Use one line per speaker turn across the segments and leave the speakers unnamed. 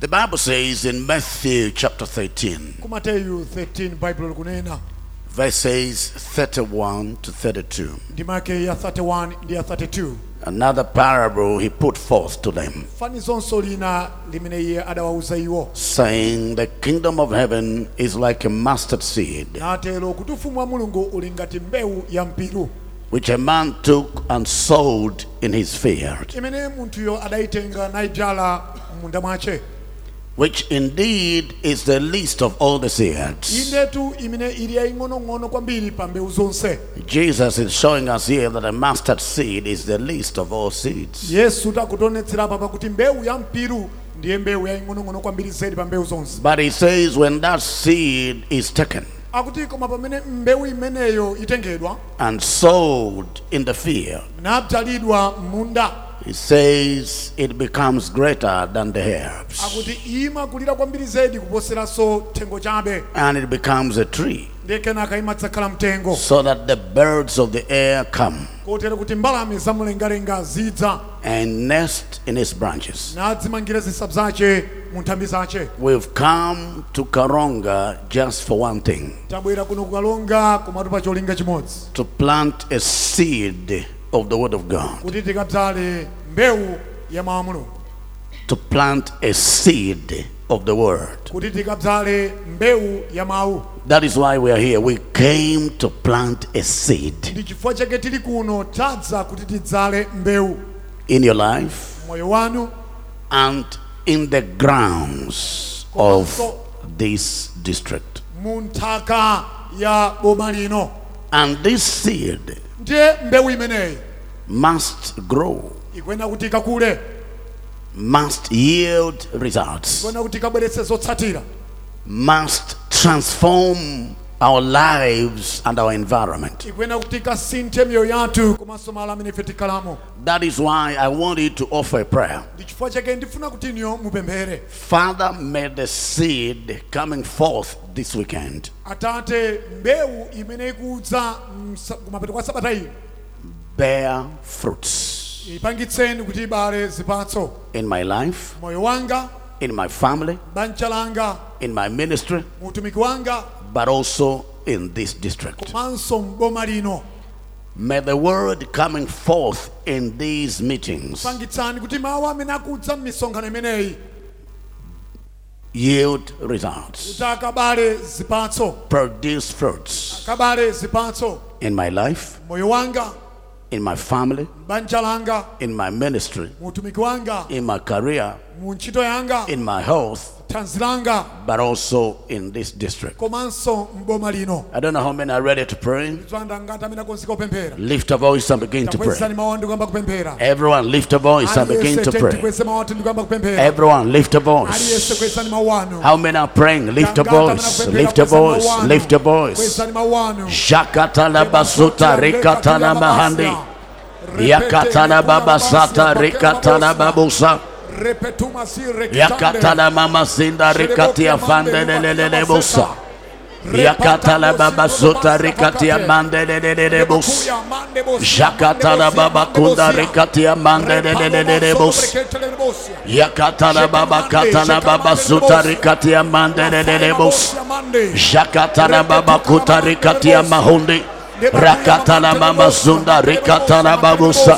The Bible says in Matthew chapter 13,
kumateyu 13 baibulo likunena
verses 31 to 32,
ndima yake ya 31 ndi ya 32
another parable he put forth to them,
fanizonso lina limene iye adawawuza iwo
saying, The kingdom of heaven is like a mustard seed,
natero kuti ufumu wa mulungu uli ngati mbewu ya mpiru
which a man took and sowed in his field,
imene munthuyo adayitenga nayidzala munda mwace
which indeed is the least of all the seeds.
iyi ndetu imene ili yaying'onong'ono kwambiri pa mbewu zonse
Jesus is showing us here that a mustard seed is the least of all seeds.
yesu takutonetsera papa kuti mbewu ya mpiru ndiye mbewu yaying'onong'ono kwambiri zedi pa mbewu zonse
But he says, when that seed is taken
akuti koma pamene mbewu imeneyo itengedwa
and sowed in the field,
nadzalidwa m'munda
he says it becomes greater than the herbs,
akuti imakulira kwambiri zedi kuposeranso thengo chabe
and it becomes a tree,
ndiye kenaka imadzakhala mtengo
so that the birds of the air come
kotero kuti mbalame zamlengalenga zidza
and nest in its branches.
nadzimangira zisabu zace mu nthambi zace
We've come to Karonga just for one thing
tabwera kuno kukalonga komatu pa cholinga chimodzi
to plant a seed of the Word of God,
kuti tikadzale mbewu ya mwa mulungu
to plant a seed of the Word.
kuti tikadzale mbewu ya mawu
That is why we are here. We came to plant a seed
ndi chifukwa chake tili kuno tadza kuti tidzale mbewu
in your life
moyo wanu
and in the grounds of this district.
mu nthaka ya boma lino
And this seed
ndiye mbewu imeneyi
must grow,
ikwena kuti ikakule
must yield results,
ikwena kuti ikabweretse zotsatira
must transform our lives and our environment.
ikwena kuti ikasinthe miyoyo yathu komanso malo amene ife tikhalamo
That is why I want you to offer a prayer.
ndi chifukwa chake ndifuna kuti niyo mupemphere
Father, may the seed coming forth this weekend
atate mbewu imene ikudza msa- kumapeto kwa sabata iyi
bear fruits
ipangitseni kuti ibale zipatso
in my life.
moyo wanga
in my family,
banja langa
in my ministry,
mu utumiki wanga
but also in this district.
komanso m'boma lino
May the word coming forth in these meetings
pangitsani kuti mawu amene akudza m'misonkhano imeneyi
yield results,
kuti akabale zipatso
produce fruits
akabale zipatso
in my life,
moyo wanga
in my family,
banja langa
in my ministry,
mu utumiki wanga
in my career,
mu ntchito yanga
in my health,
thanzi langa
but also in this district.
komanso m'boma lino
I don't know how many are ready to pray.
tswanda ngati amene akonzeka kupemphera
Lift a voice and begin to pray. Eh,
takwezani mawu anu ndikuyamba kupemphera
Everyone, lift a voice and begin to pray.
tikweze mawu anu ndikuyamba kupemphera
Everyone, lift a
aliyese
voice.
kwezani mawu anu
How many are praying? Lift a voice, lift a voice, lift a voice.
kwezani mawu anu
Shakatala basuta rikatala mahandi. Yakatala babasata rikatala babusa.
repetuma si
Yakatala mama sinda rikati afandelelelele busa. Yakatala babasuta rikati amandelelelele bus. Shakatala babakunda rikati amandelelelele bus. Yakatala babakatala babasuta rikati amandelelele bus. Shakatala baba kuta rikatia mahundi rakatala mama zunda rikatala babusa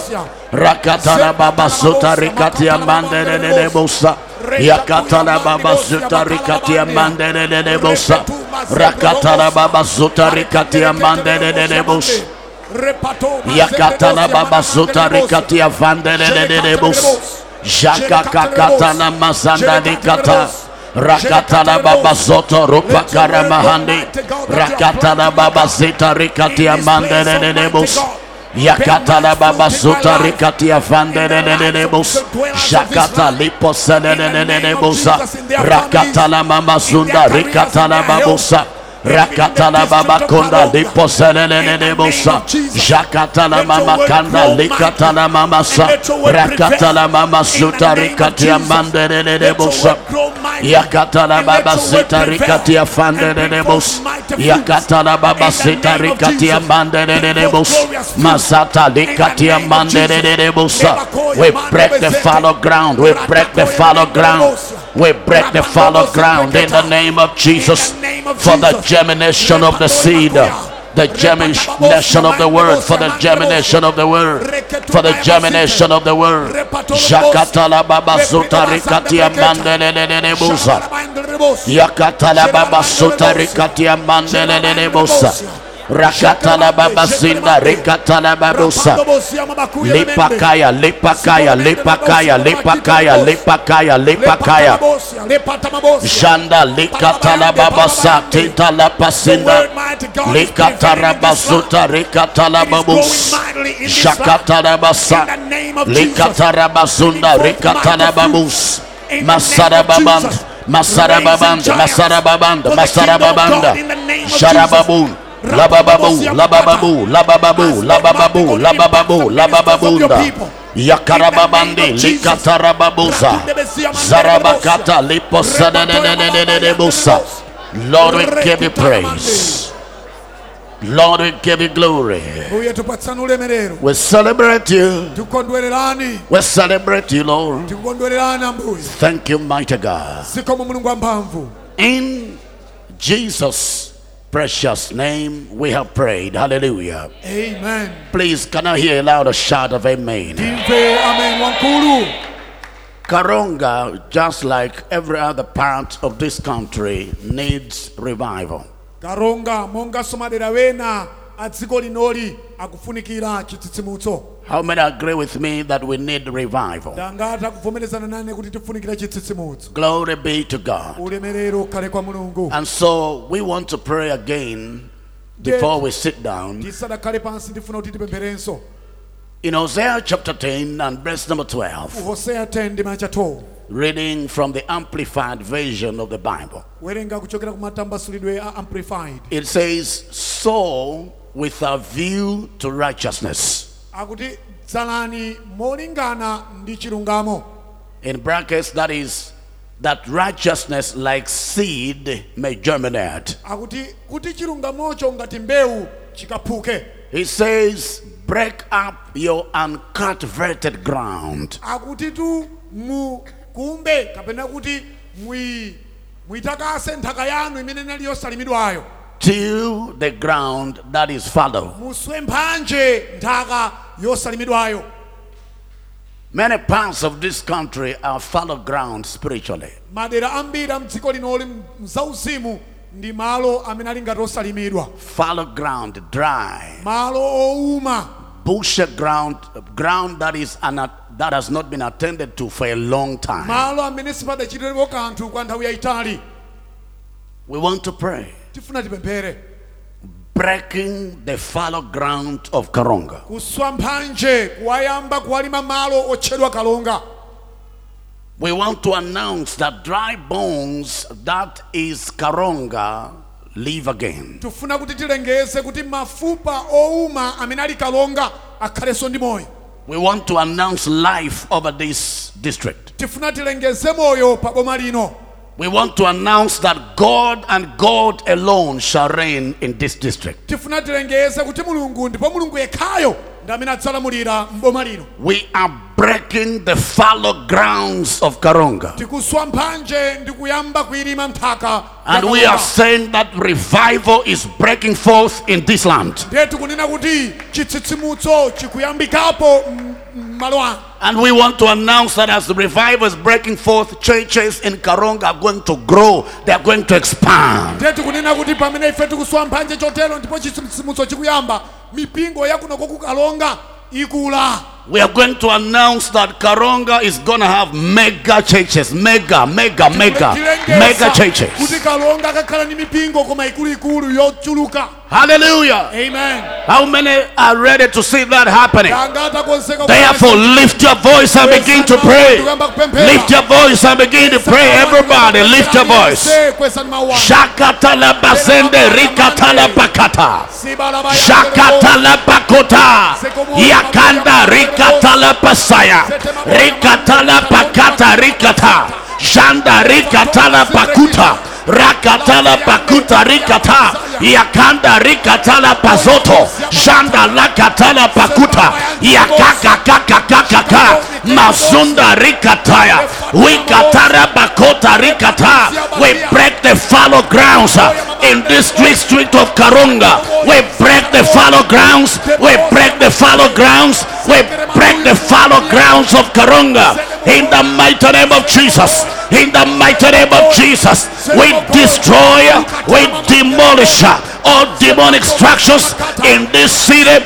rakatala baba suta rikatia mandelelele busa yakatala baba suta rikatia mandelelele busa rakatala baba suta rikatia mandelelele busa yakatala baba suta rikatia vandelelele busa jakakakatala masanda rikata rakatala baba soto rupa karamahandi rakatala baba sita rikatia mandelelele busa yakatala baba suta rikatia vandelelelebus shakata liposelelelelelebusa rakatala mama sunda rikatala babusa rakatala baba konda liposelelelelebusa jakatala mama kanda likatala mama sa rakatala mama suta rikatia mandelelelebusa yakatala baba sita rikatia fandelelebus yakatala baba sita rikatia mandelelebus masata rikatia mandelelebus we break the fallow ground we break the fallow ground We break the fallow ground in the name of Jesus for the germination of the seed, the germination of the word, for the germination of the word, for the germination of the word. Shakatala baba suta rikati amandelelelele busa. Yakatala baba suta rikati amandelelele busa. Rakatala baba sinda rikatala babusa. Lipakaya, lipakaya, lipakaya, lipakaya, lipakaya, lipakaya. Janda likatala babasa titala pasinda. Likatara basuta rikatala babus. Shakatara basa. Likatara basunda rikatala babus. Masara babanda. Masara babanda. Masara babanda. Masara babanda. Sharababun. Labababu, labababu, labababu, labababu, labababu, labababunda. Yakarababandi, likatarababuza. Zarabakata, liposadadadadadabusa. Lord, we give you praise. Lord, we give you glory.
uye tupatsane ulemerero
We celebrate you.
tikondwererani
We celebrate you, Lord.
tikukondwererani ambuye
Thank you, mighty God.
sikoma mulungu amphamvu
In Jesus' precious name, we have prayed. Hallelujah.
amen
Please, can I hear a louder shout of amen?
timve amen wankulu
Karonga, just like every other part of this country, needs revival.
karonga mongaso madera wena a dziko linoli akufunikira chitsitsimutso
How many agree with me that we need revival?
ndangata kuvomerezana nane kuti tifunikira chitsitsimutso
Glory be to God.
ulemerero ukhale kwa mulungu
And so we want to pray again before we sit down.
tisadakhale pansi ndifuna kuti tipempherenso
In Hosea chapter 10 and verse number 12,
hoseya 10 ndimaya cha 12
reading from the Amplified Version of the Bible,
werenga kuchokera ku matambasulidwe a amplified
it says, So with a view to righteousness.
akuti dzalani molingana ndi chilungamo
In brackets, that is that righteousness like seed may germinate.
akuti kuti chilungamocho ngati mbewu chikaphuke
He says, break up your uncultivated ground.
akuti tu mukumbe kapena kuti mwi mwitakase nthaka yanu imene inali yosalimidwayo
Till the ground that is fallow.
muswe mphanje nthaka yosalimidwayo
Many parts of this country are fallow ground spiritually.
madera ambiri amdziko linoli mzauzimu ndi malo amene ali ngati osalimidwa
Fallow ground, dry,
malo owuma
bushy ground, ground that is an, that has not been attended to for a long time.
malo amene sipadachitirepo kanthu kwa nthawi yayitali
We want to pray,
tifuna tipemphere
breaking the fallow ground of Karonga.
kuswa mphanje kuwayamba kuwalima malo otchedwa kalonga
We want to announce that dry bones, that is Karonga, live again.
tifuna kuti tilengeze kuti mafupa owuma amene ali kalonga akhalenso ndi moyo
We want to announce life over this district.
tifuna tilengeze moyo pa boma lino
We want to announce that God and God alone shall reign in this district.
tifuna tilengeze kuti mulungu ndipo mulungu yekhayo ndi amene adzalamulira m'boma lino
We are breaking the fallow grounds of Karonga.
tikuswa mphanje ndi kuyamba kuyilima nthaka
And we are saying that revival is breaking forth in this land.
ndiye tikunena kuti chitsitsimutso chikuyambikapo m- m'malo ano
And we want to announce that as the revival is breaking forth, churches in Karonga are going to grow, they are going to expand.
ndiye tikunena kuti pamene ife tikuswa mphanje chotero ndipo chitsitsimutso chikuyamba mipingo yakunoko kukalonga ikula
We are going to announce that Karonga is going to have mega churches, mega, mega, mega,
Tilengeza
mega
kuti
churches.
kalonga kakhala ndi mipingo koma ikuluikulu yochuluka
Hallelujah.
amen
How many are ready to see that happening?
angatakonzeka
Therefore, lift your voice and begin to pray. Lift your voice and begin to pray. Everybody, lift your voice. Shakatala basende rikatala bakata. Shakatala bakota. Yakanda rikatala basaya. Rikatala bakata rikata. Shanda rikatala bakuta. rakatala pakuta rikata yakanda rikatala pazoto janda lakatala pakuta yakakakakakakaka mazunda rikataya wikatara bakota rikata we break the fallow grounds in this district of karunga we break the fallow grounds we break the fallow grounds we break the fallow grounds of karunga in the mighty name of jesus in the mighty name of jesus we destroy we demolish all demonic structures in this city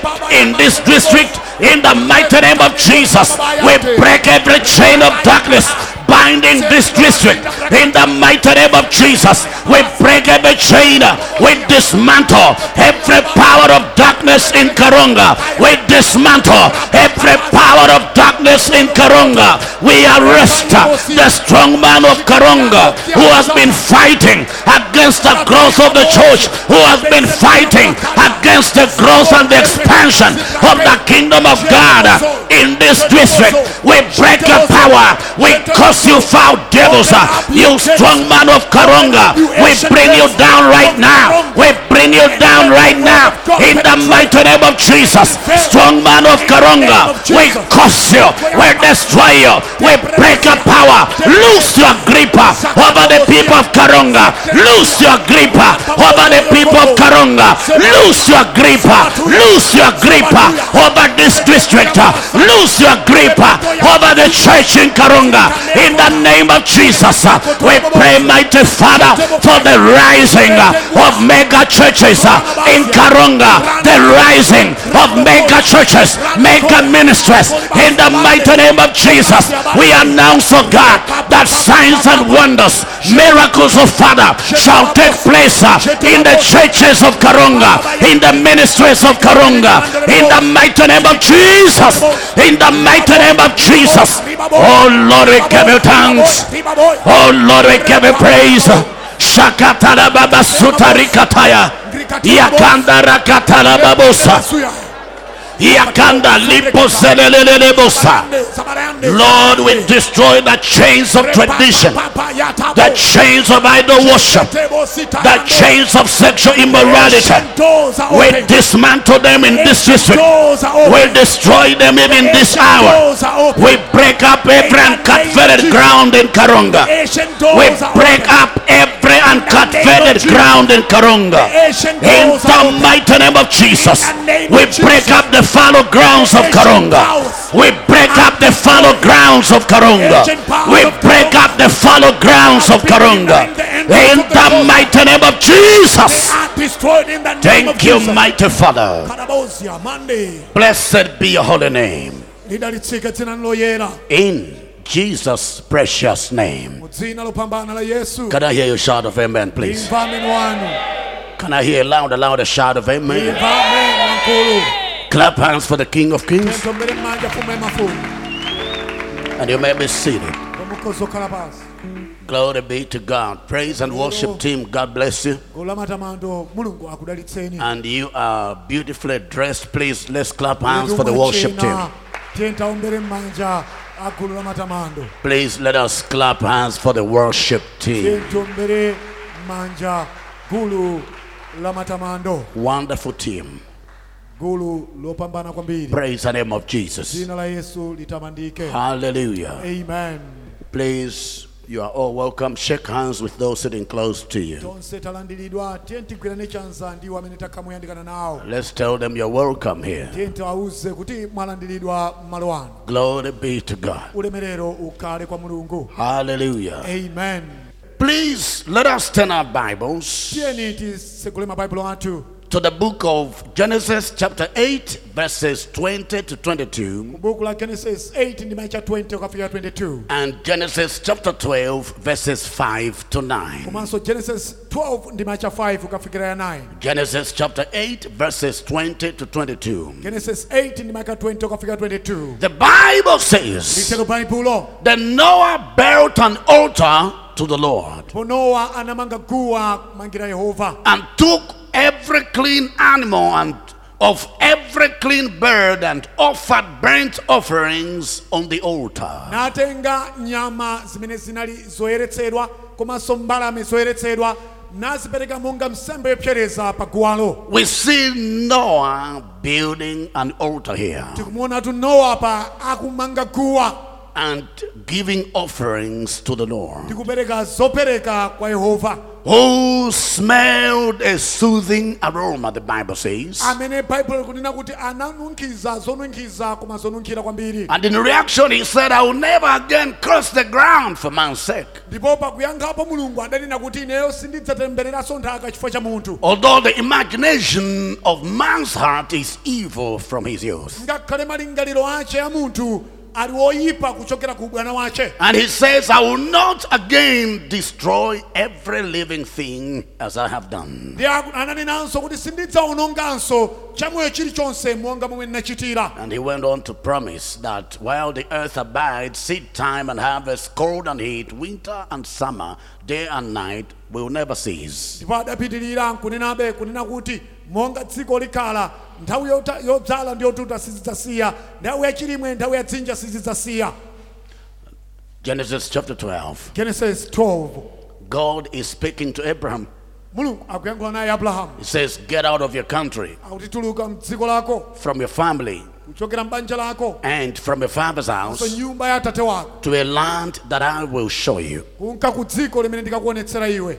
in this district in the mighty name of jesus we break every chain of darkness binding this district in the mighty name of Jesus. We break every chain, we dismantle every power of darkness in Karunga. We dismantle every power of darkness in Karunga. We arrest the strong man of Karunga who has been fighting against the growth of the church, who has been fighting against the growth and the expansion of the kingdom of God in this district. We break your power, we cause you foul devils, uh, you strong man of Karonga, we bring you down right now. We bring you down right now in the mighty name of Jesus. Strong man of Karonga, we curse you, we destroy you, we break your power. Loose your gripper over the people of Karonga. Loose your gripper over the people of Karonga. Loose your gripper, loose your gripper over this district. uh, Loose your gripper over the church in Karonga. In the name of Jesus, uh, we pray, mighty Father, for the rising uh, of mega churches uh, in Karunga, the rising of mega churches, mega ministries. In the mighty name of Jesus, we announce, oh God, that signs and wonders, miracles of Father shall take place uh, in the churches of Karunga, in the ministries of Karunga, in the mighty name of Jesus, in the mighty name of Jesus. Oh Lord, we give you thanks. Oh Lord, we give you praise. Shakatara baba sutarikataya. Yakanda rakatara babosa. Yakanda lipo zelelelebosa. Lord, we destroy the chains of tradition, the chains of idol worship, the chains of sexual immorality. We dismantle them in this district. We destroy them even this hour. We break up every unconverted ground in Karunga. We break up every unconverted ground in Karunga. In the mighty name of Jesus, we break up the fallow grounds of Karunga. We break up the fallow grounds of Karunga. We break up the fallow grounds of Karunga. In the mighty name of Jesus. Thank you, mighty Father. Blessed be your holy name.
lidalitsike dzina niloyera
In Jesus' precious name.
mu dzina lopambana la yesu
Can I hear your shout of amen, please?
imva ameni wanu
Can I hear a loud, a loud shout of amen?
imva ameni wankulu
Clap hands for the King of Kings.
mtombere mmanja fuma emafumu
And you may be seated.
omukozi okhala pasi
Glory be to God. Praise and worship team. God bless you.
gulu lamatamando mulungu akudalitseni
And you are beautifully dressed. Please let's clap hands for the worship team.
tentaombere mmanja agulu lamatamando
Please let us clap hands for the worship team.
tentaombere mmanja gulu lamatamando
Wonderful team.
gulu lopambana kwambiri
Praise the name of Jesus.
dzina la yesu litamandike
Hallelujah.
amen
Please, you are all welcome. Shake hands with those sitting close to you.
tonse talandiridwa tentigwira nechanza ndiwo amene takhamuyandikana nawo
Let's tell them you're welcome here.
tentawawuze kuti mwalandiridwa mmalo wano
Glory be to God.
ulemerero ukhale kwa mulungu
Hallelujah.
amen
Please let us turn our Bibles
tiyeni tisegule mabaibulo athu
to the book of Genesis, chapter 8, verses 20 to 22,
buku la genesis 8 ndi mayicha 20 ukafika 22
and Genesis, chapter 12, verses 5 to 9.
komanso genesis 12 ndi mayicha 5 ukafikira ya 9
Genesis chapter 8, verses 20 to 22.
genesis 8 ndi mayicha 20 ukafika 22
The Bible says
litero baibulo
that Noah built an altar to the Lord
ponowa anamanga guwa kumangira yehova
and took every clean animal and of every clean bird and offered burnt offerings on the altar.
natenga nyama zimene zinali zoyeretsedwa komanso mbalame zoyeretsedwa nazipereka monga msembe yopsereza pa guwalo
We see Noah building an altar here
tikumuonatu nowa pa akumanga guwa
and giving offerings to the Lord,
tikupereka zopereka kwa yehova
who smelled a soothing aroma, the Bible says.
amene baibulo likunena kuti ananunkhiza zonunkhiza koma zonunkhira kwambiri
And in reaction, he said, I will never again curse the ground for man's sake.
ndipo pakuyankhapo mulungu adanena kuti ineyo sindidzatembereranso nthaka chifukwa cha munthu
Although the imagination of man's heart is evil from his youth.
ngakhale malingaliro ace a munthu ali woyipa kuchokera ku ubwana wace
And he says, I will not again destroy every living thing as I have done.
ndi aku- ananenanso kuti sindidzawononganso chamoyo chilichonse monga momwe ndinachitira
And he went on to promise that while the earth abides, seed time and harvest, cold and heat, winter and summer, day and night will never cease.
ndipo adapitirira nkunenabe kunena kuti monga dziko likhala nthawi yota- yodzala ndi yotuta sizidzasiya nthawi yachilimwe nthawi ya dzinja sizidzasiya
Genesis chapter 12.
genesis 12
God is speaking to Abraham.
mulungu akuyankhula naye abrahamu
He says, Get out of your country,
akutituluka mdziko lako
from your family,
kuchokera mbanja lako
and from your father's
so
house
nyumba ya atate wako
to a land that I will show you.
kunka ku dziko limene ndikakuonetsera iwe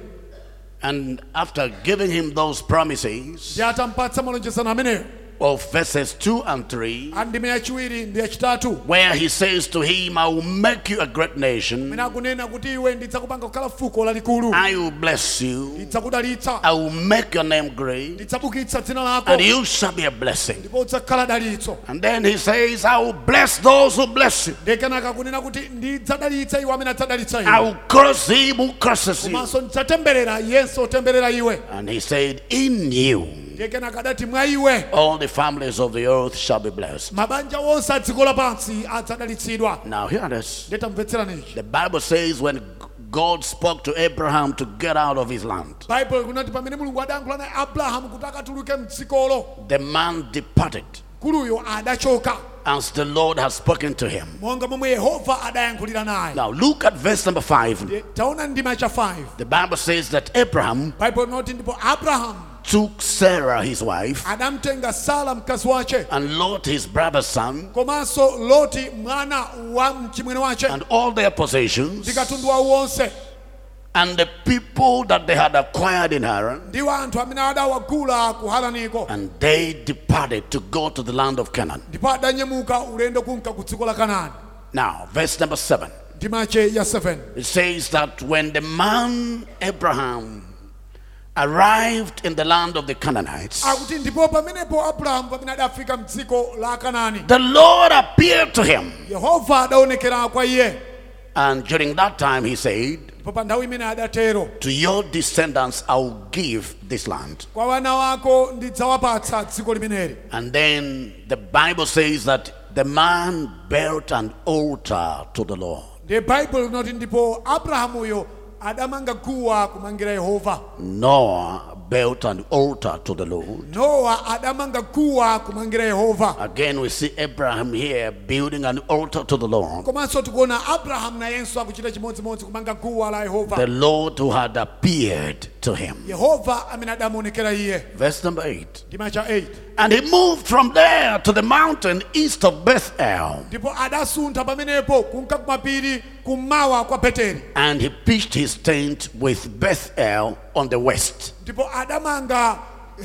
And after giving him those promises
ndi atampatsa malonjezano ameneyo
of verses 2 and 3,
andime yachiwiri ndi yachitatu
where he says to him, I will make you a great nation.
amene akunena kuti iwe ndidzakupanga kukhala fuko lalikulu
I will bless you.
ndidzakudalitsa
I will make your name great,
ndidzabukitsa dzina lako
and you shall be a blessing.
ndipo udzakhala dalitso
And then he says, I will bless those who bless you.
ndekenaka kunena kuti ndidzadalitsa iwe amene adzadalitsa
I
iwe
will curse him who curses you.
komanso ndidzatemberera yense otemberera iwe
And he said, In you
ndekenaka adati mwa iwe
all the families of the earth shall be blessed.
mabanja onse a dziko lapansi adzadalitsidwa
Now, hear this.
ndetamvetseraniji
The Bible says, when God spoke to Abraham to get out of his land,
baibulo likunena kuti pamene mulungu adayankhula naye abrahamu kuti akatuluke mdzikolo
the man departed
mkuluyo adachoka
as the Lord had spoken to him.
monga momwe yehova adayankhulira naye
Now, look at verse number 5.
Ye- taona ndima cha 5
The Bible says that Abraham
baibulo linoti ndipo abrahamu
took Sarah, his wife,
anamtenga sala mkazi wace
and Lot his brother's son
komanso loti mwana wa mchimwene wace
and all their possessions
ndi katundu wawo onse
and the people that they had acquired in Haran
ndiwo anthu amene adawagula ku haraniko
and they departed to go to the land of Canaan.
ndipo adanyamuka ulendo kunka ku dziko la kanaani
Now, verse number 7.
ndimache ya 7
It says that when the man Abraham arrived in the land of the Canaanites,
akuti ndipo pamenepo abrahamu pamene adafika mdziko la kanaani
the Lord appeared to him.
yehova adaonekera kwa iye
And during that time, he said,
ndipo pa nthawi imene adatero
To your descendants I will give this land.
kwa wana wako ndidzawapatsa dziko limeneli
And then the Bible says that the man built an altar to the Lord.
ndiye baibulo linoti ndipo abrahamuyo adamanga guwa kumangira yehova
Noah built an altar to the Lord.
nowa adamanga guwa kumangira yehova
Again, we see Abraham here building an altar to the Lord.
komanso tikuona abrahamu nayenso akuchita chimodzimodzi kumanga guwa la
The
yehova
Lord who had appeared to him.
yehova amene adamuonekera iye
Verse number 8.
ndima cha 8
And he moved from there to the mountain east of Bethel.
ndipo adasuntha pamenepo kunka kumapiri kummawa kwa beteli
And he pitched his tent with Bethel on the west.
ndipo adamanga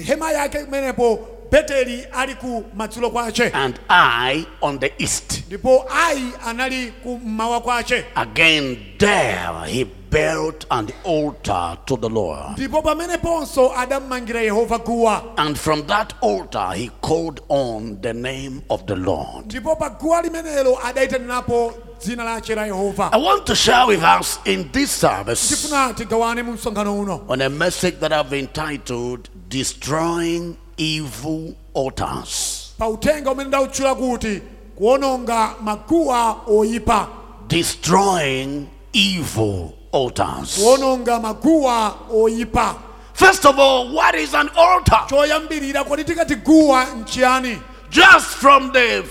hema yake kumenepo beteli ali ku madzulo kwace
And I on the east.
ndipo ayi anali kummawa kwace
Again, there he built an altar to the Lord.
ndipo pameneponso adamangira yehova guwa
And from that altar he called on the name of the Lord.
ndipo pa guwa limenelo adayitanirapo dzina lace la
I
yehova
want to share with us in this service
tifuna tigawane mu msonkhano uno
on a message that I've entitled Destroying Evil Altars.
pa uthenga umene ndautchula kuti kuononga maguwa oyipa
Destroying Evil Altars.
kuononga maguwa oyipa
First of all, what is an altar?
choyambirira kodi tikati guwa nchiyani
Just from the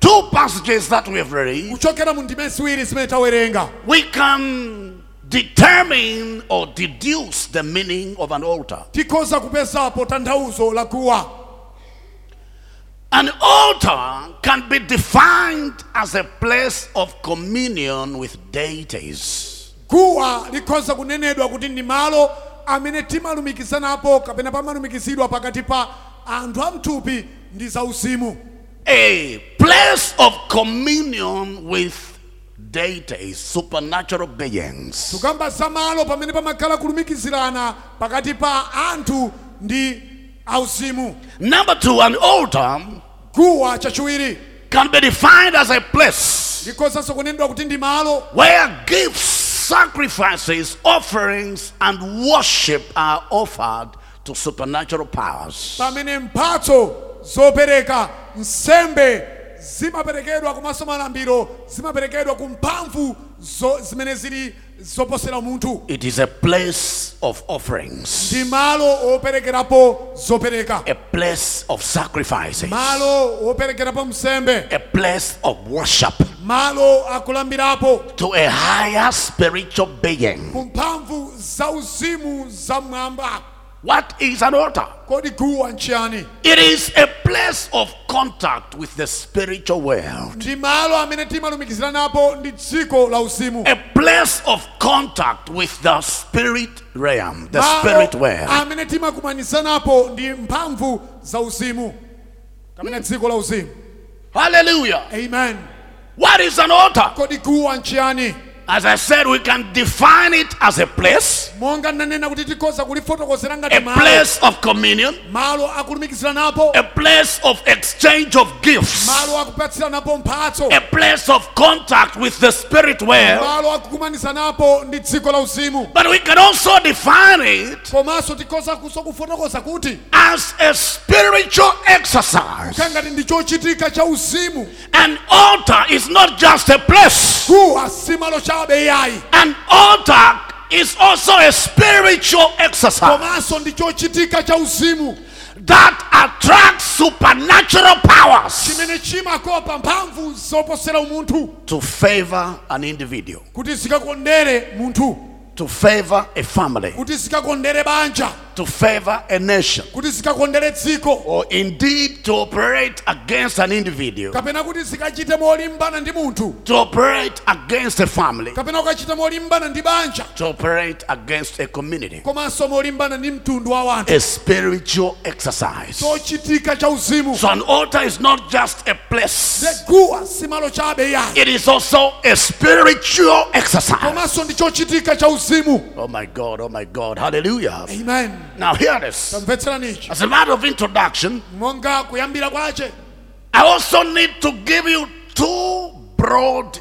two passages that we have read,
kuchokera mu ndime ziwiri zimene tawerenga
we can determine or deduce the meaning of an altar.
tikhoza kupesapo tanthauzo lakuwa
An altar can be defined as a place of communion with deities.
guwa likhoza kunenedwa kuti ndi malo amene timalumikizanapo kapena pamalumikizidwa pakati pa anthu amthupi ndi zauzimu
A place of communion with deities, supernatural beings.
kukamba za malo pamene pamakhala kulumikizirana pakati pa anthu ndi auzimu
Number two, an altar
guwa chachiwiri
can be defined as a place
likhozanso kunenedwa kuti ndi malo
where gifts, sacrifices, offerings, and worship are offered to supernatural powers.
pamene mphatso zopereka nsembe zimaperekedwa komanso malambiro zimaperekedwa ku mphamvu zo- zimene zili zoposera munthu
It is a place of offerings,
ndi malo operekerapo zopereka
a place of sacrifices, a
malo operekerapo msembe
place of worship
malo akulambirapo
to a higher spiritual being.
ku mphamvu zauzimu zamwamba
What is an altar?
kodi guwa nchiyani
It is a place of contact with the spiritual world,
ndi malo amene timalumikiziranapo ndi dziko la uzimu
a place of contact with the spirit realm, the
Malo
spirit world.
amene timakumanizanapo ndi mphamvu za uzimu kapena dziko la uzimu
Hallelujah.
amen
What is an altar?
kodi guwa nchiyani
As I said, we can define it as a place,
monga nanena kuti tikhoza kulifotokozera ngati
a
malo
place of communion,
malo akulumikiziranapo
a place of exchange of gifts.
malo akupatsiranapo mphatso
a place of contact with the spirit world,
malo akukumanizanapo ndi dziko la uzimu
but we can also define it
komanso tikhoza kuso kufotokoza kuti
as a spiritual exercise.
kangati ndi chochitika cha uzimu
An altar is not just a place,
guwa si malo chabe yayi
an altar is also a spiritual exercise
komanso ndi chochitika cha uzimu
that attracts supernatural powers
chimene chimakopa mphamvu zoposera umunthu
to favor an individual,
kuti zikakondere munthu
to favor a family,
kuti zikakondere banja
to favor a nation,
kuti zikakondere dziko
or indeed to operate against an individual,
kapena kuti zikachite molimbana ndi munthu
to operate against a family.
kapena ukachita molimbana ndi banja
to operate against a community.
komanso molimbana ndi mtundu wa wanthu
A spiritual exercise. So
chochitika cha uzimu
an altar is not just a place,
zeguwa si malo chabe yayi
it is also a spiritual exercise.
komanso ndi chochitika cha uzimu
Oh my God, oh my God, hallelujah.
amen
Now, hear this.
tamvetserani ichi
As a matter of introduction,
monga kuyambira kwache
I also need to give you two broad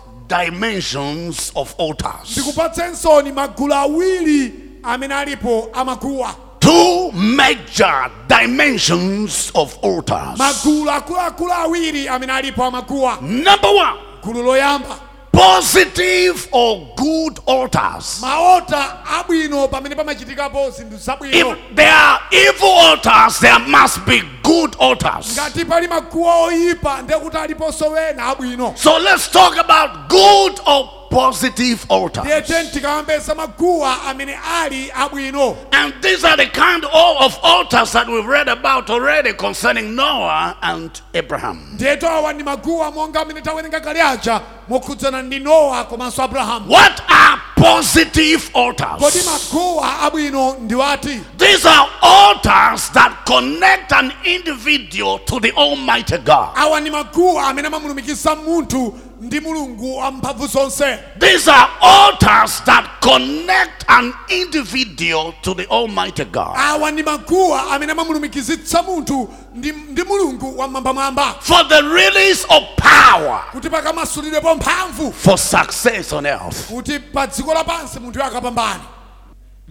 dimensions of altars,
ndikupatsenso magulu awiri amene alipo amaguwa
two major dimensions of altars.
magulu akuluakulu awiri amene alipo amaguwa
Number one,
gulu loyamba
positive or good altars.
maota abwino pamene pamachitikapo zinthu zabwino
If there are evil altars, there must be good altars.
ngati pali maguwa oyipa ndekuti aliponso wena abwino
So let's talk about good or positive altars.
tiyete tikayambe za maguwa amene ali abwino
And these are the kind all of altars that we've read about already concerning Noah and Abraham.
ndiyetu awa ndi maguwa monga amene tawerenga kale aja mokhudzana ndi nowa komanso abrahamu
What are positive
kodi
altars?
maguwa abwino ndiwati
These are altars that connect an individual to the Almighty God.
awa ndi maguwa amene amamulumikisa munthu ndi mulungu wamphamvu zonse
These are altars that connect an individual to the Almighty God.
awa ndi maguwa amene amamulumikizitsa munthu ndi, ndi mulungu wamwambamwamba
for the release of power
kuti pakamasulirepo mphamvu
for success on earth.
kuti pa dziko lapansi munthu akapambana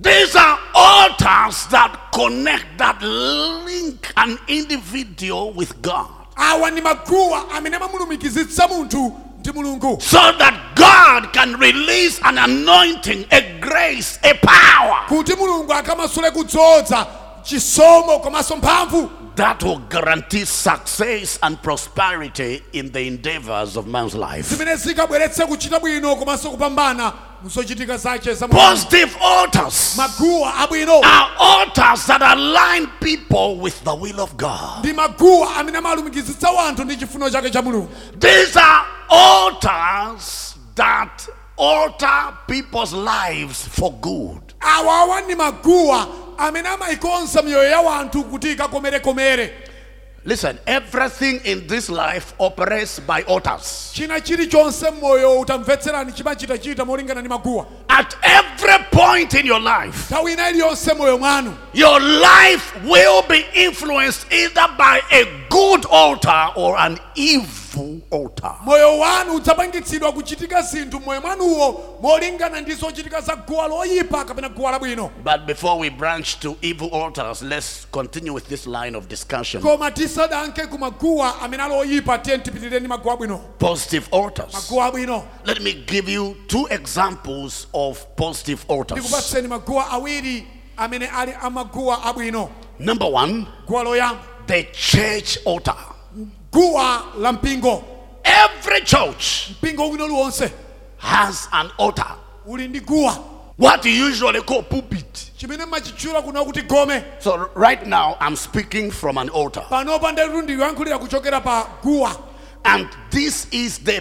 These are altars that connect, that link an individual with God
awa ndi maguwa amene amamulumikizitsa munthu ndi mulungu
so that God can release an anointing, a grace, a power
kuti mulungu akamasule kudzodza chisomo komanso mphamvu
that will guarantee success and prosperity in the endeavors of man's life.
zimene zikabweretse kuchita bwino komanso kupambana musochitika zache za
Positive altars
maguwa abwino
are altars that align people with the will of God.
ndi maguwa amene amalumikizitsa wanthu ndi chifuniro chake cha mulungu
These are altars that alter people's lives for good.
awawa ndi maguwa amene amayikonsa miyoyo ya wanthu kuti ikakomerekomere
Listen, everything in this life operates by altars.
china chilichonse mmoyo utamvetserani chimachitachita molingana ndi maguwa
At every point in your life,
nthawi ina iliyonse moyo mwanu
your life will be influenced either by a good altar or an evil altar.
moyo wanu udzapangitsidwa kuchitika zinthu mmoyo mwanuwo molingana ndi zochitika za guwa loyipa kapena guwa labwino
But before we branch to evil altars, let's continue with this line of discussion.
koma tisadanke ku maguwa amene ali oyipa tiye tipitireni maguwa abwino
Positive altars.
maguwa abwino
Let me give you two examples of positive altars.
ndikupatseni maguwa awiri amene ali amaguwa abwino
Number one,
guwa loyamba
the church altar.
guwa la mpingo
Every church
mpingo wino liwonse
has an altar.
uli ndi guwa
What you usually call pulpit.
chimene machitchula kuna kuti gome
So right now I'm speaking from an altar.
panopa ndatu ndikuyankhulira kuchokera pa guwa
And this is the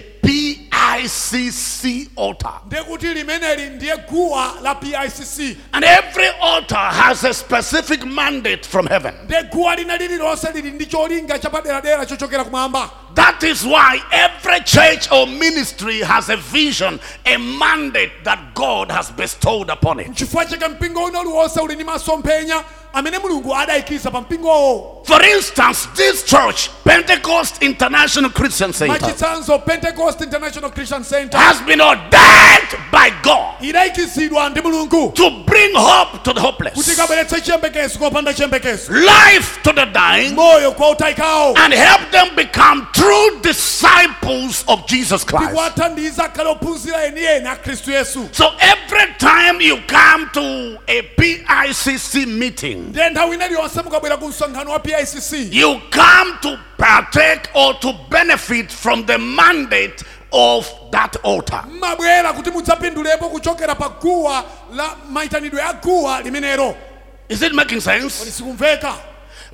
PICC altar.
ndekuti limeneli ndiye guwa la picc
And every altar has a specific mandate from heaven.
nde guwa lina lililonse lili ndi cholinga chapaderadera chochokera kumwamba
That is why every church or ministry has a vision, a mandate that God has bestowed upon it.
chifukwa chake mpingo uno liwonse uli ndi masomphenya amene mulungu adayikhisa pa mpingowo
For instance, this church, Pentecost International Christian Center,
machitsanzo pentecost international christian center
has been ordained by God
idayikhizidwa ndi mulungu
to bring hope to the
kuti
hopeless,
ikabweretse chiyembekezo kopanda chiyembekezo
life to the dying,
moyo kwa utayikawo
and help them become true disciples of Jesus Christ.
ndikuwathandiza akhale ophunzira eni eni a khristu yesu
So every time you come to a PICC meeting,
ndiye nthawi ina iliyonse mukabwera ku msonkhano wa picc
You come to partake or to benefit from the mandate of that altar.
mabwera kuti mudzapindulepo kuchokera pa guwa la mayitanidwe ya guwa limenelo
Is it making sense?
lisikumveka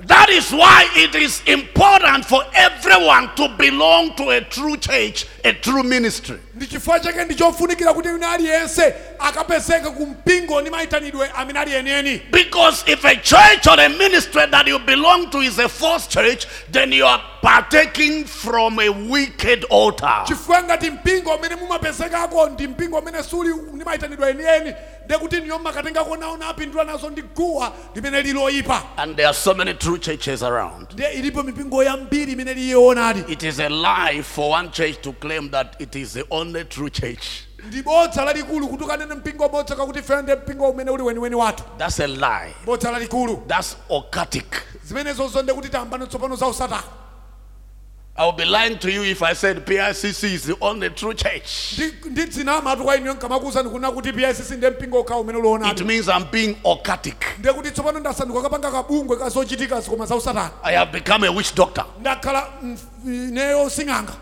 That is why it is important for everyone to belong to a true church, a true ministry.
ndi chifukwa chake ndi chofunikira kuti wina aliyense akapezeke ku mpingo ndi mayitanidwe amene ali enieni
Because if a church or a ministry that you belong to is a false church, then you are partaking from a wicked altar.
chifukwa ngati mpingo amene mumapezekako ndi mpingo amene suli ndi mayitanidwe enieni ndekuti ndiyo mmakatengako nawo napindula nazo ndi guwa limene liloyipa
And there are so many true churches around.
ndiye ilipo mipingo yambiri imene liyionadi
It is a lie for one church to claim that it is the only true church.
ndi bodza lalikulu kuti ukanene mpingo bodza kakuti fena ndi mpingo umene uli weniweni wathu
That's a lie.
bodza lalikulu
That's occultic.
zimenezonso ndekuti tambani tsopano za usatana
I would be lying to you if I said PICC is the only true church.
Ndi- ndi dzina amatu kwa iniyo nkamakuwuzani kuna kuti picc ndiye mpingo ukhawo umene
It
ulionadi
means I'm being occultic.
ndekuti tsopano ndasandikwa kapanga kabungwe kazochitikazi koma za usatana
I have become a witch doctor.
ndakhala mf- ineyo sing'anga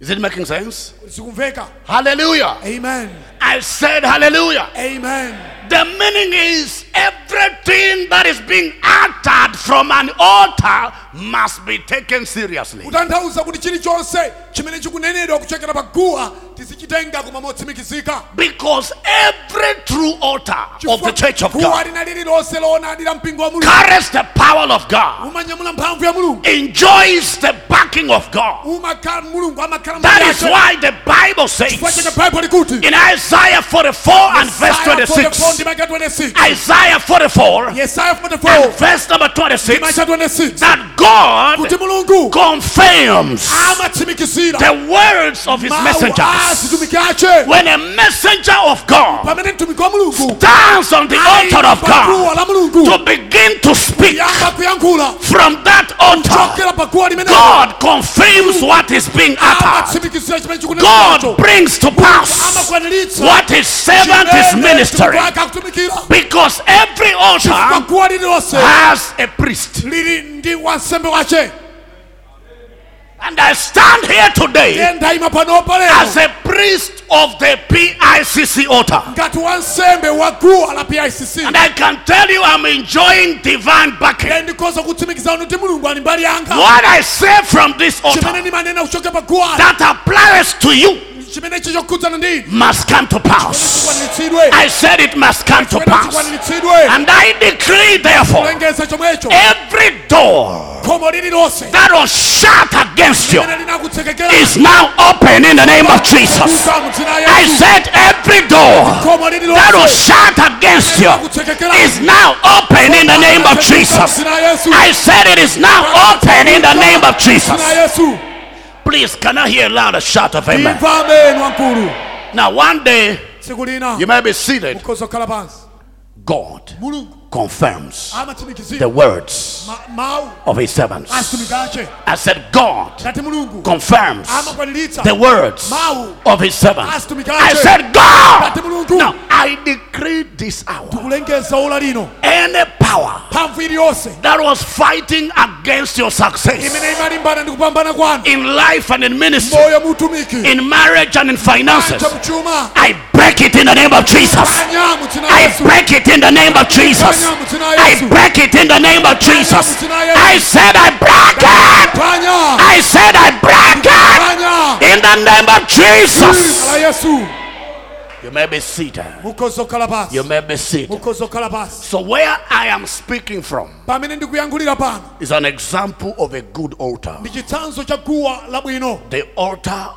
Is it making sense?
zikumveka
Hallelujah.
amen
I said hallelujah.
amen
The meaning is everything that is being uttered from an altar must be taken seriously.
kutanthauza kuti chilichonse chimene chikunenedwa kuchokera pa guwa tizichitenga koma motsimikizika
Because every true altar of the church of
guwa
God
lina lililonse loonadi la mpingo wa mulungu
carries the power of God,
umanyamula mphamvu ya mulungu
enjoys the backing of God.
umakhala mulungu amakhala
That is why the Bible says
baibulo likuti
in Isaiah 44 and verse
Isaiah 44 ndi
26,
maka 26
Isaiah 44
yesaya
and
44
verse number
ndi maka
26,
26
that
kuti
God
mulungu
confirms
amatsimikizira
the words of his messengers.
azitumiki ace
When a messenger of God
pamene mtumiki wa mulungu
stands on the altar of God
paguwa la mulungu
to begin to speak
yamba kuyankhula
from that altar,
chokera paguwa limene
God confirms what is being uttered.
amatsimikizira chimene
God brings to pass
amakwaniritsa
what his servant is ministering.
akutumikira
Because every altar
paguwa lililonse
has a priest.
lili ndi wansembe wace
And I stand here today
ndiye ndayima panopa
as
lero
a priest of the PICC altar.
ngati wansembe wa guwa la picc
And I can tell you I'm enjoying divine backing.
ndiye ndikhoza kutsimikiza kuti mulungu ali mbali yanga
What I say from this
chimene
altar
ndimanena kuchoka pa guwala
that applies to you
chimenecho chokhudzana ndi ine
must come to pass.
chikwaniritsidwe
I said it must come to
Chimene
pass.
chikwaniritsidwe
And I decree, therefore,
kulengeza chomwecho
every door
khomo lililonse
that was shut against you
limene linakutsekekera
is now open in the name of Jesus.
kuka mdzina la
I
yesu
said every door
khomo
that was
lililonse
shut against you
linakutsekekera
is now open in the name of Jesus.
mdzina la yesu
I said it is now open in the name of Jesus.
mdzina la yesu
Please, can I hear a louder shout of amen?
imva ameni wamkulu
Now, one day
tsiku lina
you may be seated.
mukhoza kukhala pansi
God
mulungu
confirms the
amatsimikizira
words
ma- mawu
of his servants.
asitumikache
I said, God
ngati mulungu
confirms
amakwaniritsa
the words
mawu
of his servants. I
asitumikache
said, God.
ngati mulungu
Now, I decree this hour
tikulengeza ola lino
any power
mphamvu iliyonse
that was fighting against your success
imene imalimbana ndi kupambana kwanu
in life and in ministry,
moyo mutumiki
in marriage and in finances,
cha mchuma
I break it in the name of Jesus.
anya mudzina la
I
yesu
break it in the name of Jesus.
anya mudzina la
I
yesu
break it in the name of Jesus. I said, I break it.
panya
I said, I break it
panya
in the name of Jesus.
la yesu
You may be seated.
mukhoza kukhala
You
pansi
may be seated.
mukhoza kukhala pansi
So, where I am speaking from
pamene ndikuyankhulira pano
is an example of a good altar
ndi chitsanzo cha guwa labwino
the altar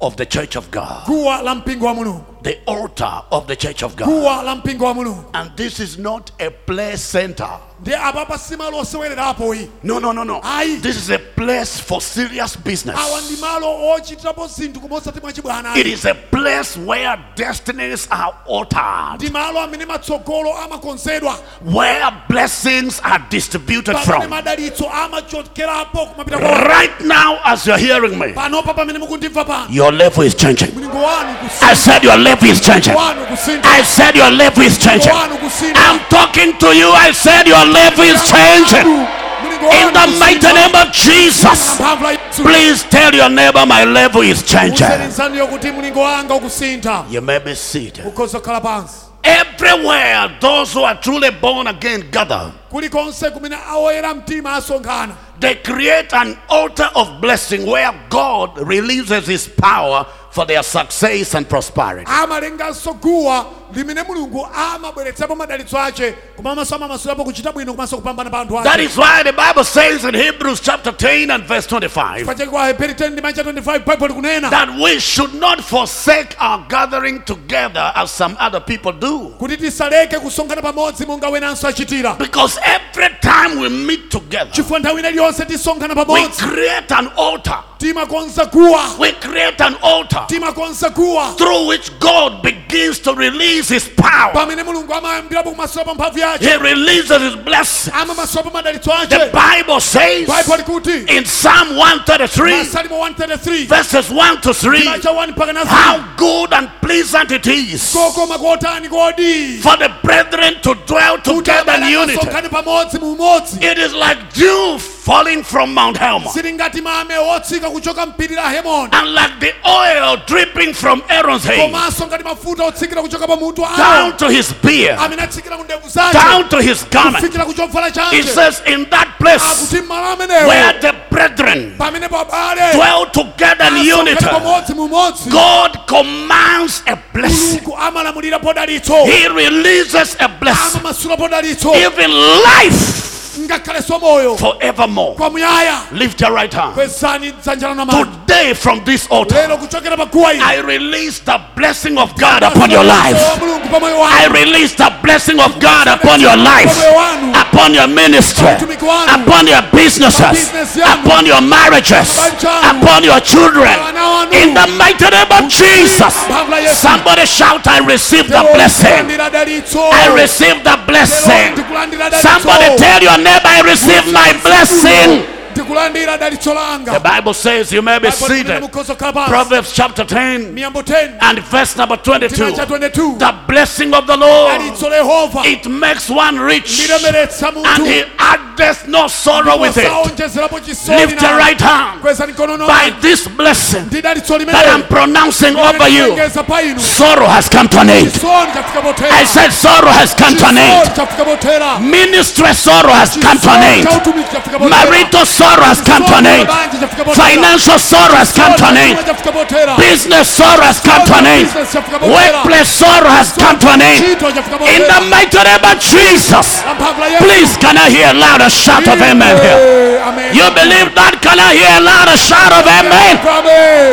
of the church of God.
guwa la mpingo wa mulungu
The altar of the church of God.
guwa la mpingo wa mulungu
And this is not a play center.
ndi apapa si malo osewelerapo iyi
No, no, no, no.
Aye.
This is a place for serious
awa
business.
ndi malo ochitirapo zinthu koma osati mwachibwana
It is a place where destinies are altered,
ndi malo amene matsogolo amakonzedwa
where blessings are distributed
pamene
from.
madalitso amachokerapo kumapita kwa
Right now, as you're hearing me,
panopa pamene mukundimva pano
your level is changing.
mlingo wanu
I
kusintha
said your level is changing.
wanu kusintha
I said your level is changing.
wanu kusintha
I'm talking to you. I said your level is changing.
mlingo
In
wanu
the mighty
kusintha
name of Jesus.
mphamvu la Yesu
Please tell your neighbor my level is changing.
uselenzani yokuti mlingo wanga ukusintha
You may be seated.
ukhoza kukhala pansi
Everywhere those who are truly born again gather,
kulikonse kumene awoyera mtima asonkhana
they create an altar of blessing where God releases his power for their success and prosperity.
amalenganso guwa limene mulungu amabweretsapo madalitso ace koma maso amamasulapo kuchita bwino komanso kupambana pa anthu
That
ake
is why the Bible says in Hebrews chapter 10 and verse 25
pachake kwa heberi 10 ndi mancha 25 bible kunena
that we should not forsake our gathering together as some other people do.
kuti tisaleke kusonkhana pamodzi monga wenanso achitira
Because every time we meet together,
chifukwa nthawi ina iliyonse tisonkhana
we
pamodzi
create an altar.
timakonza guwa
We create an altar
timakonza guwa
through which God begins to release His power.
pamene mulungu amayambirapo kumasula pa mphamvu yace
He releases His blessing.
amamasula pa madalitso
The
ace
Bible says
bible likuti
in Psalm 133,
masalimo 133
verses 1 to 3,
macha 1 mpaka na
how good and pleasant it is
kokoma kotani kodi
for the brethren to dwell together in unity.
sonkhane pamodzi mu umodzi
It is like dew falling from Mount Helmon,
sili ngati mame otsika kuchoka mpiri la hemoni
and like the oil dripping from Aaron's head
komanso ngati mafuta otsikira kuchoka pa mutu
down
awo
to his beard,
amene atsikira ku ndevu zake
down to his garment.
kufikira kuchovala
It
chanje
says, in that place
akuti mmalo amenewo
where the brethren
pamene pabale
dwell together in unity,
pamodzi mumodzi
God commands a blessing.
mulungu amalamulira podalitso
He releases a blessing,
amamasula podalitso
even life
ngakhalenso moyo
forevermore.
kwa muyaya
Lift your right hand.
kwezani dzanjala na mani
Today, from this altar,
lero kuchokera pa guwa ili
I release the blessing of God upon your life.
mulungu pa moyo
I
wanu
release the blessing of God upon your life, Ah, upon your ministry, upon your businesses, upon your marriages, upon your children. In the mighty name of Jesus, somebody shout, I receive the blessing.
ndikulandira dalitso
I receive the blessing. Somebody tell your neighbor, I receive my blessing.
Ndikulandira ndikulandira dalitso
The
langa
Bible says you may be
Bible likunena
seated.
mukhozoka pasi
Proverbs chapter 10
miyambo 10
and verse number 22.
china cha 22
The blessing of the Lord,
dalitso la yehova
it makes one rich,
lilemeretsa
and he
munthu
addeth no sorrow with it.
osaonjezerapo chisoni
Lift your
nawo.
right hand
kweza mikono
by
nonse
this blessing
ndi dalitso
that I'm
limene
pronouncing over you.
ndilengeza pa inu
Sorrow has come to an end.
chisoni chafika
I
potera
said, sorrow has come to an end.
chisoni chafika potera
Ministry sorrow has come to an
chisoni cha
end.
utumiki chafika potera
Marital sorrow has come to an end. Financial sorrow has come to an end. Business sorrow has come to an end. Workplace sorrow has come to an end. In the mighty name of Jesus. Please, can I hear a louder shout of amen here? You believe that? Can I hear a louder shout of amen?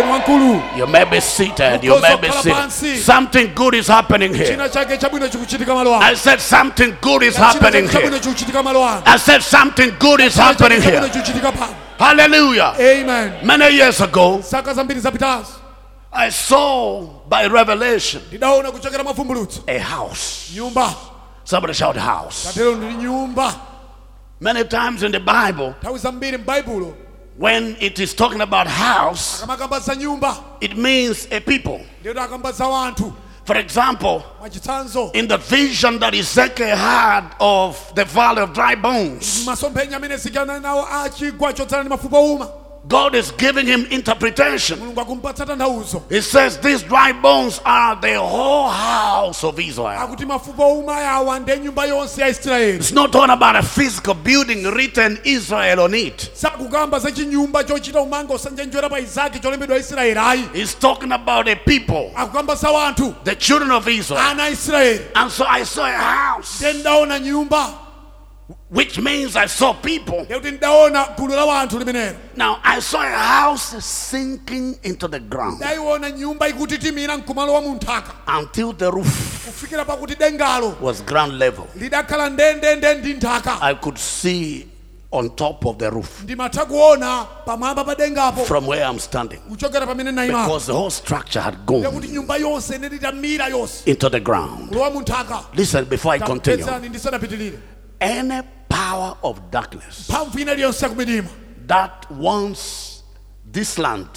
wankulu
You may be seated. You may be seated. Something good is happening here.
china chake chabwino chikuchitika malo ano
I said something good is
China chake
happening here.
chabwino chikuchitika malo ano
I said something good is happening
China chake
here.
chabwino chikuchitika pano
Hallelujah.
amen
Many years ago,
saka zambiri zapitazo
I saw by revelation
ndidaona kuchokera mavumbulutso
a house.
nyumba
Somebody shout house.
katero ndili nyumba
Many times in the Bible,
nthawi zambiri m'baibulo
when it is talking about house,
kamakamba za nyumba
it means a people.
ndiyeto akamba za wanthu
For example,
mwachitsanzo
in the vision that Ezekiel had of the valley of dry bones,
masomphenya amene sikana nawo a chigwa chotsala ndi mafupa uma
God is giving him interpretation.
mulungu akumpatsa tanthauzo
He says, These dry bones are the whole house of Israel.
akuti mafupa uma yawa ndiye nyumba yonse ya israeli
It's not talking about a physical building written Israel on it.
sakukamba za chinyumba chochita umanga usanjenjwera pa izaki cholembedwa israeli ayi
It's talking about a people,
akukamba za wanthu
the children of Israel.
ana a israeli
And so I saw a house,
ndiye ndaona nyumba
which means I saw people.
ndiye kuti ndaona gulu la wanthu limenelo
Now I saw a house sinking into the ground
ndayiona nyumba ikutitimira mkumalo wa munthaka
until the roof
kufikira pakuti dengalo
was ground level.
lidakhala ndendende ndi nthaka
I could see on top of the roof
ndimatha kuona pamwamba pa dengapo
from where I'm standing
kuchokera pamene ndayimako
because the whole structure had
kuti
gone
nyumba yonse ine litamira yonse
into the ground.
kulowa mu nthaka
Listen before I continue.
Tapezani ndisadapitirire
Any power of darkness
mphamvu ina iliyonse yakumitima
that wants this land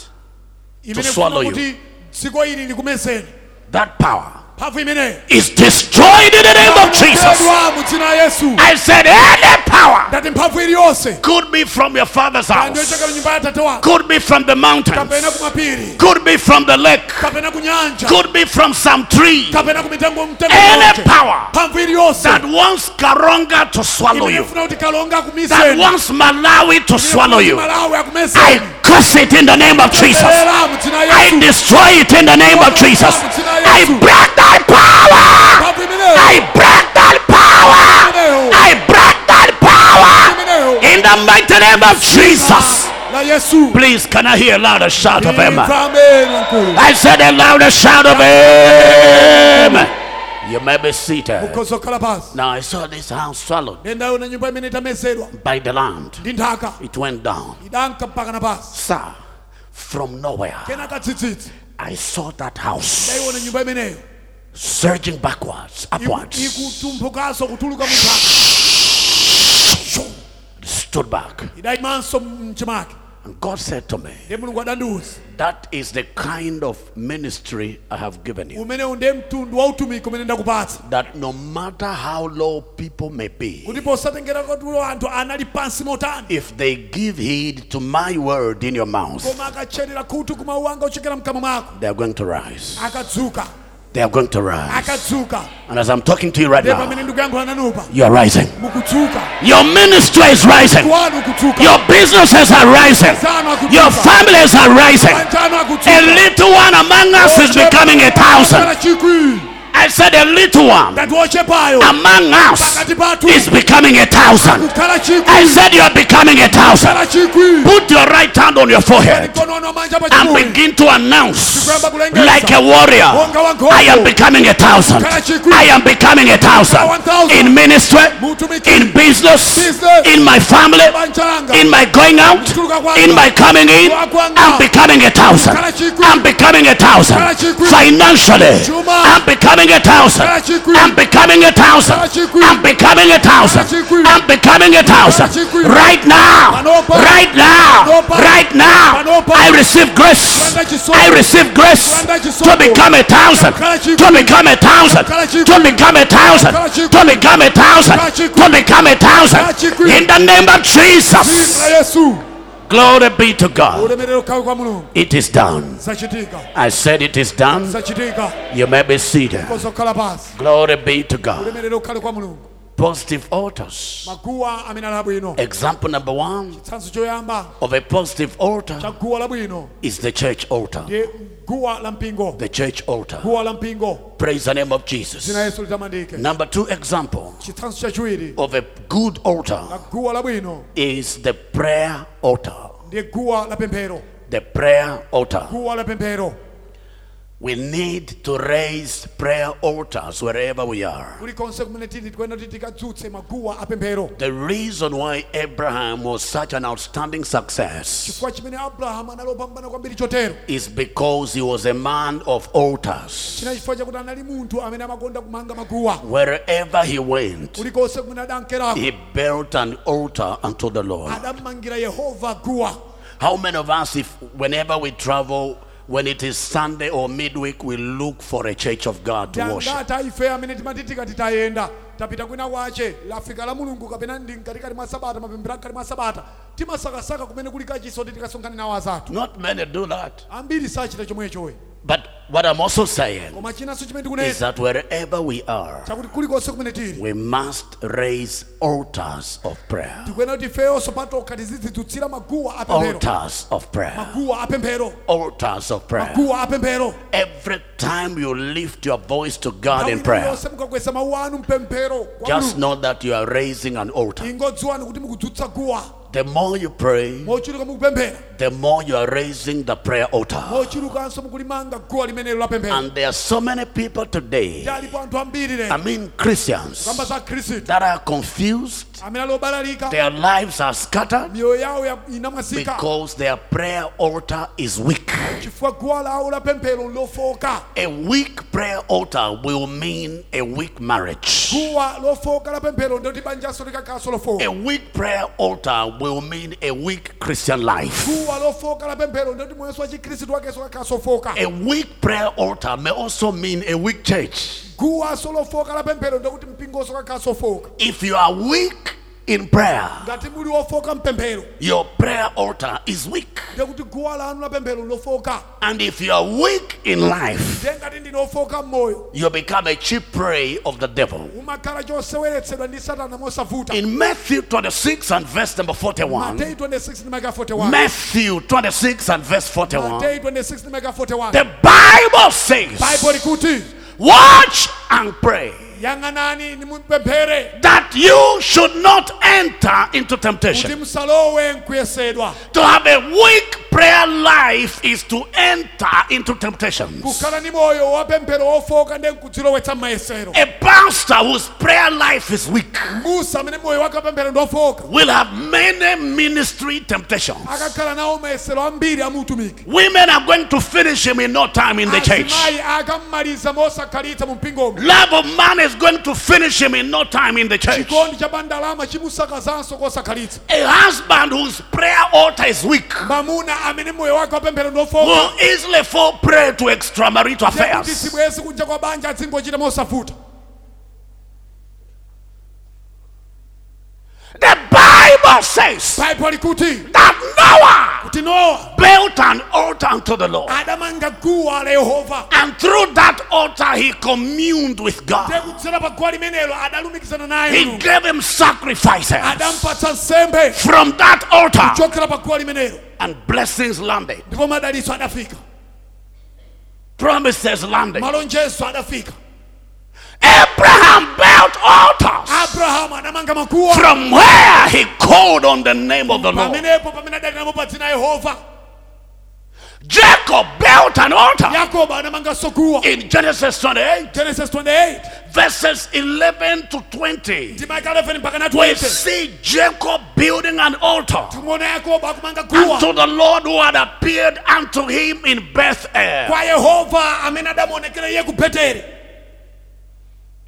imene
To swallow
kufuna kuti dziko ili likumeseni
That power
mphamvu imeneyo
is destroyed in the name of Jesus.
Ikutedwa mu dzina la yesu
I said, any power
ndati mphamvu iliyonse
could be from your father's
kanthu yochokera mu
house,
nyumba ya tate wako
could be from the
kapena
mountains,
ku mapiri
could be from the lake,
kapena ku nyanja
could be from some tree.
kapena ku mitengo mtengo
Any
yonse.
power
mphamvu iliyonse
that wants Karonga to swallow
imene
you,
ifuna kuti kalonga
that
akumiseni
wants Malawi to swallow you,
malawi akumeseni
I curse it in the name of Jesus.
Tapezera mu dzina la
I
yesu
destroy it in the name of Jesus. I break that power.
mphamvu imeneyo
I break that power. I break that power in the mighty name of Jesus.
la yesu
Please, can I hear a louder shout of amen?
Amen.
I said a louder shout of amen. You may be seated.
kozokhala pasi
Now I saw this house swallowed
nendaona nyumba imene itamesedwa
by the land.
ndi nthaka
It went down.
idanka mpaka na pasi
Sir, from nowhere,
kena katsitsitsi
I saw that house
ndayiona nyumba imeneyo
surging backwards,
Iku-
upwards.
ikutumphukanso kutuluka mu nthaka
Stood back.
idayimanso mchimake
And God said to me,
ndiye mulungu adandiuza
That is the kind of ministry I have given you.
umenewu ndiye mtundu wa utumiki umene ndakupatsa
That no matter how low people may be,
kuti posatengera katulo anthu anali pansi motani
if they give heed to my word in your mouth,
koma akatcherera khutu kumawu anga ochokera mkamwa mwako
they are going to rise.
akadzuka
They are going to rise.
akadzuka
And as I'm talking to you right
ndiye
now,
pamene ndikuyankhula nanupa
you are rising.
mukudzuka
Your ministry is rising.
kwanu kudzuka
Your businesses are rising.
Zana kudzuka.
Your families are rising.
Antano akudzuka.
A little one among us is becoming a thousand.
Kana chikwi.
I said, a little one
Ngati wochepayo
among us
pakati pathu
is becoming a thousand.
kukhala chikwi
I said you are becoming a thousand.
kukhala chikwi
Put your right hand on your forehead
konono manja pa
and
chimuyi
begin to announce like a warrior. I am becoming a thousand. I am becoming a thousand. In ministry,
mutumiki
in business, in my family,
banja langa
in my going out, in my coming in. I'm becoming a thousand. I'm becoming a thousand. Financially, I'm becoming becoming a thousand. I'm becoming a thousand. I'm becoming a thousand. I'm becoming a thousand. Right now, right now, right now, I receive grace. I receive grace to become a thousand. To become a thousand. To become a thousand. To become a thousand. To become a thousand. In the name of Jesus.
Zita yesu
Glory be to God.
ulemerero kawe kwa mulungu
It is done.
zachitika
I said it is done.
zachitika
You may be seated.
kozokhala pasi
Glory be to God.
ulemerero ukhale kwa mulungu
Positive altars.
maguwa amene ali abwino
Example number one
tsanzo choyamba
of a positive altar
cha guwa labwino
is the church altar.
ndiye guwa la mpingo
The church altar.
guwa la mpingo
Praise the name of
zina
Jesus.
yesu litamandike
Number two example
chitsanzo chachiwiri
of a good altar
la guwa labwino
is the prayer altar.
ndiye guwa la pemphero
The prayer altar.
guwa la pemphero
We need to raise prayer altars wherever we are.
kulikonse kumene tili tikoyenda kuti tikadzutse maguwa apemphero
The reason why Abraham was such an outstanding success
chifukwa chimene abrahamu analopambana kwambiri chotero
is because he was a man of altars.
china chifukwa chakuti anali munthu amene amakonda kumanga maguwa
Wherever he went,
kulikonse kumene adankerako
He built an altar unto the Lord.
adammangira yehova guwa
How many of us, if whenever we travel, when it is Sunday or midweek, we look for a church of God to worship?
tiangata ife amene timati tikati tayenda tapita kwina kwace lafika la mulungu kapena ndi mkatikati mwa sabata mapemphero akati mwa sabata timasakasaka kumene kuli kachiso kuti tikasonkhane nawo azathu
Not many do that.
ambiri sachita chomwechowe
But what I'm also saying
koma chinanso chimene
is
tikunesa
that wherever we are,
chakuti kulikonse kumene tili
we must raise altars of prayer.
tikuyena kuti ifeyonso patokha tizidzidzutsira maguwa apemphero
Altars of prayer.
maguwa apemphero
Altars of prayer.
maguwa apemphero
Every time you lift your voice to God in
Nthawi
prayer,
iliyonse mukakwesa mawu anu mpemphero kwa
just
Mulungu.
know that you are raising an altar.
ingodziwa ni kuti mukudzutsa guwa
The more you pray,
mochuluka mukupemphera
the more you are raising the prayer altar.
mochulukanso mukulimanga guwa limenelo lapemphera
And there are so many people today,
talipo anthu ambiri
I
lero
mean Christians,
kamba za khristu
that are confused.
amene ali obalalika
Their lives are scattered
miyoyo yawo ya- inamwazika
because their prayer altar is weak.
chifukwa guwa lawo lapemphero lofoka
A weak prayer altar will mean a weak marriage.
guwa lofoka lapemphero ndoti banjaso likakhaso
A
lofoka
weak prayer altar will mean a weak Christian life.
guwa lofoka lapemphero ndoti moyeso wa chikhristu wakeso kakhaso ofoka
A weak prayer altar may also mean a weak church.
guwaso lofoka lapemphero ndikuti mpingoso kakhaso ofoka
If you are weak in prayer,
ngati muli wofoka mpemphero
your prayer altar is weak.
ndikuti guwa lanu lapemphero lofoka
And if you are weak in life,
ndiye ngati ndinofoka mmoyo
you become a cheap prey of the devil.
umakhala choseweretsedwa ndi satana mosavuta
In Matthew 26 and verse number 41,
mateyu 26 nimaka 41
Matthew 26 and verse 41,
mateyu 26 nimaka 41
the Bible
baibo
says,
likuti
Watch and pray
yang'anani nimupemphere
that you should not enter into
kuti
temptation.
musalowe nkuyesedwa
To have a weak prayer life is to enter into temptation.
kukhala ni moyo wapemphero wofoka ndiye nkudzilowetsa m'mayesero
A pastor whose prayer life is weak
musa amene moyo wakapemphero ndiofoka
will have many ministry temptations.
akakhala nawo mayesero ambiri amutumiki
Women are going to finish him in no time in the church.
azimayi akammaliza mosakhalitsa mu mpingomo
Love of man is going to finish him in no time in the church.
chikondi cha bandalama chimusakazanso kosakhalitsa
A husband whose prayer altar is weak
mamuna amene moyo wake wapemphero ndiofoka
will easily fall prey to extramarital
kuti
affairs.
sibwezi kunja kwa banja azingochita mosavuta
The Bible says
baibo likuti
that Noah
kuti nowa
built an altar unto the Lord.
adamanga guwa la yehova
And through that altar, he communed with
ndiye
God.
kudzera pa guwa limenelo adalumikizana naye
He
mulungu
gave him sacrifices
adampatsa nsembe
from that altar,
chokera pa guwa limenelo
and blessings landed.
ndipo madalitso adafika
Promises landed.
malonjezo adafika
Abraham built altars
abrahamu adamanga maguwa
from where he called on the name of the Lord.
pamenepo pamene adalinamo pa dzina yehova
Jacob built an altar
yakobo adamanganso guwa
in Genesis 28,
genesis 28
verses 11 to 20.
ndima yake 11 mpaka na
We
20
see Jacob building an altar
tikuona yakobo akumanga guwa
unto the Lord who had appeared unto him in Bethel.
kwa yehova amene adamuonekera iye ku beteli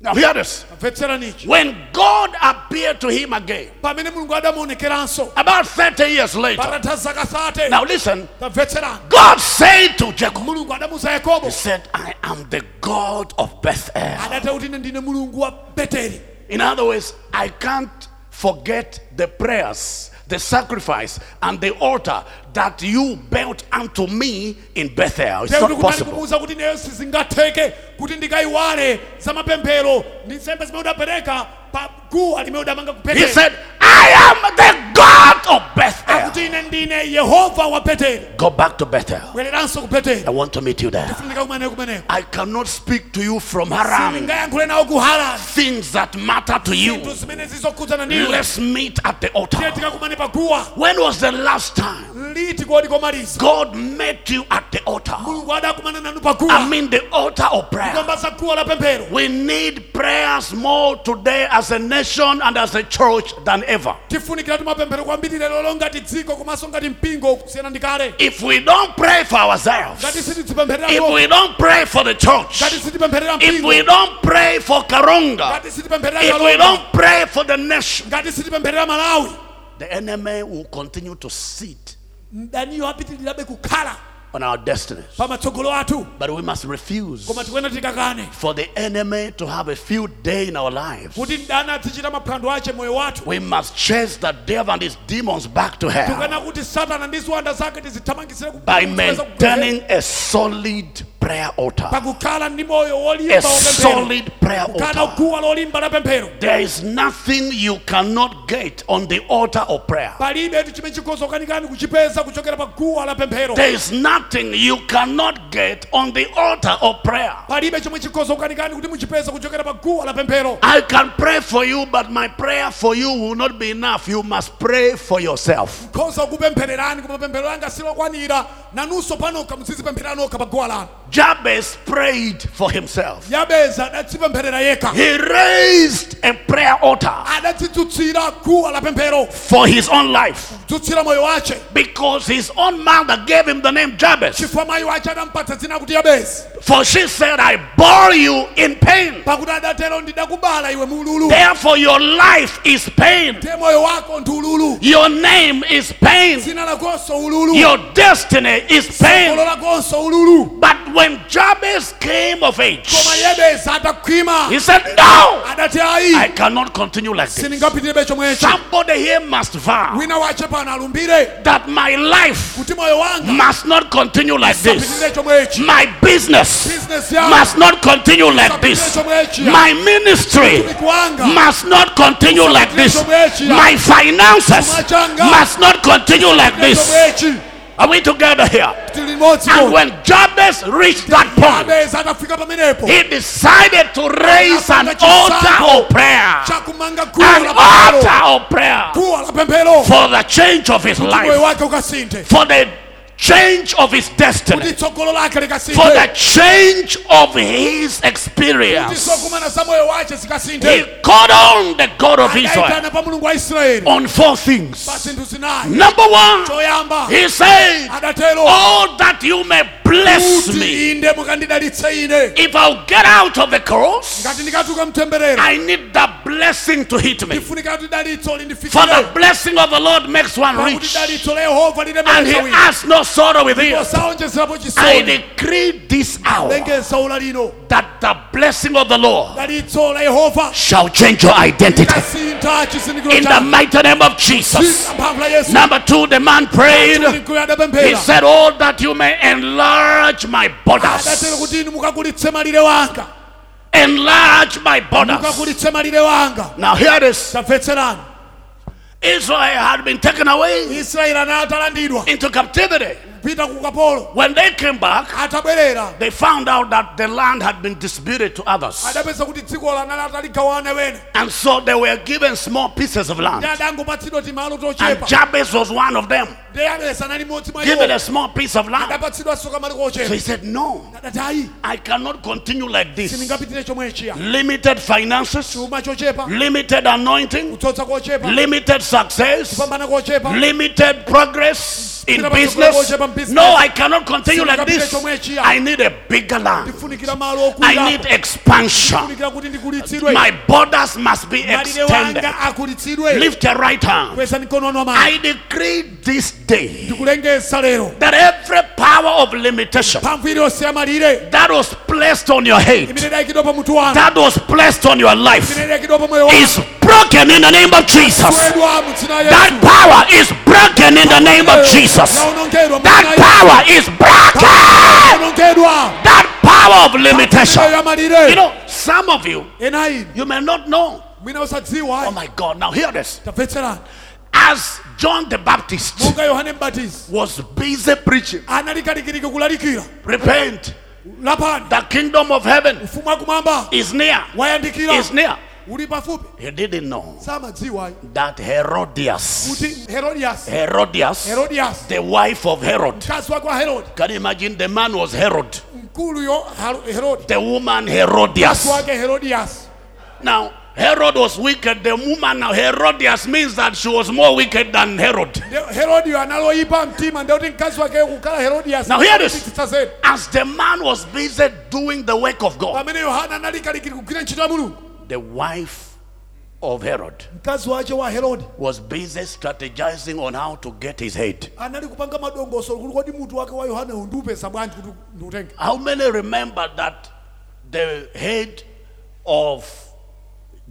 Now hear this.
tamvetserani ichi
When God appeared to him again,
pamene mulungu adamuonekeranso
about 30 years later,
patatha zaka 30
now listen,
tamvetserani
God said to Jacob,
mulungu adamuza yakobo
He said, I am the God of Bethel.
adati kuti ine ndine mulungu wa beteli
In other words, I can't forget the prayers, the sacrifice, and the altar that you built unto me in Bethel. It's
teuti
not
kuti ali
possible.
kumuwuza kuti ineyo sizingatheke kuti ndikayiwale za mapemphero ndi nsembe zimene udapereka pa guwa limene udamanga ku
He
beteli
said, I am the God of Bethel.
kuti ine ndine yehova wa beteli
Go back to Bethel.
bwereranso ku
I
beteli
want to meet you there.
ndika kumeneyo kumeneko
I cannot speak to you from Haran.
ndingayankhule nawo ku harani
Things that matter to
zinthu
you.
zimene zizokhudzana ndiwe
Let's meet at the altar.
tiye tikakumane pa guwa
When was the last time
liti kodi komaliza
God met you at the altar?
mulungu adakumana nanu pa guwa
I mean the altar of prayer.
kwamba za guwa la pemphero
We need prayers more today as a nation and as a church than ever.
tifunikira timapemphero kwambiri lero longati dziko komanso ngati mpingo kusiyana ndi kale
If we don't pray for
ngati
ourselves, if
sitizipempherera
we don't pray for the church,
ngati sitipempherera
if
mpingo
we don't pray for Karunga,
ngati sitipempherera
if we
kalonga
don't pray for the nation,
ngati sitipempherera malawi
the enemy will continue to sit
mdaniyo apitirirabe kukhala
on our destinies.
pamatsogolo athu
But we must refuse
koma tikuyena tikakane
for the enemy to have a field day in our lives.
kuti mdani azichita maphwando ache moyo wathu
We must chase the devil and his demons back to hell.
tukana kuti satana ndi ziwanda zake tizithamangisire ku-
by
kupeza kupemphera.
maintaining a solid prayer altar.
pakukhala ndi moyo
A
wolimba wopemphera
solid prayer
kana
altar.
guwa lolimba la pemphero
There is nothing you cannot get on the altar of prayer.
palibe tu chimene chikhoza ukanikani kuchipeza kuchokera pa guwa la pemphero
There is nothing you cannot get on the altar of prayer.
palibe chomwe chikhoza ukanikani kuti muchipeza kuchokera pa guwa la pemphero
I can pray for you, but my prayer for you will not be enough. You must pray for yourself.
khoza kupemphererani koma pemphero langa silokwanira nanunso panokha muzizipempherera nokha pa guwa lanu
Jabez prayed for himself.
yabeza adadzipempherera yekha
He raised a prayer altar
Ah, adadzidzutsira guwa la pemphero
for his own life
dzutsira moyo wace
because his own mother gave him the name Jabez.
chifukwa mayi wace adampatsa dzina kuti yabezi
For she said, I bore you in pain.
pakuti adatero ndidakubala iwe mululu
Therefore, your life is pain.
te moyo wako ndi ululu
Your name is pain.
dzina lakonso ululu
Your destiny is
golo
pain.
lakonso ululu
But when Jabez came of age,
koma yebeza adakhwima
he said, No,
adati
I
ayi
cannot continue like this.
sindingapitirebe chomwecho
Somebody here must vow
wina wache pano alumbire
that my life
kuti moyo wanga
must not continue like this.
sapitirire chomwechi
My business
bizinesi
must not continue like
sapitirire
this.
chomwechi
My ministry
mtumiki wanga
must not continue like this. My finances must not continue like this.
chomwechi
Are we together here?
tili limodzi
And
lomwe.
when Jabez reached that point,
Yabeza atafika pamenepo
he decided to raise an altar of prayer,
chakumanga guwa
an
la pemphero
altar of prayer
guwa la pemphero
for the change of his
moyo
life,
wake ukasinthe
for the change of his
kuti
destiny,
tsogolo lake
for the
likasinthe
change of his
kuti
experience.
sokumana za moyo wace
He
zikasinthe
called on the God of Israel
adayitana pa mulungu wa israeli
on four things.
pa zinthu zinayi
Number one,
choyamba
he said,
adatero
Oh, that you may bless me.
kuti inde mukandidalitse ine
If I'll get out of the cross,
ngati ndikatuka mtemberero
I need that blessing to hit me.
ndifunika kuti dalitso
For the
lindifikire
blessing of the Lord makes one
pakuti
rich,
dalitso la yehova
and he
lilemeleza wina
has no sorrow with him.
osaonjezerapo
I
chisoni
decree this hour
lengeza ula lino
that the blessing of the Lord
dalitso la yehova
shall change your identity.
likasintha
In
chizindikiro
the
chako
mighty name of Jesus.
mphamvu la yesu
Number two, the man prayed.
Mtumiki uyu
He
adapemphera
said, Ah, Oh, that you may enlarge my
adatero
borders.
kuti inu mukagulitse malire wanga
Enlarge my borders.
mukagulitse malire wanga
Now, hear this
tamvetserani
Israel had been taken away
israeli anatalandidwa
into captivity.
kupita ku kapolo
When they came back,
atabwerera
they found out that the land had been disputed to others.
adapeza kuti dziko lanali ataligawana wena
And so they were given small pieces of
ndi
land.
adangopatsidwa timalo
And
tochepa
Jabez was one of them,
ndi adesa nali modzi mwa
given
iwo
a small piece of land.
adapatsidwa sokamali
So
kochepa
he said, No,
adati ayi
I cannot continue like this.
sindingapitire chomwe chiya
Limited finances,
chuma chochepa
limited anointing,
kutsotsa kochepa
limited success,
kupambana kochepa
limited progress, in
Pita pa
business.
chikoloboche pa business.
No, I cannot continue like
Sindikapita
this.
chomwe chiya.
I need a bigger land.
ndifunikira malo
I need expansion.
okufunikira kuti ndikulitsidwe
My borders must be
malire
extended.
wanga akulitsidwe
Lift your right hand.
kwesa mikono wanu amani
I decree this day
ndikulengesa lero
that every power of limitation
pamviri yonse yamalire
that was placed on your head,
imene ikidwa pa mutu wanu
that was placed on your life,
imene ikidwa pa moyo wanu
is broken in the name of Jesus.
kwedwa mu dzina
That
yesu
power is broken in the name of Jesus.
yaonongedwa
That power is broken.
yaonongedwa
That power of limitation. You
yamalire
know, some of you,
enayi
you may not know.
mwina
Oh
usadziwa
my God, now hear this.
tapfetserani
As John the Baptist
monga yohane mbatizi
was busy preaching,
analikaliki kulalikira
repent,
lapani
the kingdom of heaven
ufumu wakumwamba
is near,
wayandikira
is near.
uli pafupi
He didn't know
samadziwa
that Herodias,
kuti herodias
Herodias,
herodias
the wife of Herod,
mkazi wake wa herodi
can you imagine the man was Herod,
mkuluyo Haro- herodi
the woman Herodias.
mkazi wake herodias
Now, Herod was wicked. The woman now, Herodias, means that she was more wicked than Herod.
Ndio herodiyo analoipa mtima ndeuti mkazi wake kukhala herodias
Now hear this.
Titsa zedi.
As the man was busy doing the work of God,
pamene yohana analikaliki kugwira ntchito ya mulungu
the wife of Herod
mkazi wake wa herodi
was busy strategizing on how to get his head.
anali kupanga madongoso kuli kodi mutu wake wa yohana undupesa bwanji kuti ndiutenge
How many remember that the head of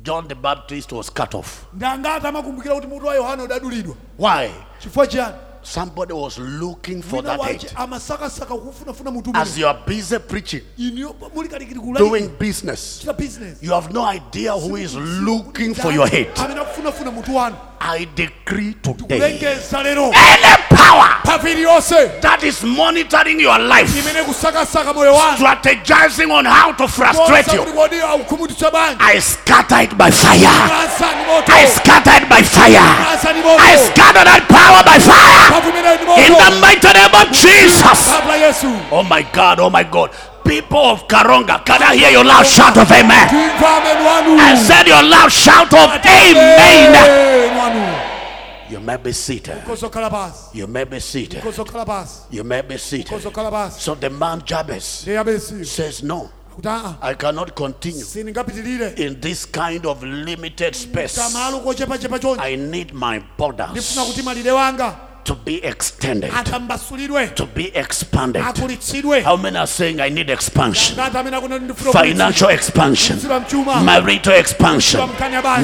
John the Baptist was cut off?
ndangati amakumbukira kuti mutu wa yohana udadulidwa
Why?
chifukwa chiyani
Somebody was looking for
mwina
that
wache
head.
amasakasaka kufunafuna mutu
As you are busy preaching,
iniyo mulikalikiri
doing
kulalikira
business,
business
You have no idea who is looking for your head.
amene akufunafuna mutu wanu
I decree today
kulengeza lero
any power
pavili yonse
that is monitoring your life,
imene kusakasaka moyo wanu
strategizing on how to frustrate
konza kuti
you,
kodi aukhumuditsa bwanji
I scatter it by fire.
lasani moto
I scatter it by fire.
lasani
I
moto
scatter that power by fire
pavu imeneyo ndi
in
moto
the mighty name of Jesus.
kabla yesu
Oh my God, oh my God. People of Karonga, can I hear your loud shout of amen?
timva ameni wanu
I said your loud shout of amen.
Amen, wanu
You may be seated.
kozokhala pasi
You may be seated.
kozokhala pasi
You may be seated.
kozokhala pasi
So the man Jabez
ndiye abesiyo
says, No,
kuti aa
I cannot continue
sindingapitirire
in this kind of limited space.
kamalo kochepachepa chonje
I need my
ndifuna kuti
borders
malire wanga
to be extended,
atambasulidwe
to be expanded.
akulitsidwe
How many are saying I need expansion?
ngati amene akuti ndifuna
Financial expansion,
kulitsidwa mchuma
marital expansion,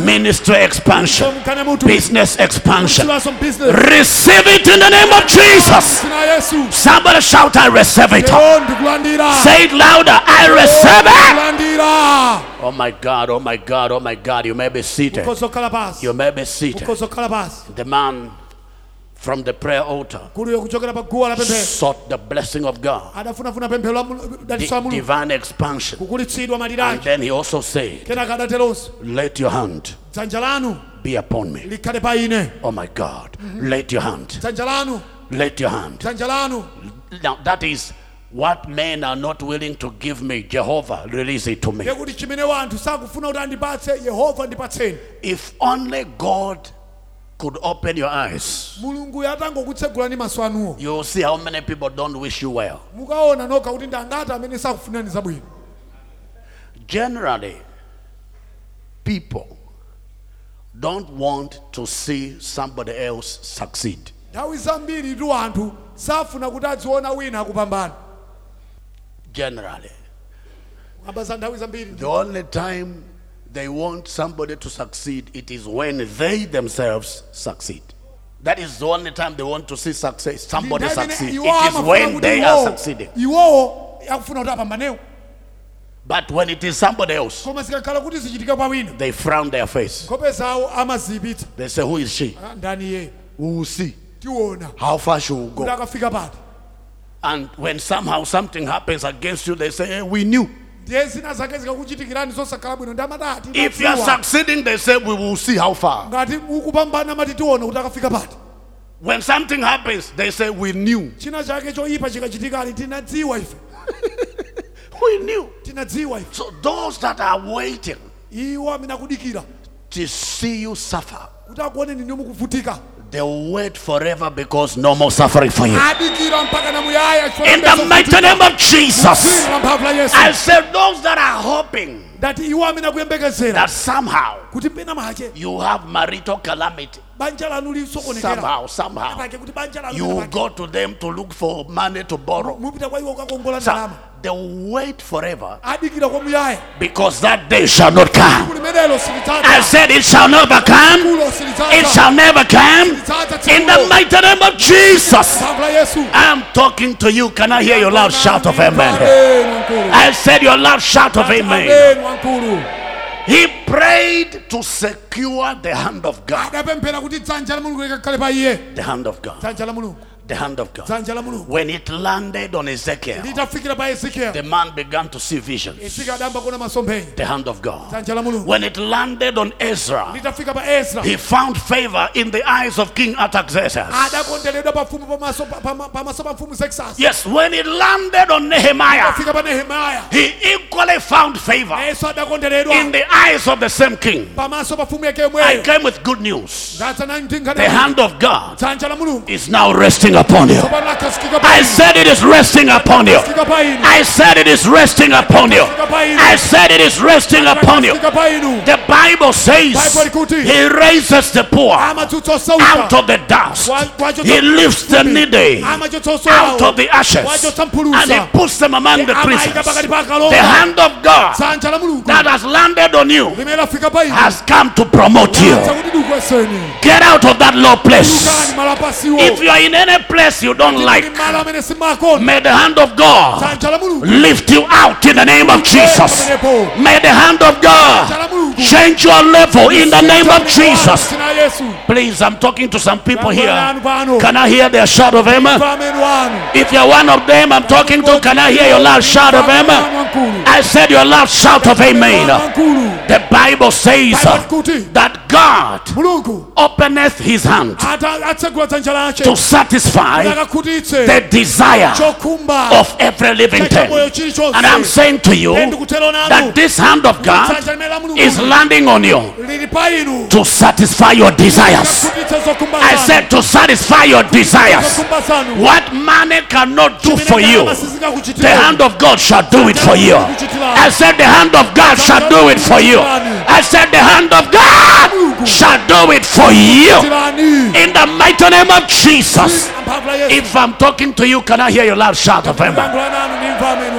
ministry expansion,
mkana mutu
business expansion.
mchula som business
Receive it in the name of Jesus.
sina yesu
Somebody shout, I receive it.
lero ndikulandira
Say it louder, I receive it.
ndikulandira
Oh my God, oh my God, oh my God, you may be seated.
kozokhala pasi
You may be seated.
kozokhala pasi
The man from the prayer altar
kuluyo kuchokera pa guwa la pemphero
sought the blessing of God,
adafunafuna pemphero la mul- datiso
the
la mulungu
divine expansion.
kukulitsidwa
And
maliranje
then he also said,
kenaka adateronso
Let your hand
dzanja lanu
be upon me.
likhale pa ine
Oh my God, let your hand,
dzanja lanu
let your hand.
dzanja lanu
Now that is what men are not willing to give me. Jehovah, release it to me.
ndiyekuti chimene wanthu sakufuna kuti andipatse yehova ndipatseni
If only God could open your eyes,
mulungu yatangokutsegulani maso anuwo
you will see how many people don't wish you well.
mukaona nokha kuti ndangati amene sakufunani zabwino
generally people don't want to see somebody else succeed
nthawi zambiri ndi wanthu safuna kuti adziona wina akupambana
generally
aba za nthawi zambiri
the only time they want somebody to succeed it is when they themselves succeed that is the only time they want to see success somebody
Nthawi imene
succeed it
iwowo
is
amafuna
when
kuti
they are
iwowo-
succeeding
iwowo akufuna kuti apambanewo
but when it is somebody else
koma zikakhala kuti zichitika kwa wina
they frown their face
nkhope zawo amaziyipitsa
they say who is she
Ah, ndani ye
who will see
tiona
how far she will
kuti
go
akafika pati
and when somehow something happens against you they say hey, we knew
ndiye zina zake zikakuchitikirani zosakhala bwino ndi amadati
If you are succeeding, they say, we will see how far.
ngati ukupambana mati tiona kuti akafika pati
When something happens, they say, we knew.
china chake choyipa chikachitikani tinadziwa ife
We knew.
tinadziwa ife
So those that are waiting
iwo amene akudikira
to see you suffer,
kuti akuoneni ndio mukuvutika
They will wait forever because no more suffering for you.
adikira mpaka namuyaya
In the mighty name of Jesus,
mpavula yesu
I say those that are hoping
ndati iwo amene akuyembekezera
that somehow
kuti mpena mache
you have marital calamity,
banja lanu lisokonekera
somehow, somehow,
pake kuti banja lanu
you will go to them to look for money to borrow.
mupita kwa iwo kukakongola
So
ndalama
they will wait forever
adikira kwa muyaya
because that day shall not come.
kulimenelo
I
silitata
said it shall never come.
kulo
It
silitata
shall never come. In the mighty name of Jesus.
mpavula yesu
I'm talking to you. Can I hear your loud shout of amen?
Amen, Wankulu.
I said your loud shout of amen.
Amen, Wankulu.
He prayed to secure the hand of God.
adapemphera kuti dzanja la mulungu likakhale pa iye
The hand of God.
dzanja la mulungu
The hand of God.
dzanja la mulungu
When it landed on Ezekiel,
litafikira pa ezekiel
the man began to see visions.
isika adamba kuona masomphenya
The hand of God.
dzanja la mulungu
When it landed on Ezra,
litafika pa ezra
he found favor in the eyes of King Artaxerxes.
adakondeledwa pafumu pamaso pa- pama- pamaso pa mfumu zeksasi
Yes, when it landed on Nehemiah,
afika pa nehemaya
he equally found favor
yesu adakondeledwa
in the eyes of the same king.
pamaso pa mfumu yake
I
yomweyo
came with good news.
dzanja la
The
mtinkhani
hand of God
dzanja la mulungu
is now resting upon you.
tsopano lakhasikika pa
I said it is resting upon you.
inu pa inu
I said it is resting upon you.
pa inu
I said it is resting upon you.
Lakhasikika pa inu
The Bible says
Bible kuti-
he raises the poor
amatsutsa
out
osauka
of the dust.
Wa- wachotsa
He lifts the needy
amachotsa
out
osauka
of the ashes
wachotsa
and he
mphulusa
puts them among the
amayika
prisoners.
pakati pa
The
akalonga
hand of God
dzanja la mulungu
that has landed on you
limene lafika pa inu
has come to promote you.
Acha kuti dukweseni
Get out of that low place.
lukani mala pasiwo
If you are in any place you don't like,
Ndi malo amene simakona
may the hand of God
dzanja la mulungu
lift you out in the name of Jesus.
pamenepo
May the hand of
dzanja
God
la mulungu
change your level Oh, in the name of Jesus.
Zina Yesu.
Please, I'm talking to some people here.
Pambana pano.
Can I hear their shout of amen?
Pamene wanu.
If you're one of them I'm talking to, can I hear your loud shout of
Pamene
amen?
wanu mkulu.
I said your loud shout of
Pamene
amen.
mkulu.
The Bible says
Bible kuti
that God
mulungu
openeth his hand
ata- atsegula dzanja
to
lake
satisfy
akakhutitse
the desire
chokumba
of every living
cha
thing.
moyo chilichonse
And I'm saying to you
Ine ndikutero
that
nanu
this hand of God
dzanja limene la
is
mulungu
landing on you
lili pa inu
to satisfy your desires.
akakhutitse zokumba
I
zanu
said to satisfy your desires.
zokumba zanu
What money cannot do for you, the hand of God shall do it for you. I said the hand of God shall do it for you. I said the hand of God shall do it for you. In the mighty name of Jesus. If I'm talking to you, can I hear your loud shout of amen?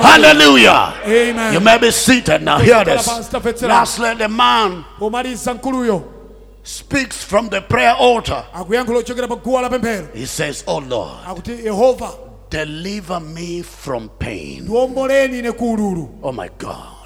Hallelujah. You may be seated now. Hear this. Lastly, the man
omaliza mkuluyo
speaks from the prayer altar.
akuyankha ochokera pa guwa la pemphero
He says, Oh Lord,
akuti yehova
deliver me from pain.
ndiwomboleni ine ku ululu
Oh my God.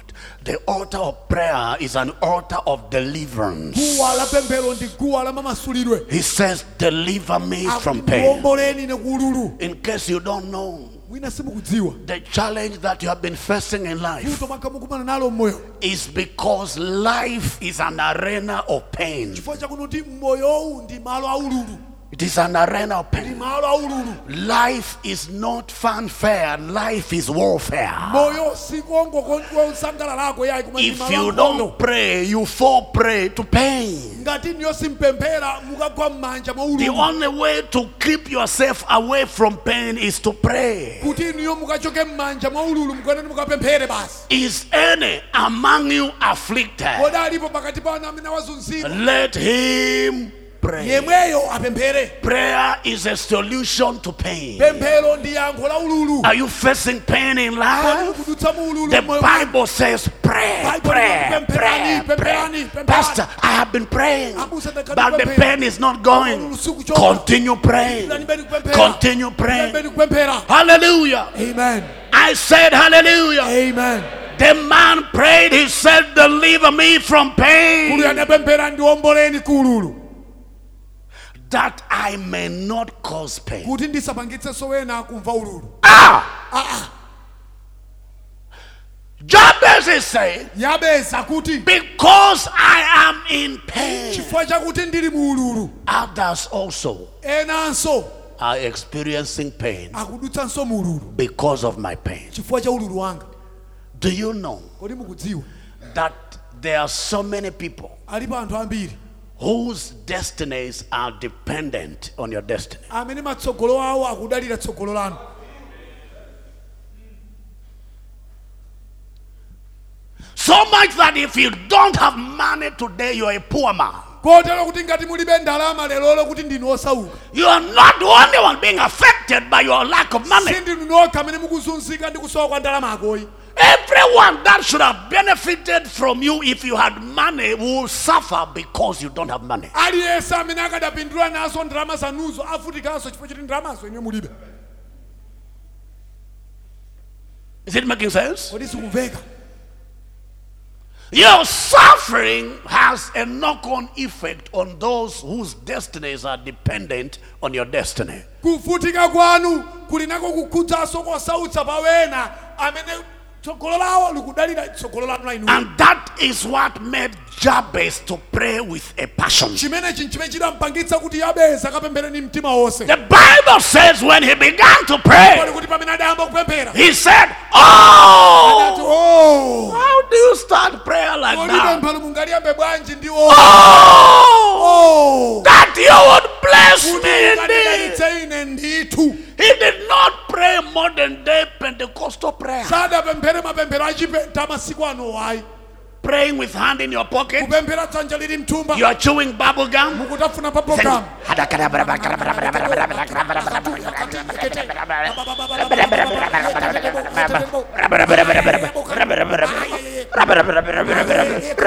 The altar of prayer is an altar of deliverance.
guwa la pemphero ndi guwa la mamasulidwe
He says, Deliver me from pain.
ndiwomboleni ine ku ululu
In case you don't know,
mwina simukudziwa
the challenge that you have been facing in life
kuto mwakha mukumana nalo mmoyo
is because life is an arena of pain.
chifukwa chakuti mmoyowu ndi malo a ululu
It is an arena of
ndi
pain.
malo a ululu
Life is not fanfare, life is warfare.
moyo sikongo konsangalalako yayi koma ndi
If
malo
you
ankhondo
don't pray, you fall prey to pain.
ngati niyo simpemphera mukagwa m'manja mwa
The
ululu
only way to keep yourself away from pain is to pray.
kuti niyo mukachoke m'manja mwa ululu mukuyenani mukapemphere basi
Is any among you afflicted?
kodi alipo pakati panu amene awazunzira
Let him pray.
yemweyo apemphere
Prayer is a solution to pain.
pemphero ndi yankho la ululu
Are you facing pain in
kodi
life?
mukudutsa mu ululu
The
moyo
Bible says, pray,
Bible
pray, pray,
says, pemperani,
pray.
pemperani, pemperani.
Pastor, I have been praying,
Abu said, "I can't
but the
pray."
pain is not going. Continue praying. Continue praying.
kupemphera
Hallelujah.
amen
I said, Hallelujah.
amen
The man prayed, he said, Deliver me from
ululu
pain
anapemphera ndiwomboleni ku ululu
that I may not cause pain.
kuti ndisapangitsenso wena kumva ululu
Ah!
aa
Jabez is saying,
yabeza kuti
Because I am in pain,
chifukwa chakuti ndili mu ululu
others also
enanso
are experiencing pain
akudutsanso mu ululu
because of my pain.
chifukwa cha ululu wanga
Do you know
kodi mukudziwa
that there are so many people
alipo anthu ambiri
whose destinies are dependent on your destiny.
amene matsogolo awo akudalira tsogolo lanu
So much that if you don't have money today, you are a poor man.
kotero kuti ngati mulibe ndalama lero kuti ndinu osauka
You are not the only one being affected by your lack of money.
si ndinu nokha amene mukuzunzika ndi kusowa kwa ndalama akoyi
Everyone that should have benefited from you if you had money will suffer because you don't have money.
aliyense amene akadapindula naso ndalama zanuzo afutikanso chifukwa choti ndalamazo inuyo mulibe
Is it making sense?
kodi sikumveka
Your suffering has a knock on effect on those whose destinies are dependent on your destiny.
kuvutika kwanu kuli nako kukhudzaso kosautsa pawena amene tsogolo lawo likudalira tsogolo lanu la inuyo
And that is what made Jabez to pray with a passion.
chimene chinthu chimene chinampangitsa kuti yabeza akapemphereni mtima wonse
The Bible says when he began to pray,
pali kuti pamene adayamba kupemphera
he said,
ati
Oh,
"Oh,
how do you start prayer like
kolibe
that?
mphano mungaliyambe bwanji ndi oh,
Oh,
oh,
that you would bless
kuti
me indeed.
mukandidalitse ine ndithu
He did not pray modern day Pentecostal prayer,
sadapemphere mapemphero achipeta masiku ano ayi
praying with hand in your pocket.
kupemphera dzanja lili mthumba
You are chewing bubble gum.
mukutafuna pa programu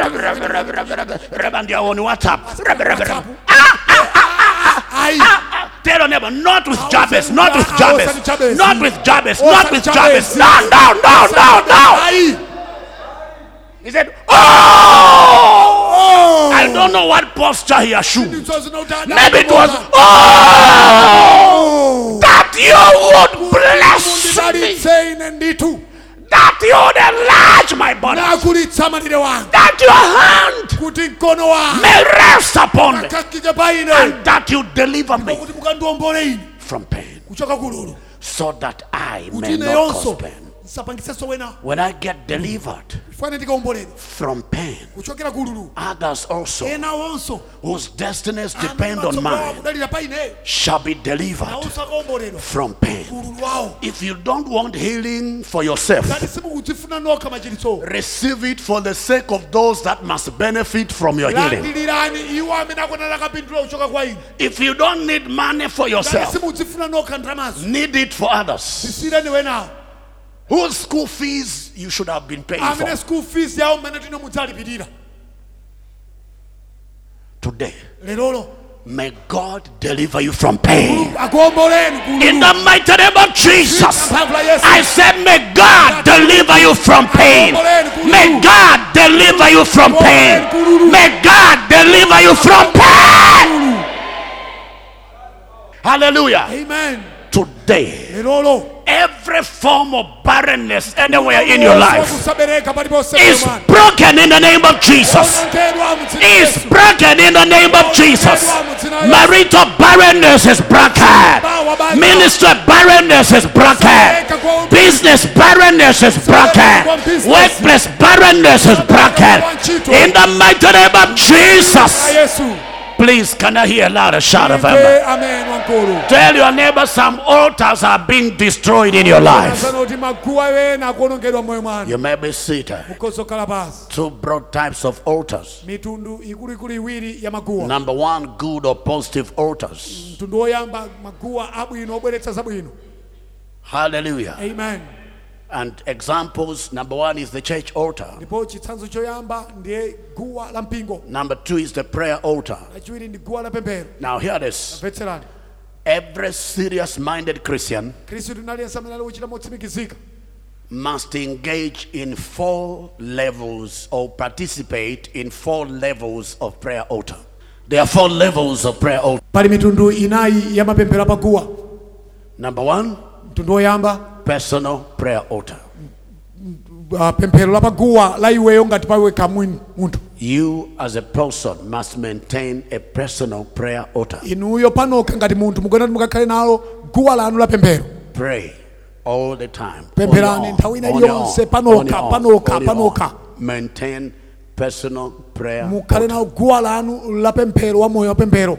And you are on WhatsApp.
ayi
Tell your neighbor, not with
Awesome
Jabez, not with
Ja- awesome
Jabez,
Jabez.
not with Jabez, not
Awesome
with
Jabez.
Jabez. Down, down, down, down, down.
ayi
He said, Oh!
oh
I don't know what posture he assumed.
ndizo zinotanda
Maybe it was, Oh! That you would bless me.
mundidalitse ine ndithu
That you would enlarge my body.
nakulitsa malire wanga
That your hand
kuti mkono wanga
may rest upon me.
kakhike pa ine
And that you deliver me
kuti mukandiwombole ine
from pain.
kuchoka kululu
So that I
kuti
may
ine
not cause
yonso
pain.
nsapangisenso wena
When I get delivered
fane tikawomboledwa
from pain,
kuchokera kululu
others also
ena wonso
whose destinies
amene
depend on
matsogolo awo
mine
akudalira pa ine
shall be delivered
nawonso akawomboledwa
from pain.
kululu wawo
If you don't want healing for yourself,
ngati simukudzifuna nokha machiritsowo
receive it for the sake of those that must benefit from your healing.
landirani iwo amene akonana akapindula kuchoka kwa ine
If you don't need money for
ngati
yourself,
simudzifuna nokha ndalamazo
need it for others.
zisireni wenawo
Whose school fees you should have been paying
amene
for
school fees yawo mmene tino mudzalipirira
today.
lerolo
May God deliver you from pain.
akomboleni
In
kululu
the mighty name of Jesus.
mphamvu la yesu
I said, may God deliver you from pain. May God deliver you from pain. May God deliver you from pain. Hallelujah.
amen
Today,
lerolo
every form of barrenness anywhere in your life
kusabereka paliponse
is broken in the name of Jesus. Is broken in the name of Jesus. Marital barrenness is broken. Ministry barrenness is broken. Business barrenness is broken. Workplace barrenness is broken. In the mighty name of Jesus.
yesu
Please, can I hear a louder shout of amen?
Ndiye amen wankulu
Tell your neighbor some altars are being destroyed in your life.
asana kuti maguwa wena akuonongedwa moyo mwanu
You may be seated.
kozokhala pasi
Two broad types of altars.
mitundu ikuluikulu iwiri ya maguwa
Number one, good or positive altars.
mtundu woyamba maguwa abwino obweretsa zabwino
Hallelujah.
amen
And examples number one is the church altar,
ndipo chitsanzo choyamba ndiye guwa la mpingo
number two is the prayer altar.
lachiwiri ndi guwa la pemphero
Now, hear this
mvetserani
every serious minded Christian
khristu tunali ensamene ali kuchita motsimikizika
must engage in four levels or participate in four levels of prayer altar. There are four levels of prayer altar.
pali mitundu inayi ya mapemphero apaguwa
Number one,
mtundu woyamba
personal prayer altar.
uh, pemphero lapaguwa la iweyo ngati pawe kamwini munthu
You, as a person, must maintain a personal prayer altar.
inuyo panokha ngati munthu mukuyenera kuti mukakhale nalo guwa lanu la pemphero
Pray all the time.
Pempherani
On your own,
nthawi ina
on your
iliyonse,
own,
panokha,
on your own,
panokha,
on your own.
panokha.
Maintain personal prayer.
mukhale nawo guwa lanu lapemphero wa moyo wapemphero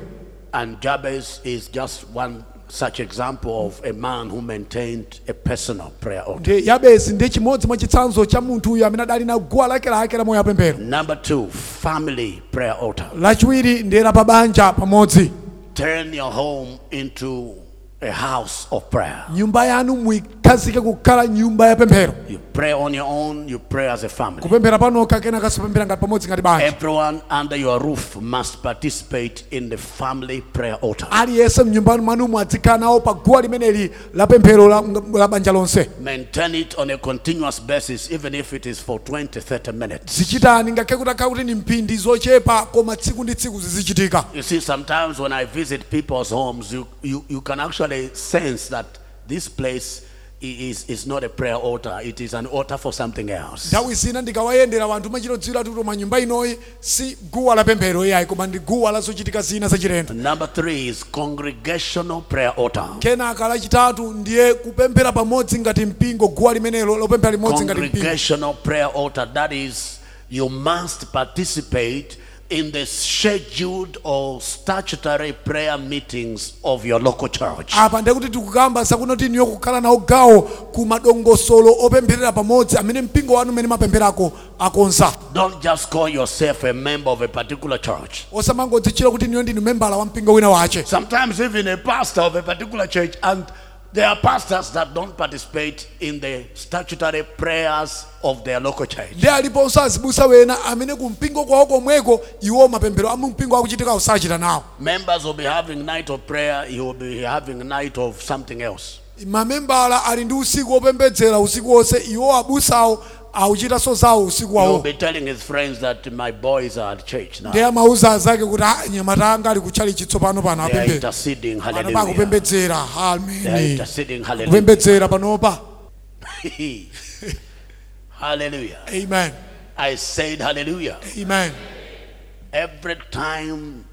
And Jabez is just one such example of a man who maintained a personal prayer order.
ndi yabesi ndi chimodzi mwa chitsanzo cha munthu uyu amene adali na guwa lake lake la moyo wapemphero
Number two, family prayer altar.
lachiwiri ndi la pabanja pamodzi
Turn your home into a house of prayer.
nyumba yanu muyikhazike kukhala nyumba yapemphero
You pray on your own, you pray as a family.
kupemphera panokha kena kasapemphera ngati pamodzi ngati banja
Everyone under your roof must participate in the family prayer altar.
aliyense mnyumbani mwanumu adzikhala nawo pa guwa limeneli la pemphero la, la banja lonse
Maintain it on a continuous basis, even if it is for 20, 30 minutes.
zichitani ngakhale kuti akhale kuti ni mphindi zochepa koma tsiku ndi tsiku zizichitika
You see, sometimes when I visit people's homes, you, you, you can actually sense that this place i- is, is not a prayer altar, it is an altar for something else.
nthawi zina ndikawayendera wanthu machino dziwira kuti koma nyumba inoyi si guwa la pemphero iyayi koma ndi guwa la zochitika zina zachilendo
Number three is congregational prayer altar.
kenaka lachitatu ndiye kupemphera pamodzi ngati mpingo guwa limenelo lopemphera limodzi ngati mpingo
Congregational prayer altar, that is, you must participate in the scheduled or statutory prayer meetings of your local church.
apa ndikuti tikukamba zakuno kuti niyo kukhala nawo gawo ku madongosolo opempherera pamodzi amene mpingo wanu umene mapempherako akonza
Don't just call yourself a member of a particular church.
osamangodzichita kuti niyo ndinu membala wa mpingo wina wache
Sometimes even a pastor of a particular church, and there are pastors that don't participate in the statutory prayers of their local church.
ndi aliponso azibusa wena amene ku mpingo kwawo komweko iwo mapemphero amu mpingo akuchitika usachita nawo
Members will be having night of prayer, you will be having night of something else.
mamembala ali ndi usiku wopembedzera usiku wonse iwo abusawo auchitanso zawo usiku
He'll
wawo
be telling his friends that my boys are at church now.
ndi amauza azake kuti "Ah, nyamata anga ali kutchalichi tsopano pano
They are
apembe
interceding,
pano
hallelujah.
pakupembedzera
They are
ameni
interceding, hallelujah.
kupembedzera panopa
hallelujah.
amen
I said hallelujah.
amen
Every time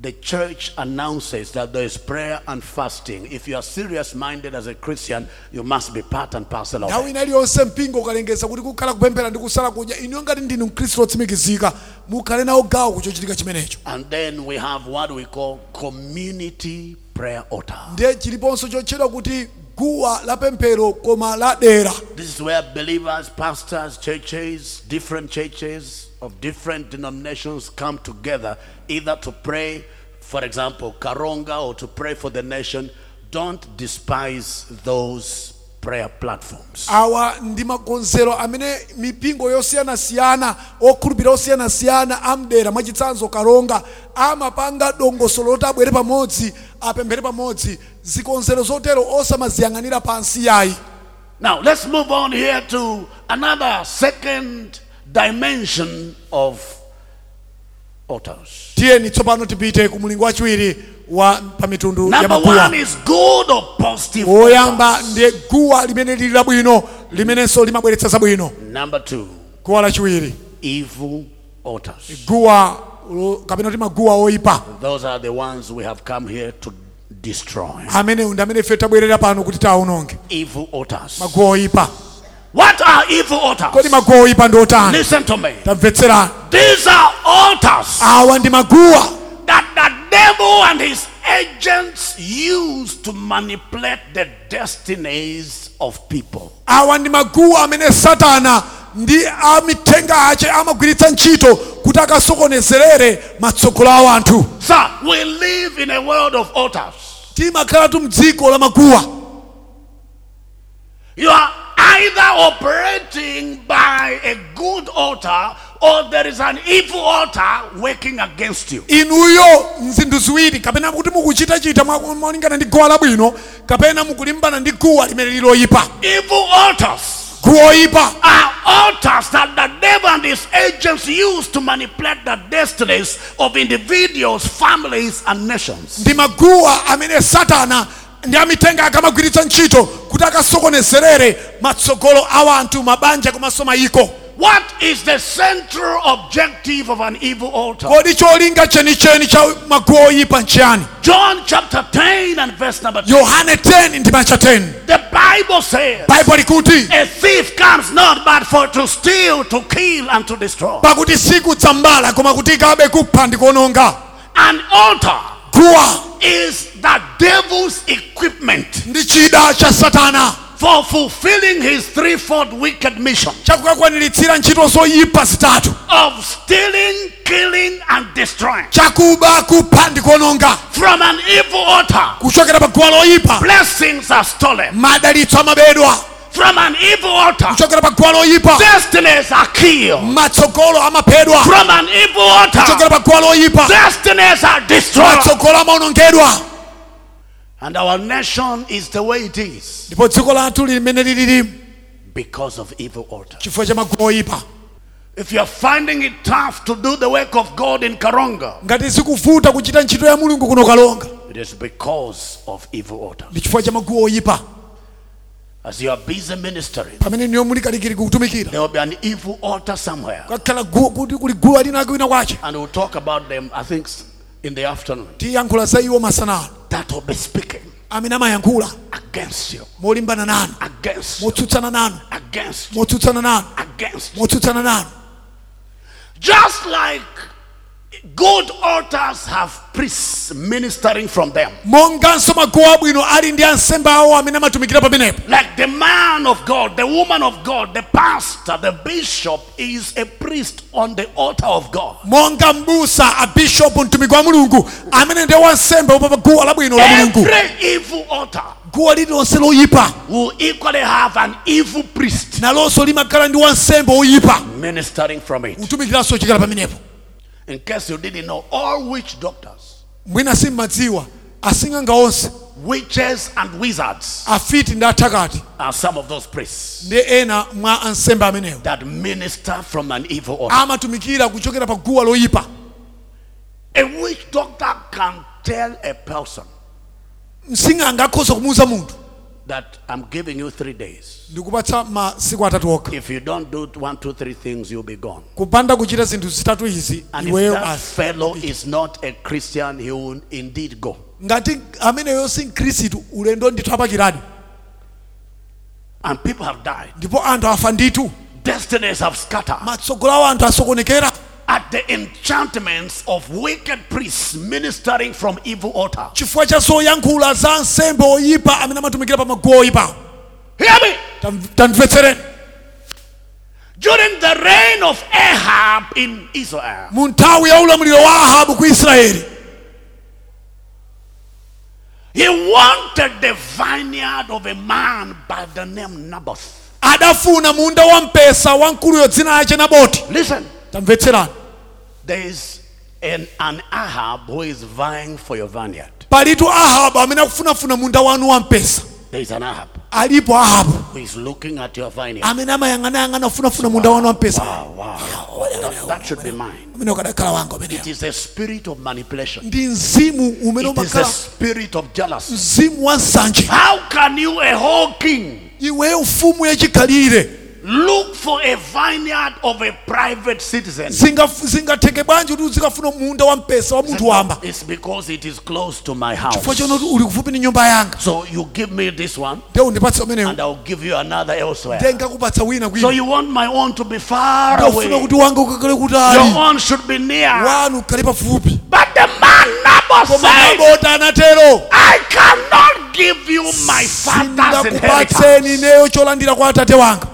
the church announces that there is prayer and fasting, if you are serious minded as a Christian, you must be part and parcel of
nthawi
it.
ina iliyonse mpingo ukalengeza kuti kukhala kupemphera ndi kusala kudya iniyo ngati ndinu mkhristu otsimikizika mukhale nawo gawo kuchochitika chimenecho
And then we have what we call community prayer altar.
ndiye chiliponso chotchedwa kuti guwa la pemphero koma la dera
This is where believers, pastors, churches, different churches of different denominations come together either to pray, for example, Karonga, or to pray for the nation. Don't despise those prayer platforms.
awa ndi magonzero amene mipingo yosiyanasiyana okhulupirira osiyanasiyana amdera mwachitsanzo kalonga amapanga dongosolo loti abwere pamodzi apemphere pamodzi zikonzero zotero osamaziyang'anira pansi yayi
Now, let's move on here to another second dimension of altars.
tiyeni tsopano tipite ku mulingo wachiwiri wa pamitundu ya
Number one
maguwa
is good or positive.
woyamba
altars.
ndiye guwa limene lili labwino limenenso limabweretsa zabwino
Number two,
guwa lachiwiri
evil altars.
guwa lo- kapena kuti maguwa oyipa
Those are the ones we have come here to destroy.
amenewu ndi amene ife tabwerera pano kuti tawononge
Evil altars.
maguwa oyipa
What are evil
kodi
altars?
maguwa oyipa ndi otani
Listen to me.
tamvetserani
These are altars
awa ndi maguwa
that the devil and his agents use to manipulate the destinies of people.
awa ndi maguwa amene satana ndi amithenga ace amagwiritsa ntchito kuti akasokonezerere matsogolo awo anthu
Sir, we live in a world of altars.
timakhalatu mdziko la maguwa
You are either operating by a good altar or there is an evil altar working against you.
inuyo mzindu ziwiri kapena kuti mukuchitachita mwa- molingana ndi guwa labwino kapena mukulimbana ndi guwa limene liloyipa
Evil altars
guwa oyipa
are altars that the devil and his agents use to manipulate the destinies of individuals, families, and nations.
ndi maguwa amene satana ndi amitenga akamagwiritsa ntchito kuti akasokonezerere matsogolo awa anthu mabanja komanso mayiko
What is the central objective of an evil altar?
kodi cholinga chenicheni cha maguwa oyipa nchiyani
John chapter 10 and verse number 2.
yohane 10 ndima cha 10
The Bible says
bhaibho rikuti
a thief comes not but for to steal, to kill, and to destroy.
pakuti sikudzambala koma kuti ikabe kupha ndi kuononga
An altar
guwa
is the devil's equipment
ndi chida cha satana
for fulfilling his threefold wicked mission
chakukakwaniritsa ntchito zoyipa zitatu
of stealing, killing, and destroying.
chakuba kupha ndi kuononga
From an evil altar,
kuchokera pa guwa loyipa
blessings are stolen.
madalitso amabedwa
From an evil altar,
kuchokera pa guwa loyipa
destinies are killed.
matsogolo amaphedwa
From an evil altar,
kuchokera pa guwa loyipa
destinies are destroyed.
matsogolo amaonongedwa
And our nation is the way it is
ndipo dziko lathu limene lilili
because of evil altar.
chifukwa cha maguwa oyipa
If you are finding it tough to do the work of God in Karonga,
ngati zikuvuta kuchita ntchito ya mulungu kuno kalonga
it is because of evil altar.
ndi chifukwa cha maguwa oyipa
As you are busy ministering,
pamene niyo mulikalikiri kukutumikira
there will be an evil altar somewhere.
kakhala guwa kuti kuli guwa lina ake wina kwache
And we'll talk about them, I think, s- in the afternoon.
tiyankhula za iwo masanalo
That will be speaking
amene amayankhula
against you,
molimbana nanu
against you,
motsutsana nanu
against you,
motsutsana nanu
against you.
motsutsana nanu
Just like good altars have priests ministering from them.
monganso maguwa abwino ali ndi ansembe awo amene amatumikira pamenepo
Like the man of God, the woman of God, the pastor, the bishop is a priest on the altar of God.
monga m'busa abishopu mtumiki wa mulungu amene ndiye wansembe upa pa guwa labwino la mulungu
Every evil altar
guwa lililonse loyipa
will equally have an evil priest
nalonso limakhala ndi wansembe oyipa
ministering from it.
kutumikiranso ochokera pamenepo
In case you didn't know, all witch doctors,
mwina simmadziwa asing'anga onse
witches, and wizards
afiti ndi athakati
are some of those priests
ndi ena mwa ansembe amenewo
that minister from an evil altar.
amatumikira kuchokera pa guwa loyipa
A witch doctor can tell a person
msing'anga akhoza kumuwuza munthu
that I'm giving you three days.
ndikupatsa masiku atatu okha
If you don't do one, two, three things, you'll be gone.
kupanda kuchita zinthu zitatu izi
And if
iweyo
that
afi
fellow is not a Christian, he will indeed go.
ngati ameneyo si mkhristu ulendo ndithu apakirani
And people have died.
ndipo anthu afa ndithu
Destinies have scattered
matsogolo awo anthu asokonekera
at the enchantments of wicked priests ministering from evil altar.
chifukwa cha zoyankhula za ansembe oyipa amene amatumikira pa maguwa oyipa
Hear me.
Tam- tamvetsereni
During the reign of Ahab in Israel,
mu nthawi ya ulamuliro wa ahabu ku israeli
he wanted the vineyard of a man by the name Naboth.
adafuna munda wampesa wamkuluyo dzina lache naboti
Listen,
tamvetserani
there is an, an Ahab who is vying for your vineyard.
palitu ahabu amene akufunafuna munda wanu wampesa
There is an Ahab
alipo ahabu
who is looking at your vineyard.
amene amayang'anayang'ana kufunafuna munda wanu wampesa
Wow, Ah, wow. That, that should be mine.
amene ukadakhala wanga ameneyo
It is a spirit of manipulation.
ndi mzimu umene
It is a
umakhala
spirit of jealousy.
mzimu wa nsanje
How can you, a whole king,
iweyo mfumu yachikhalire
look for a vineyard of a private citizen?
Zingaf- zingatheke bwanji kuti zikafuna munda wampesa wa munthu wamba
It's because it is close to my
chifukwa chono
house.
kuti uli kufupi ndi nyumba yanga
So you give me this one,
nde undipatse umeneyo
and I'll give you another elsewhere.
nde ngakupatsa wina
So
kwina
you want my own to be far
ndofuna
away.
kuti wanga ukakale
Your
kutali
own should be near.
wanu ukale pafupi
But the man Naboth
koma
said,
nabota anatero
I cannot give you my father's inheritance.
sindakupatseni ineyo cholandira kwa atate wanga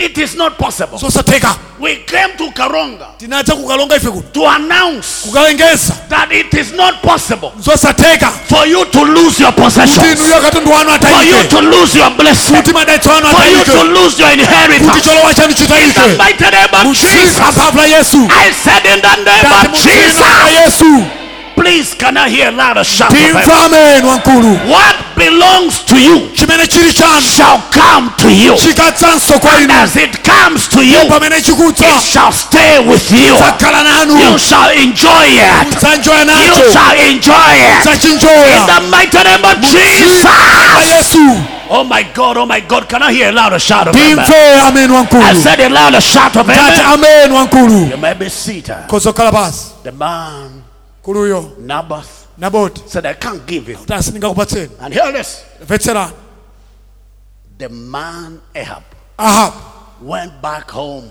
It is not possible.
zosatheka
We came to Karonga
tinatha kukalonga ife kuno
to announce
kukalengeza
that it is not possible
zosatheka
for you to lose your
kuti
possessions,
inuyo akatundu wanu
for you
atayike
to lose your blessing,
kuti madalitso anu
for you to
atayike
lose your
kuti
inheritance.
cholowa chanu
In the
chitayike
mighty name of
muzika
Jesus,
pavla yesu
I said in the name
Ngati
of
muzina la
Jesus,
yesu
please can I hear a louder shout? of heaven?
timva ameni wamkulu
What belongs to you
chimene chili chanu
shall come to you.
chikatsanso kwa inu
As it comes to you,
pamene chikudza
it shall stay with you.
zakhala
You
nanu
shall enjoy it.
muzanjoya
You
nacho
shall enjoy it. In
zachinjoya
the mighty name of
pa
Jesus.
yesu
Oh my God, oh my God, can I hear a louder shout of amen?
timve ameni
I
wamkulu
said a louder shout of
tati
amen.
ameni wamkulu
You may be seated.
kozokhala pasi
The man,
mkuluyo
Naboth,
naboti
said, I can't give you.
kuti asindingakupatseni
And hear this.
mvetserani
the man Ahab
ahabu
went back home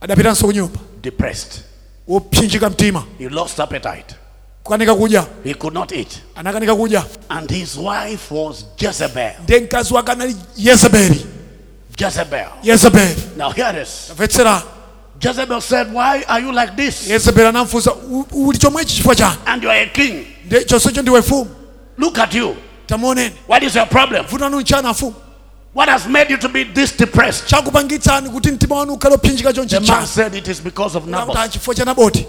adapitanso kunyumba
depressed.
wopsinjika mtima
He lost appetite.
kukanika kudya
He could not eat.
anakanika kudya
And his wife was Jezebel.
ndiye mkazi wake anali yezebeli
Jezebel.
yezebeli
Now hear this.
mvetsera
Jezebel said, Why are you like this?
yezebeli anamfunsa "U- uli chomwechi chifukwa chani
And you are a king.
Ndiye chonsecho ndiwe mfumu
Look at you.
tamuoneni
What is your problem?
mfunani mchana mfumu
What has made you to be this depressed?
chakupangitsani kuti mtima wanu ukhale opsinjika
The man
chonchichana
said it is because of Naboth,
chifukwa cha naboti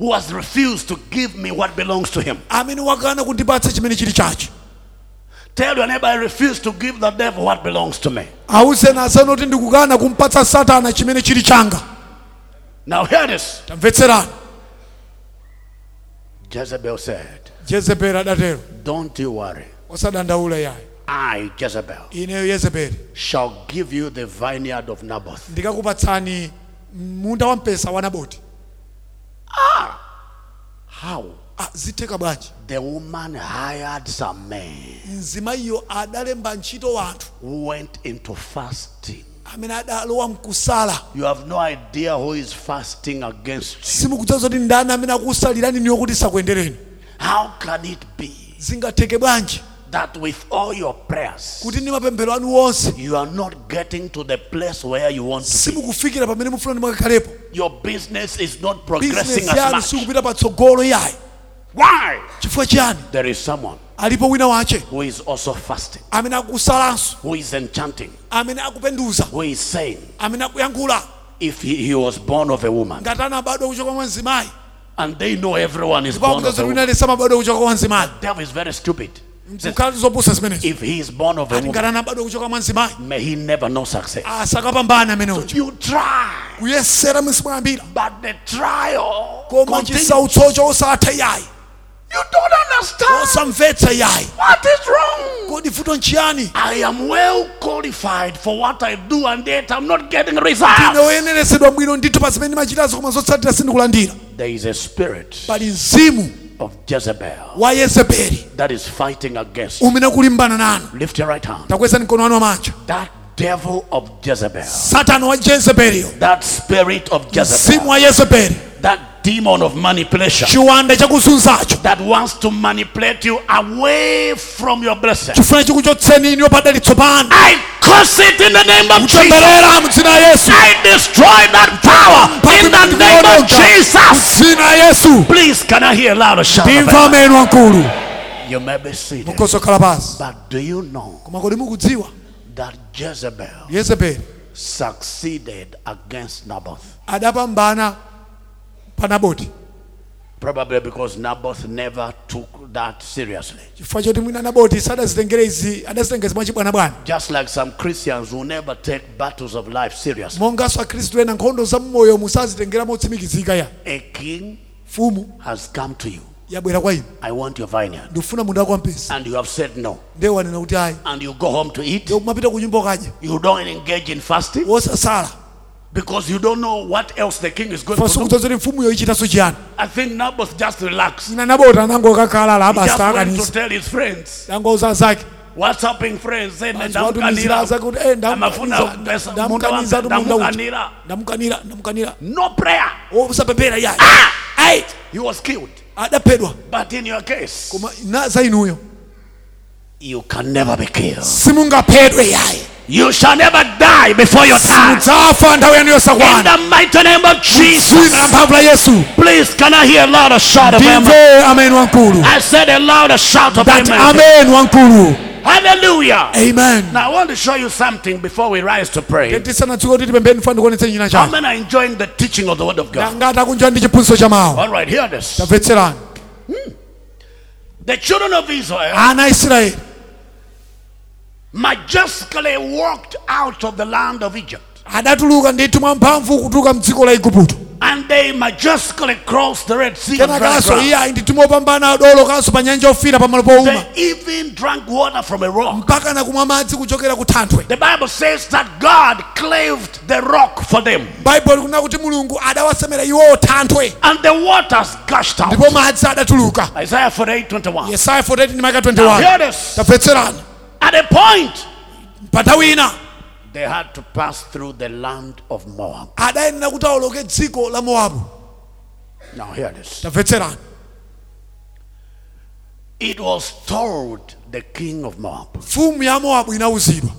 who has refused to give me what belongs to him.
amene wakana kundipatsa chimene chili chacho
Tell your neighbor, I refuse to give the devil what belongs to me.
awuzeni asanu kuti ndikukana kumpatsa satana chimene chili changa
Now hear this.
tamvetserani
Jezebel said,
yezebeli adatero
Don't you worry.
osadandaula yayo
I, Jezebel,
ineyo yezebeli
shall give you the vineyard of Naboth.
ndikakupatsani munda wa mpesa wa naboti
How?
Ah, zitheka bwanji
The woman hired some men
mzimayiyo adalemba ntchito wanthu
who went into fasting.
amene adalowa mkusala
You have no idea who is fasting against
simukudza zoti ndani amene akusalirani niyo kuti sakuyendereni
you. How can it be
zingatheke bwanji
that with all your prayers,
kuti ndi mapemphero anu onse
you are not getting to the place where you want to be?
simukufikira pamene mufuna ndi makakhalepo
Your business is not progressing
bizinesi yanu
as much.
sikupita patsogolo yayo
Why?
chifukwa chiyani
There is someone
alipo wina wache
who is also fasting,
amene akusalanso
who is enchanting,
amene akupenduza
who is saying,
amene akuyankhula
if he, he was born of a woman,
ngati anabadwa kuchoka kwa mzimayi
and they know everyone is born of
pakuza
a
zoti
woman.
wina lesa amabadwa kuchoka kwa mzimayi
devil is very stupid. Says,
mkhala tizopusa zimenezo
if he is born of a
ati
woman,
ngati anabadwa kuchoka mwa mzimayi
may he never know success.
asakapambana ameneocho
You try,
kuyesera mwe simayambira
but the trial
koma
continues.
chisautsocho osatha yayi
You don't understand
osamvetsa yayi
what is wrong.
kodi vuto nchiyani
I am well qualified for what I do, and yet I'm not getting results.
ine oyeneresedwa bwino ndithu pa zimene ndimachitazo koma zotsatira sindikulandira
There is a spirit
pali mzimu
of Jezebel
wa yezebeli
that is fighting against. you.
umene akulimbana nanu
Lift your right hand.
takwezani mkono wanu wamanja
That devil of Jezebel,
satani wa jezebeliyo
that spirit of
mzimu
Jezebel,
wa yezebeli
that demon of manipulation.
chiwanda chakuzunzacho
that wants to manipulate you away from your blessing.
chifuna chikuchotseni iniyo padali tsopano
I curse it in the name of Jesus.
kutemberera mzina ya yesu
I destroy that power in the name of Jesus.
mzina ya yesu
Please, can I hear a louder shout? of
ndimva
it?
ameno wankulu
You may be seated.
mukosokhala pansi
But do you know
koma kodi mukudziwa
that Jezebel
yezebeli
succeeded against Naboth?
adapambana pa naboti
Probably because Naboth never took that seriously.
chifukwa choti mwina naboti sadazitengere izi adazitenga zimwachibwanabwana
Just like some Christians who never take battles of life seriously.
monganso akhristu ena nkhondo za mmoyo musazitengera motsimikizika ya
A king
mfumu
has come to you.
yabwera kwa inu
I want your vineyard.
ndikufuna munda wako wampesa
and you have said no,
ndiye wanena kuti ayi
and you go home to eat,
ndiye kumapita ku nyumba ukadya
you don't engage in fasting
wosasala
because you don't know what else the king is going
fonso
to do.
kudza kuti mfumuyo ichitanso chiyani
I think Naboth just relaxed.
ina nabota anangoka akhalala
He just
abasa
went to
akanisa
tell his friends,
angouza zake
What's happening, friends? Hey,
atumizira
ndamukanira.
zake kuti eh,
Amafuna
ndamukaniza-
pesa,
ndamukaniza tu munda uja
ndamukanira.
ndamukanira ndamukanira
No prayer.
osapembera yayi ayi
He was killed.
adaphedwa
But in your case,
koma ina za inuyo
you can never be killed.
simungaphedwe yayi
You shall never die before your time.
mudzafa nthawi yanu
In
yosakwana
the mighty name of Jesus.
zina la mphamvu la yesu
Please, can I hear a louder shout of amen?
ndimve ameni wankulu
I said a louder shout of
that
amen.
amen wankulu
Hallelujah.
amen
Now I want to show you something before we rise to pray.
tisanadziwa kuti tipembeni fani kuonetseni china
How
chanu
many are enjoying the teaching of the Word of God?
ngati akunja ndi chiphunzitso cha mawu
All right, hear this.
tamvetserani
The children of Israel
ana a israeli
majestically walked out of the land of Egypt
adatuluka ndithu mwa mphamvu kutuluka mdziko la igupto
and they majestically crossed the Red Sea. And drank
kenakaso
ground.
iye ayi ndithu mopambana adolokanso pa nyanja yofira pamalo powuma
They even drank water from a rock.
mpaka nakumwa madzi kuchokera ku thanthwe
The Bible says that God claved the rock for them
baibulo likunena kuti mulungu adawasemera iwowo thanthwe
and the waters gushed out.
ndipo madzi adatuluka
Isaiah 48 21.
yesaya 48 ndi maka
Now hear
21
this.
tamvetserani
At a point,
panthawi ina
they had to pass through the land of Moab.
adayenera kuti awoloke dziko la mowabu
Now, hear this.
tamvetserani
It was told the king of Moab
mfumu ya mowabu inawuzidwa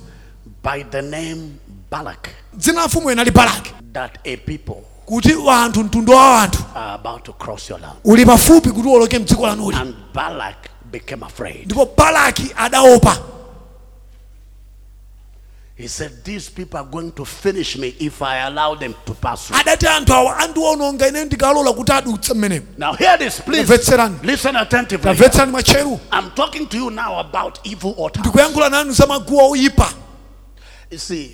by the name Balak
dzina la mfumu ina li balaki
that a people
kuti wanthu mtundu wa wanthu
are about to cross your land.
uli pafupi kuti uwoloke mdziko lanuli
And Balak became afraid.
ndipo balaki adaopa
He said, These people are going to finish me if I allow them to pass through.
adati anthu awa andiwononga ine ndikalola kuti adutse mmenemo
Now, hear this, please.
tamvetserani
Listen attentively.
tamvetserani mwacheru
I'm talking to you now about evil altars.
ndikuyankhula nanu za maguwa oyipa
You see,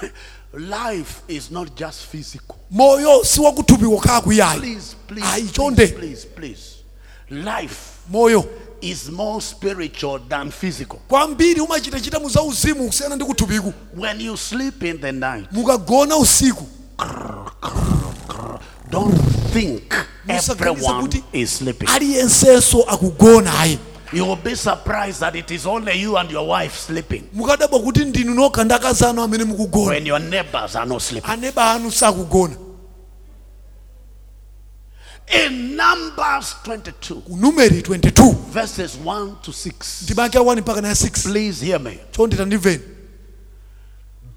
life is not just physical.
moyo si wakuthupi wokhala kuyayi
Please, please,
Ayichonde.
please, please, please. Life
moyo
is more spiritual than physical.
kwambiri umachitachita mu za uzimu kusiyana ndi kuthupiku
When you sleep in the night,
mukagona usiku
don't think
Musa
everyone
kanisa kuti-
is sleeping.
aliyensenso akugonayi
You will be surprised that it is only you and your wife sleeping
mukadabwa kuti ndinu nokha ndi akazi anu amene mukugona
when your neighbors are not sleeping.
aneba anu sakugona
In Numbers 22,
ku numeri 22
verses 1 to 6,
ndibakira 1 mpaka 96
please hear me.
chonde tandimveni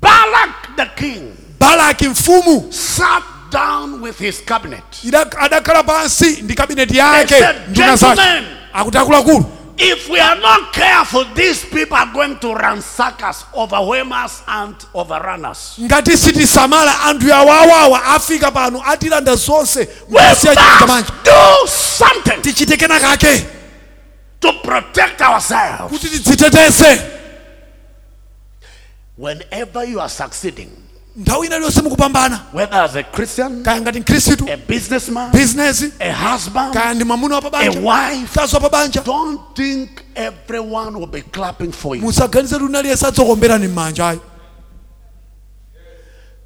Balak the king
balaki mfumu
sat down with his cabinet.
ida- adakhala pansi ndi kabineti yake
They said,
nduna zake
"Gentlemen."
akuti akuluakulu
If we are not careful, these people are going to ransack us, overwhelm us, and overrun us.
ngati sitisamala anthu awawawa afika pano atilanda zonse
We
mukasiya chanja
must
manja
do something
tichite kenakake
to protect ourselves.
kuti tidziteteze
Whenever you are succeeding,
nthawi ina liyonse mukupambana
whether as a Christian,
kaya ngati mkhristu
a businessman,
bizinesi
a husband,
kaya ndi mwamuna wa
a
pabanja
wife,
mkazi wa pabanja
don't think everyone will be clapping for you.
musaganize kuti unaliyese adzokomberani m'manja ayi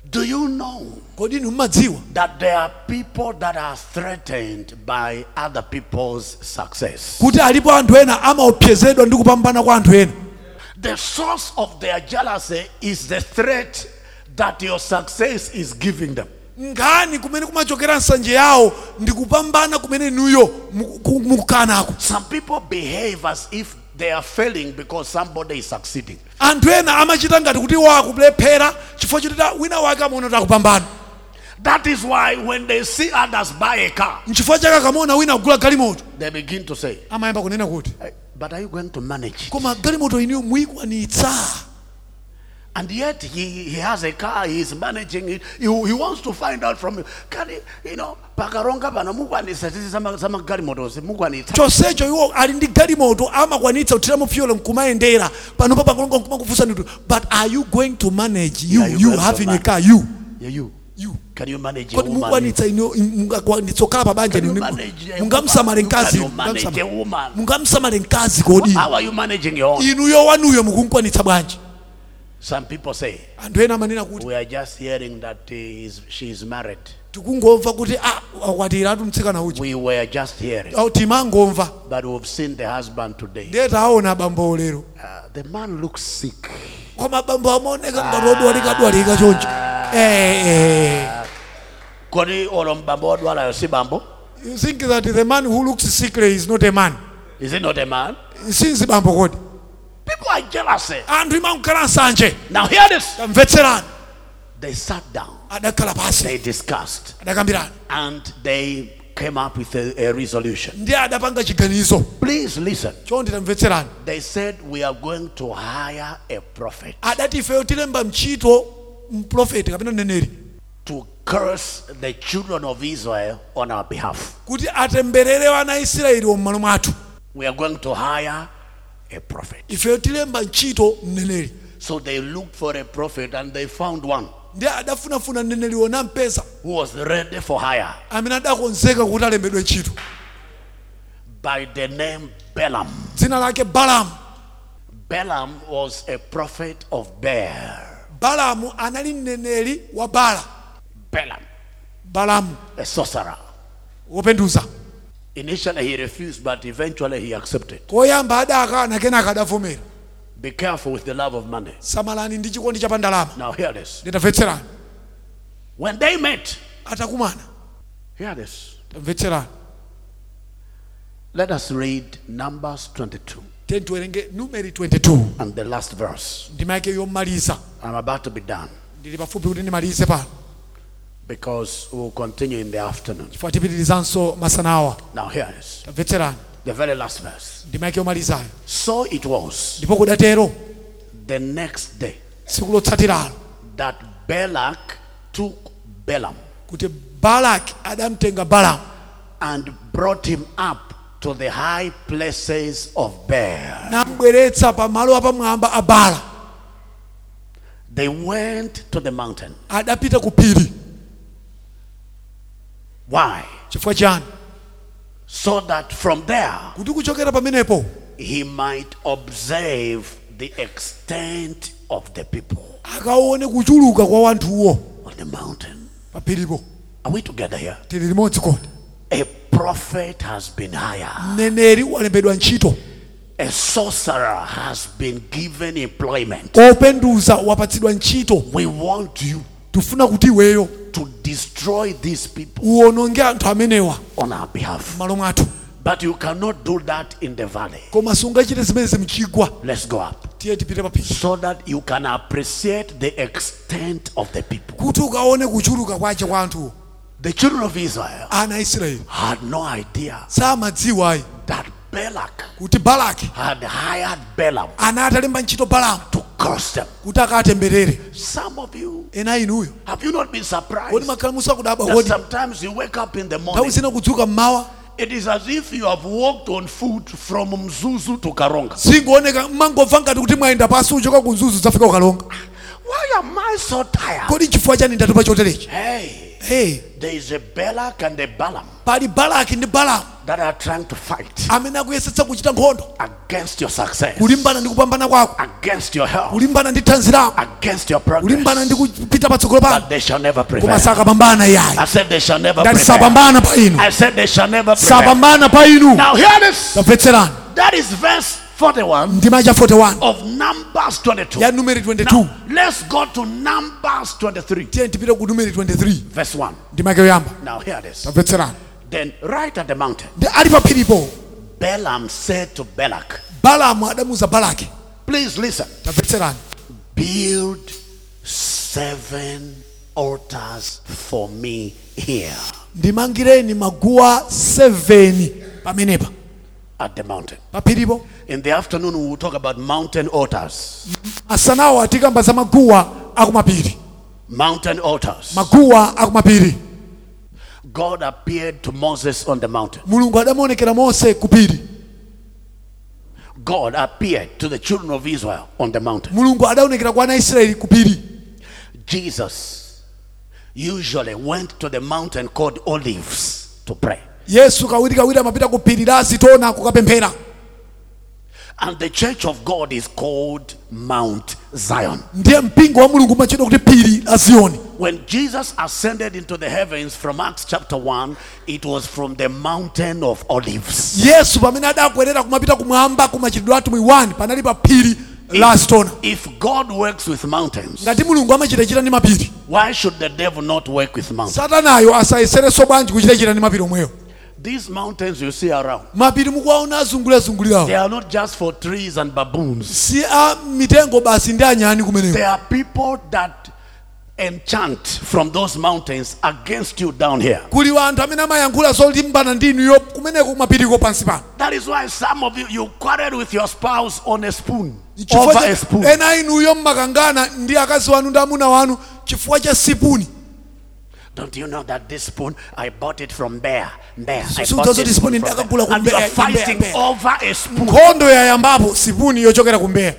Do you know
kodi inu mmadziwa
that there are people that are threatened by other people's success?
kuti alipo anthu ena amaopsezedwa ndi kupambana kwa anthu ena
The source of their jealousy is the threat that your success is giving them.
nkhani kumene kumachokera nsanje yawo ndi kupambana kumene inuyo muku- ku- mukukanako
Some people behave as if they are failing because somebody is succeeding.
anthu ena amachita ngati kuti iwo akulephera chifukwa chotita wina wake amaona kuti akupambana
That is why when they see others buy a car,
nchifukwa chake akamaona wina akugula galimoto
they begin to say,
amayamba kunena kuti
"Eh, But are you going to manage? it?"
koma galimoto iniyo muyikwanitsa
And yet he, he has a car, he is managing it. He, he wants to find out from you. Can he, you know, pakaronga pano mukwanisa tizi sama- sama galimotozi, mukwanitsa."
chonsecho iwo ali ndi galimoto amakwanitsa kuthiramo fuel nkumayendera pano papakulonga nkumakufunsani kuti but are you going to manage you,
Yeah, you
you
going to
having a
manage.
car you
Yeah, you.
you
Can you manage a
kodi
woman?
mukwanitsa iniyo mukakwanitsa okhala pabanja
Can you
ninu
manage a
mungamsamale
woman? Can
mkazi
you manage a woman?
mungamsamale mkazi kodi
How are you managing your own?
inuyo wanuyo mukumkwanitsa bwanji
Some people say
anthu ena amanena kuti
we are just hearing that he is, she is married.
tikungomva kuti ah akwatira mtsikana uja
We were just hearing,
Au timangomva
but we've seen Oh. the husband today.
ndiye taona abambo olero
Uh, the man looks sick.
koma abambo amaoneka
Ah.
ngati odwalikadwalika choncho Eh, eh.
Kodi olo mbambo odwalayo si bambo?
you think that the man who looks sickly is not a man
Is it not a man?
sinzi bambo kodi
People are jealous. eh?
anthu imankhala nsanje
Now hear this.
tamvetserani
They sat down.
adakhala pasi
They discussed,
adakambirana
and they came up with a, a resolution.
ndiye adapanga chiganizo
Please listen.
chonde tamvetserani
They said we are going to hire a prophet.
adati ifeyo tilemba mchito mprofeti kapena mneneri
to curse the children of Israel on our behalf.
kuti atemberere ana israeli omumalo mwathu
We are going to hire a prophet.
ifeyo tilemba ntchito mneneri
So they looked for a prophet and they found one
ndi adafunafuna mneneri wona mpesa
who was ready for hire
amene adakonzeka kuti alembedwe ntchito
by the name Balaam.
dzina lake balamu
Balaam was a prophet of Baal.
balamu anali mneneri wa bala
Balaam,
balamu
a sorcerer.
wopenduza
Initially he refused, but eventually he accepted.
koyamba adakana kenaka adavomera
Be careful with the love of money.
samalani ndi chikondi cha pandalama
Now, hear this.
nditamvetserani
When they met,
atakumana
hear this.
tamvetserani
Let us read Numbers 22
10 tiwerenge numeri 22
and the last verse.
ndima yake yomaliza
I'm about to be done
ndili pafupi kuti ndimalize pano
because we'll continue in the afternoon.
chifukwa tipitirizanso masanawa
Now, hear this.
tamvetserani
The very last verse.
ndima yake yomalizayo
So it was
ndipo kudatero
the next day
tsiku lotsatiralo
that Balak took Balaam
kuti balaki adamutenga balamu
and brought him up to the high places of Baal.
namubweretsa pamalo apamwamba a bala
They went to the mountain.
adapita ku phiri
Why?
chifukwa chani
So that from there
kuti kuchokera pamenepo
he might observe the extent of the people
akaone kuchuluka kwa wanthuwo
on the mountain.
pa phiripo
Are we together here?
tili limodzi kodi
A prophet has been hired.
mneneri walembedwa ntchito
A sorcerer has been given employment.
openduza wapatsidwa ntchito
We want you
tifuna kuti iweyo
to destroy these people
uwononge anthu amenewa
on our behalf.
m'malo mwathu
But you cannot do that in the valley.
koma sungachite zimenezi mchigwa
Let's go up.
tiye tipite pa phiri
So that you can appreciate the extent of the people.
kuti ukaone kuchuluka kwache kwa anthuwo
The children of Israel
ana a israeli
had no idea
samadziwa ayi
that Balak
kuti balaki
had hired Balaam
ana atalemba ntchito balamu
to curse them.
kuti akatemberere
Some of you,
ena inuyo
have you not been
kodi
surprised
makhala musakudabwa
that
kodi
sometimes you wake up in the
nthawi
morning?
zina kudzuka mmawa
It is as if you have walked on foot from Mzuzu to Karonga.
singooneka mmangobva ngati kuti mwayenda pansi uchoka ku nzuzu zafika ukalonga
Why am I so tired?
kodi chifukwa chani ndatupa choterechi
Hey,
hey,
there is a Balak and a Balaam
pali balaki ndi balamu
that are trying to fight
amene akuyesetsa kuchita nkhondo
against your success,
kulimbana ndi kupambana kwako
against your health,
kulimbana ndi thanzi lako
against your progress.
kulimbana ndi kupita patsogolo pano
But they shall never
koma
prevail.
sakapambana
I
yayi
said they shall never
ngati
prevail.
sapambana pa inu
I said they shall never prevail.
sapambana pa inu
Now hear this.
tamvetserani
That is verse 41
ndima cha 41
of Numbers 22.
ya numeri 22
Now, let's go to Numbers 23,
tiye tipite ku numeri 23
verse 1.
ndima yake yoyamba
Now hear this.
tamvetserani
Then right at the mountain,
ndi ali pa phiripo
Balaam said to Balak,
balamu adamuza balaki
please listen,
tamvetserani
build seven altars for me here
ndimangireni maguwa 7 pamenepa
at the mountain.
pa phiripo
In the afternoon, we will talk about mountain altars.
asanawo atikamba za maguwa akumapiri
Mountain altars.
maguwa akumapiri
God appeared to Moses on the mountain.
mulungu adamuonekera mose kupiri
God appeared to the children of Israel on the mountain.
mulungu adaonekera kwa ana israeli kupiri
Jesus usually went to the mountain called Olives to pray.
yesu kawirikawiri amapita ku phiri la asitona kukapemphera
And the church of God is called Mount Zion.
ndiye mpingo wa mulungu umatchedwa kuti phiri la ziyoni
When Jesus ascended into the heavens from Acts chapter 1, it was from the mountain of Olives.
yesu pamene adakwelera kumapita kumwamba kumachitidwe atumwi 1 panali pa phiri la asitona
If God works with mountains,
ngati mulungu amachitachita ndi mapiri
why should the devil not work with mountains?
satanayo asayeserenso bwanji kuchitachita ndi mapiri omweyo
These mountains you see around,
mapiri mukuwaona azungulirazungulirawo
they are not just for trees and baboons.
si a mitengo basi ndi anyani kumeneko
There are people that enchant from those mountains against you down here.
kuli wanthu amene amayankhula zolimbana ndi inuyo kumeneko kumapiriko pansi pano
That is why some of you you quarrel with your spouse on a spoon.
Chifukwa
Over
cha-
a spoon.
ena inuyo mmakangana ndi akazi wanu ndi amuna wanu chifukwa cha sipuni
Don't you know that this spoon I bought it from Bear? Bear. I
So
bought
those are
this
the spoon
spoon
in
from
Dakakula
Bear. And you
Bear,
are
in Bear,
fighting
Bear.
over a spoon.
nkhondo yayambapo sipuni yochokera kumbeya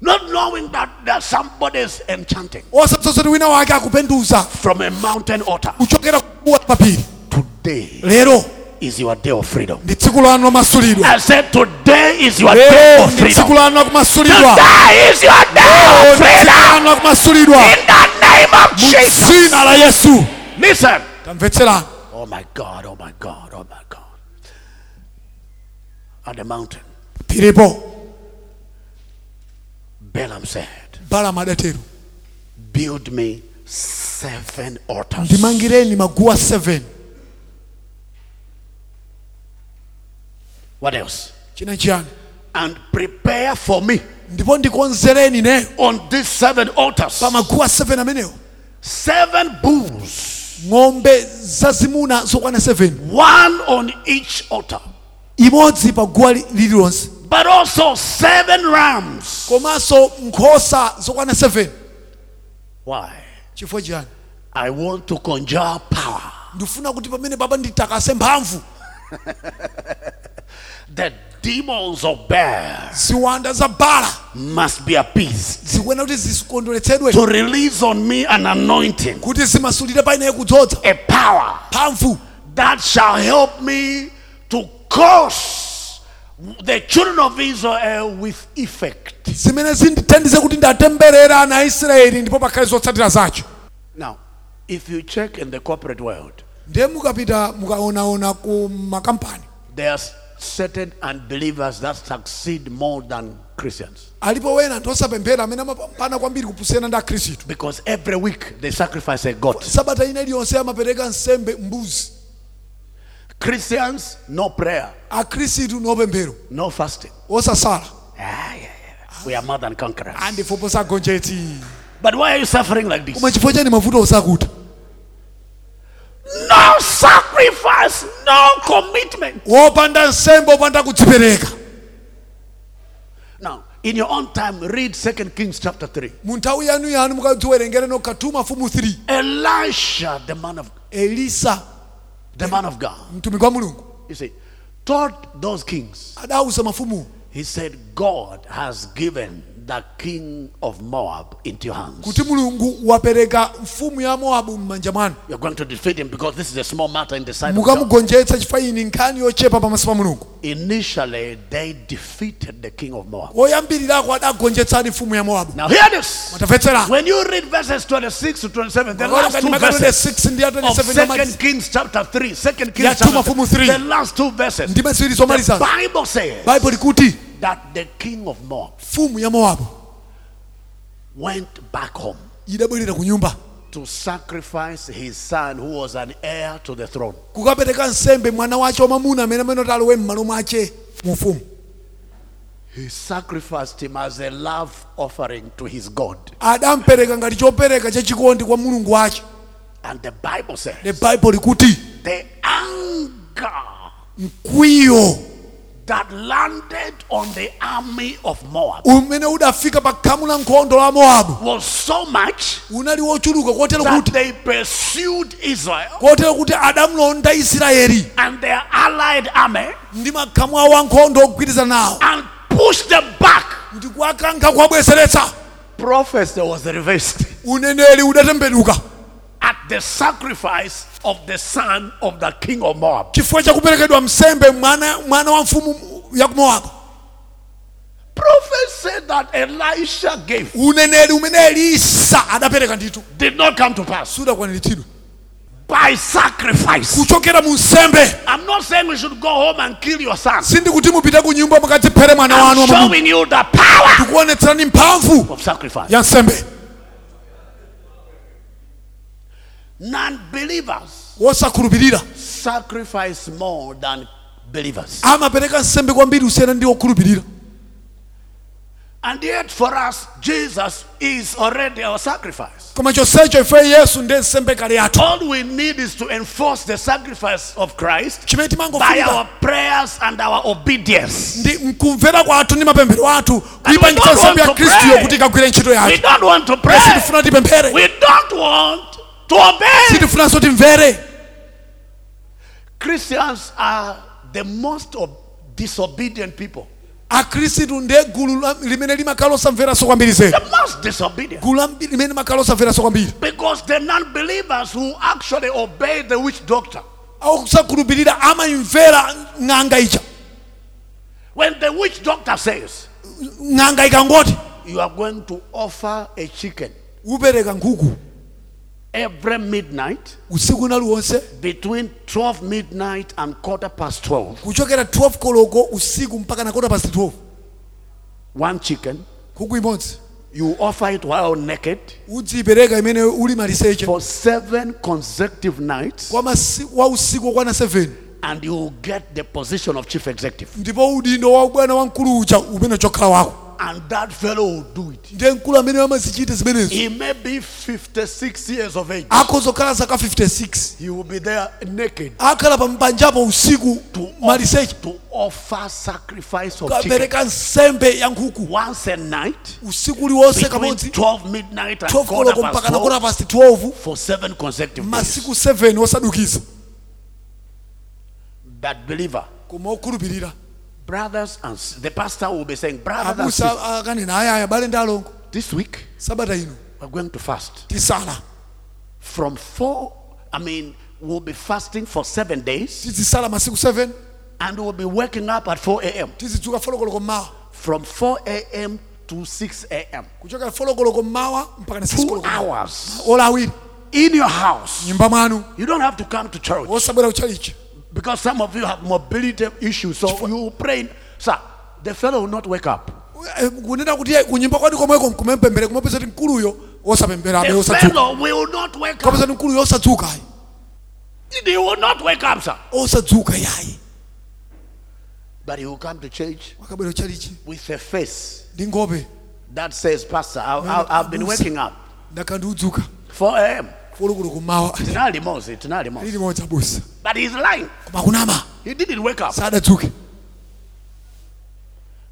Not knowing that there's somebody is enchanting
osapsa zoti wina wake akupenduza
from a mountain altar.
kuchokera kuwa papiri
Today
lero
is your day of freedom.
ndi tsiku lanu lamasulidwa
I said today is your day
lero
of
ndi tsiku
freedom.
lanu lakumasulidwa
Today is your day
lero
of
ndi tsiku
freedom.
lanu lakumasulidwa
In the name of Jesus.
zina la yesu
Listen.
tamvetserani
Oh my God, oh my God, oh my God. At the mountain,
tiripo
Balaam said,
balamu adatero
Build me seven altars.
ndimangireni maguwa 7
What else?
china chiyani
And prepare for me
ndipo ndikonzereni neyo
on these seven altars
pa maguwa 7 amenewo
seven bulls,
ng'ombe zazimuna zokwana 7
one on each altar,
imodzi pa guwa li- lililonse
but also seven rams.
komanso nkhosa zokwana 7
Why?
chifukwa chiyani
I want to conjure power.
ndifuna kuti pamene papa nditakase mphamvu
The demons of Baal
ziwanda za bala
must be appeased
zikwena kuti zikondweretsedwe
to release on me an anointing,
kuti zimasulire pa ineyo kudzodza
a power
mphamvu
that shall help me to curse the children of Israel with effect.
zimene zindithandize kuti ndatemberera ana aisraeli ndipo pakhale zotsatira zacho
Now, if you check in the corporate world,
ndiye mukapita mukaonaona ku makampani
there are certain unbelievers that succeed more than Christians
alipo wena anthu osapemphera amene amapambana kwambiri kupusirana ndi akhristu
because every week they sacrifice a goat.
sabata ina iliyonse amapereka nsembe mbuzi
Christians, no prayer,
akhristu nopemphero
no fasting.
osasala
Ah, yeah, yeah. We are more than conquerors.
andifopo sagonjeti
But why are you suffering like this?
koma chifukwa chani mavuto osakuta
No sacrifice, no commitment.
wopanda nsembe opanda kudzipereka
Now, in your own time, read 2 Kings chapter 3.
mu nthawi yanu yanu mukadziwerengere nokhatuma fumu 3
Elisha, the man of
elisa
the man of God,
mtumiki wa mulungu
you see, taught those kings.
adauza mafumuwo
He said, God has given the king of Moab into your hands.
kuti mulungu wapereka mfumu ya moabu m'manja mwanu
You're going to defeat him because this is a small matter in the sight of God.
mukamugonjetsa chifukwa ine nkhani yochepa pamaso pa mulungu
Initially, they defeated the king of Moab.
oyambirirako adagonjetsani mfumu ya moabu
Now, hear this.
matamvetsera
When you read verses 26 to 27, the last two verses of 2
ndimaziwiri
Kings chapter 3, 2
Ya
Kings chapter
Tumafumu 3.
the last two verses, the
zomaliza
Bible says
baibo likuti
that the king of Moab
mfumu ya moabu
went back home
idabwerera ku nyumba
to sacrifice his son who was an heir to the throne.
kukapereka nsembe mwana wace wamamuna amene amene kuti alowe m'malo mwace mu mfumu
He sacrificed him as a love offering to his God.
adamupereka ngati chopereka chachikondi kwa mulungu wace
And the Bible says
the baibo likuti
the anger
mkwiyo
that landed on the army of Moab
umene udafika pa khamu la nkhondo la moabu
was so much
unali wochuluka kotero
that
kuti
they pursued Israel
kotero kuti adamulonda israeli
and their allied army
ndi makhamu awo ankhondo ogwirizana nawo
and pushed them back.
ndikuakankha kuwabwezeretsa
Prophecy was reversed
uneneri udatembenuka
at the sacrifice of the son of the king of Moab.
chifukwa chakuperekedwa msembe mwana, mwana wa mfumu ya kumowabu
Prophecy that Elisha gave
uneneri umene elisa adapereka nditu
did not come to pass
sudakwaniritidwe
by sacrifice.
kuchokera mu nsembe
I'm not saying we should go home and kill your son.
sindikuti mupite ku nyumba mukadziphere mwana wanu
I'm
wamamu
showing you the power
ndikuonetserani mphamvu
of sacrifice.
ya nsembe
Non-believers
wosakhulupirira
sacrifice more than believers.
amapereka nsembe kwambiri usiyana ndi okhulupirira
And yet for us, Jesus is already our sacrifice.
koma chonsecho ife yesu ndiye nsembe kale yathu
All we need is to enforce the sacrifice of Christ by
chimene timangofunika
our prayers and our obedience.
ndi mkumvera kwathu ndi mapemphero athu
we
kuyipangitsa
don't
nsembe ya
want to
kristuyo
pray.
kuti ikagwire ntchito
We
yathu
don't want to pray.
sitifuna tipemphere
We don't want to obey.
sitifunanso timvere
Christians are the most ob- disobedient people.
akhristu ndiye gulu la- limene limakhala osamveranso kwambiri zedi
The most disobedient.
gulu lambi- limene limakhala osamveranso kwambiri
Because the non believers who actually obey the witch doctor,
akusakhulupirira amayimvera ng'anga ija
when the witch doctor says,
ng'anga ikangoti
You are going to offer a chicken,
upereka nkhuku
every midnight
usiku naliwonse
between 12 midnight and quarter past 12
kuchokera 12 koloko usiku mpaka nakota pasi 12
one chicken
kuku imodzi
you offer it while naked
udziyipereka imene uli maliseche
for seven consecutive nights
kwa masiku wa usiku okwana 7
and you will get the position of chief executive
ndipo udindo wa bwana wamkulu uja umene chokhala wako
and that fellow will do it
ndiye mkulu amene amazichita zimenezo
he may be 56 years of age
akhozokhala zaka 56
he will be there naked
akhala pa mpanjapo usiku
to,
maliseche
off, to offer sacrifice of chicken
kapereka nsembe ya nkhuku
once a night
usiku uliwonse
between
kamodzi
12 midnight and
12
quarter
koloko
past
mpaka nakota
12
pasi 12
for seven consecutive days.
masiku 7 osadukiza
that believer
koma okhulupirira
brothers and s- the pastor will be saying brothers and sisters,
abusa akanena ayaya bale ndi alongo
this week
sabata ino
we're going to fast
tisala
from four i mean we'll be fasting for seven days
tizisala masiku 7
and we'll be waking up at 4 a.m
tizidzuka folokoloko mmawa
from 4 a.m to 6 a.m
kuchokera folokoloko mmawa
two
mpaka nasisikoloko
hours
ola awiri
in your house
nyumba mwanu
you don't have to come to church
osabwera kuchalichi
because some of you have mobility issues so you pray sir the fellow will not wake up
Eh, kunena kuti eh, kunyumba kwati komweko kumempembere kumapeza ti mkuluyo osapembera amene
the
osadzuka
fellow will not wake up
kapeza ti mkuluyo osadzuka ayi
he will not wake up sir
osadzuka yayi
but he will come to church
wakabwera kuchalichi
with a face
ndi ngope
that says, Pastor, I, I, I've been waking up
ndakha ndiudzuka
4 a.m.
folokoloko mmawa
Tinali limos, it's not limos.
lili limodzi abusa
But he's lying.
koma kunama
He didn't wake up.
sadadzuke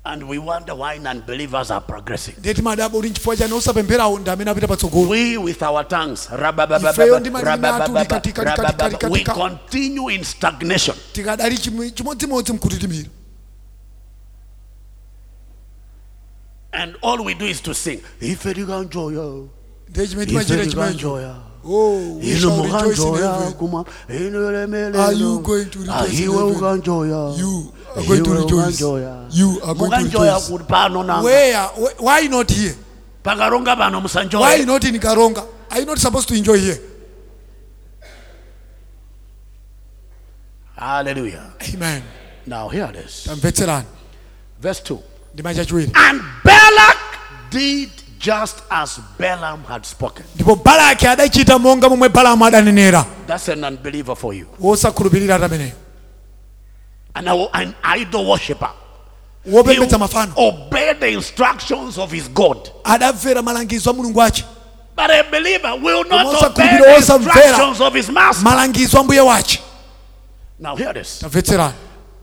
And we wonder why non-believers are progressing.
ndiye timadabo kuti nchifukwa chani osapemberawo ndi amene apita patsogolo
We with our tongues, rabababa,
Ifeyo ndi maneno athu,
rabababa,
likatika, likatika,
rabababa, we
likatika.
continue in stagnation.
tikadali chimwe- chimodzimodzi mkutitimira
And all we do is to sing. Ifediganjoya,
ndiye chimene timachita chimenecho
ifediganjoya,
oh we shall rejoice in
inomukhanjoya
heaven
kuma, inolemele
Are you going to rejoice in
ahiwe
heaven?
ukanjoya,
you are going to
iwe
rejoice
ukanjoya.
you are going to
mukanjoya
rejoice
kuti pano nanga
where wh- why not here
pakaronga pano
why
musanjoya
not in karonga are you not supposed to enjoy here
haleluya
amen
now hear this
tamvetserani
verse 2
ndi macha chiwiri
and balak did just as balaam had spoken
ndipo balaki adachita monga momwe balamu adanenera
that's an unbeliever for you
wosakhulupirira ati ameneyo
and an, an idol worshiper He
wopembedza mafano
obeyed the instructions of his god
adamvera malangizo a mulungu wace
but a believer will not
Umosa
obey the
kumbira, umosa mvera.
instructions of his master
malangizo a mbuye wace
now hear this
tamvetserani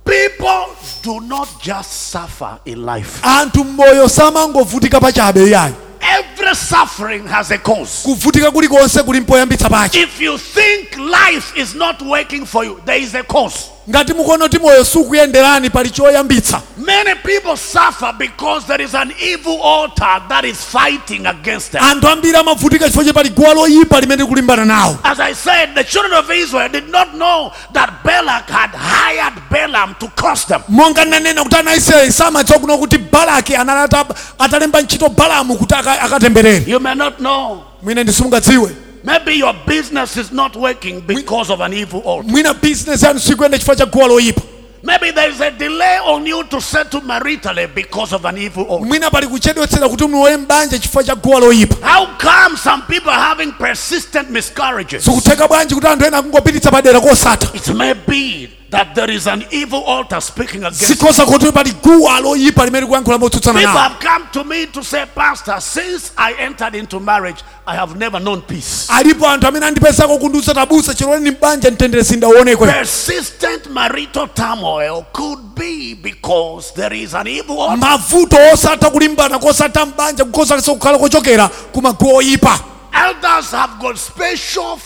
people do not just suffer in life
anthu m'moyo samangovutika pachabe iyayo
every suffering has a cause
kuvutika kulikonse kuli mpoyambitsa pache
if you think life is not working for you there is a cause
ngati mukuona kuti moyo sukuyenderani pali choyambitsa
Many people suffer because there is an evil altar that is fighting against them.
anthu ambiri amavutika chifukwa chepali guwa loyipa limene likulimbana nawo
As I said, the children of Israel did not know that Balak had hired Balaam to curse them.
monga nanena kuti ana aisraeli samadziwa kuno kuti balaki analata atalemba ntchito balamu kuti aka- akatemberere
You may not know.
mwina ndi simungadziwe
Maybe your business is not working because of an evil altar.
mwina bizinesi yanu sikuyenda chifukwa cha guwa loyipa
Maybe there is a delay on you to settle maritally because of an evil altar.
mwina pali kuchedotsera kuti mloye mbanja chifukwa cha guwa loyipa
How come some people are having persistent miscarriages?
sikutheka bwanji kuti anthu ena akungopititsa padera kosatha
It may be that there is an evil altar speaking against
sikhoza kuti pali guwa loyipa limene likuyankhula motsutsana
People
nawo
have come to me to say, Pastor, since I entered into marriage, I have never known peace.
alipo anthu amene andipezako kundiwuza tabusa chiloni mbanja mtendere sindaonekwe
Persistent marital turmoil could be because there is an evil altar.
mavuto osatha kulimbana kosatha mbanja kukhozanso kukhala kochokera ku maguwa oyipa
Elders have got special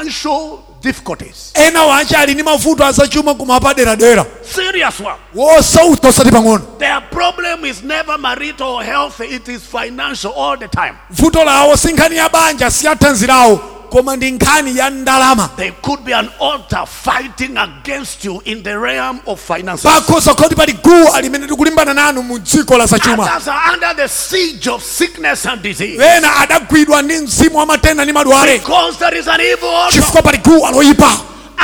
financial difficulties.
ena wache ali ndi mavuto azachuma kuma paderadera
Serious one.
wosauta osati pang'ono
Their problem is never marital or health, it is financial all the time.
vuto lawo si nkhani ya banja siyatha nzirawo koma ndi nkhani ya ndalama
There could be an altar fighting against you in the realm of finances.
pakhoza kuti pali guwa limene likulimbana nanu mu dziko la zachuma
Others are under the siege of sickness and disease
ena adagwidwa ndi mzimu wa matenda ndi madwale
because there is an evil altar.
chifukwa pali guwa loyipa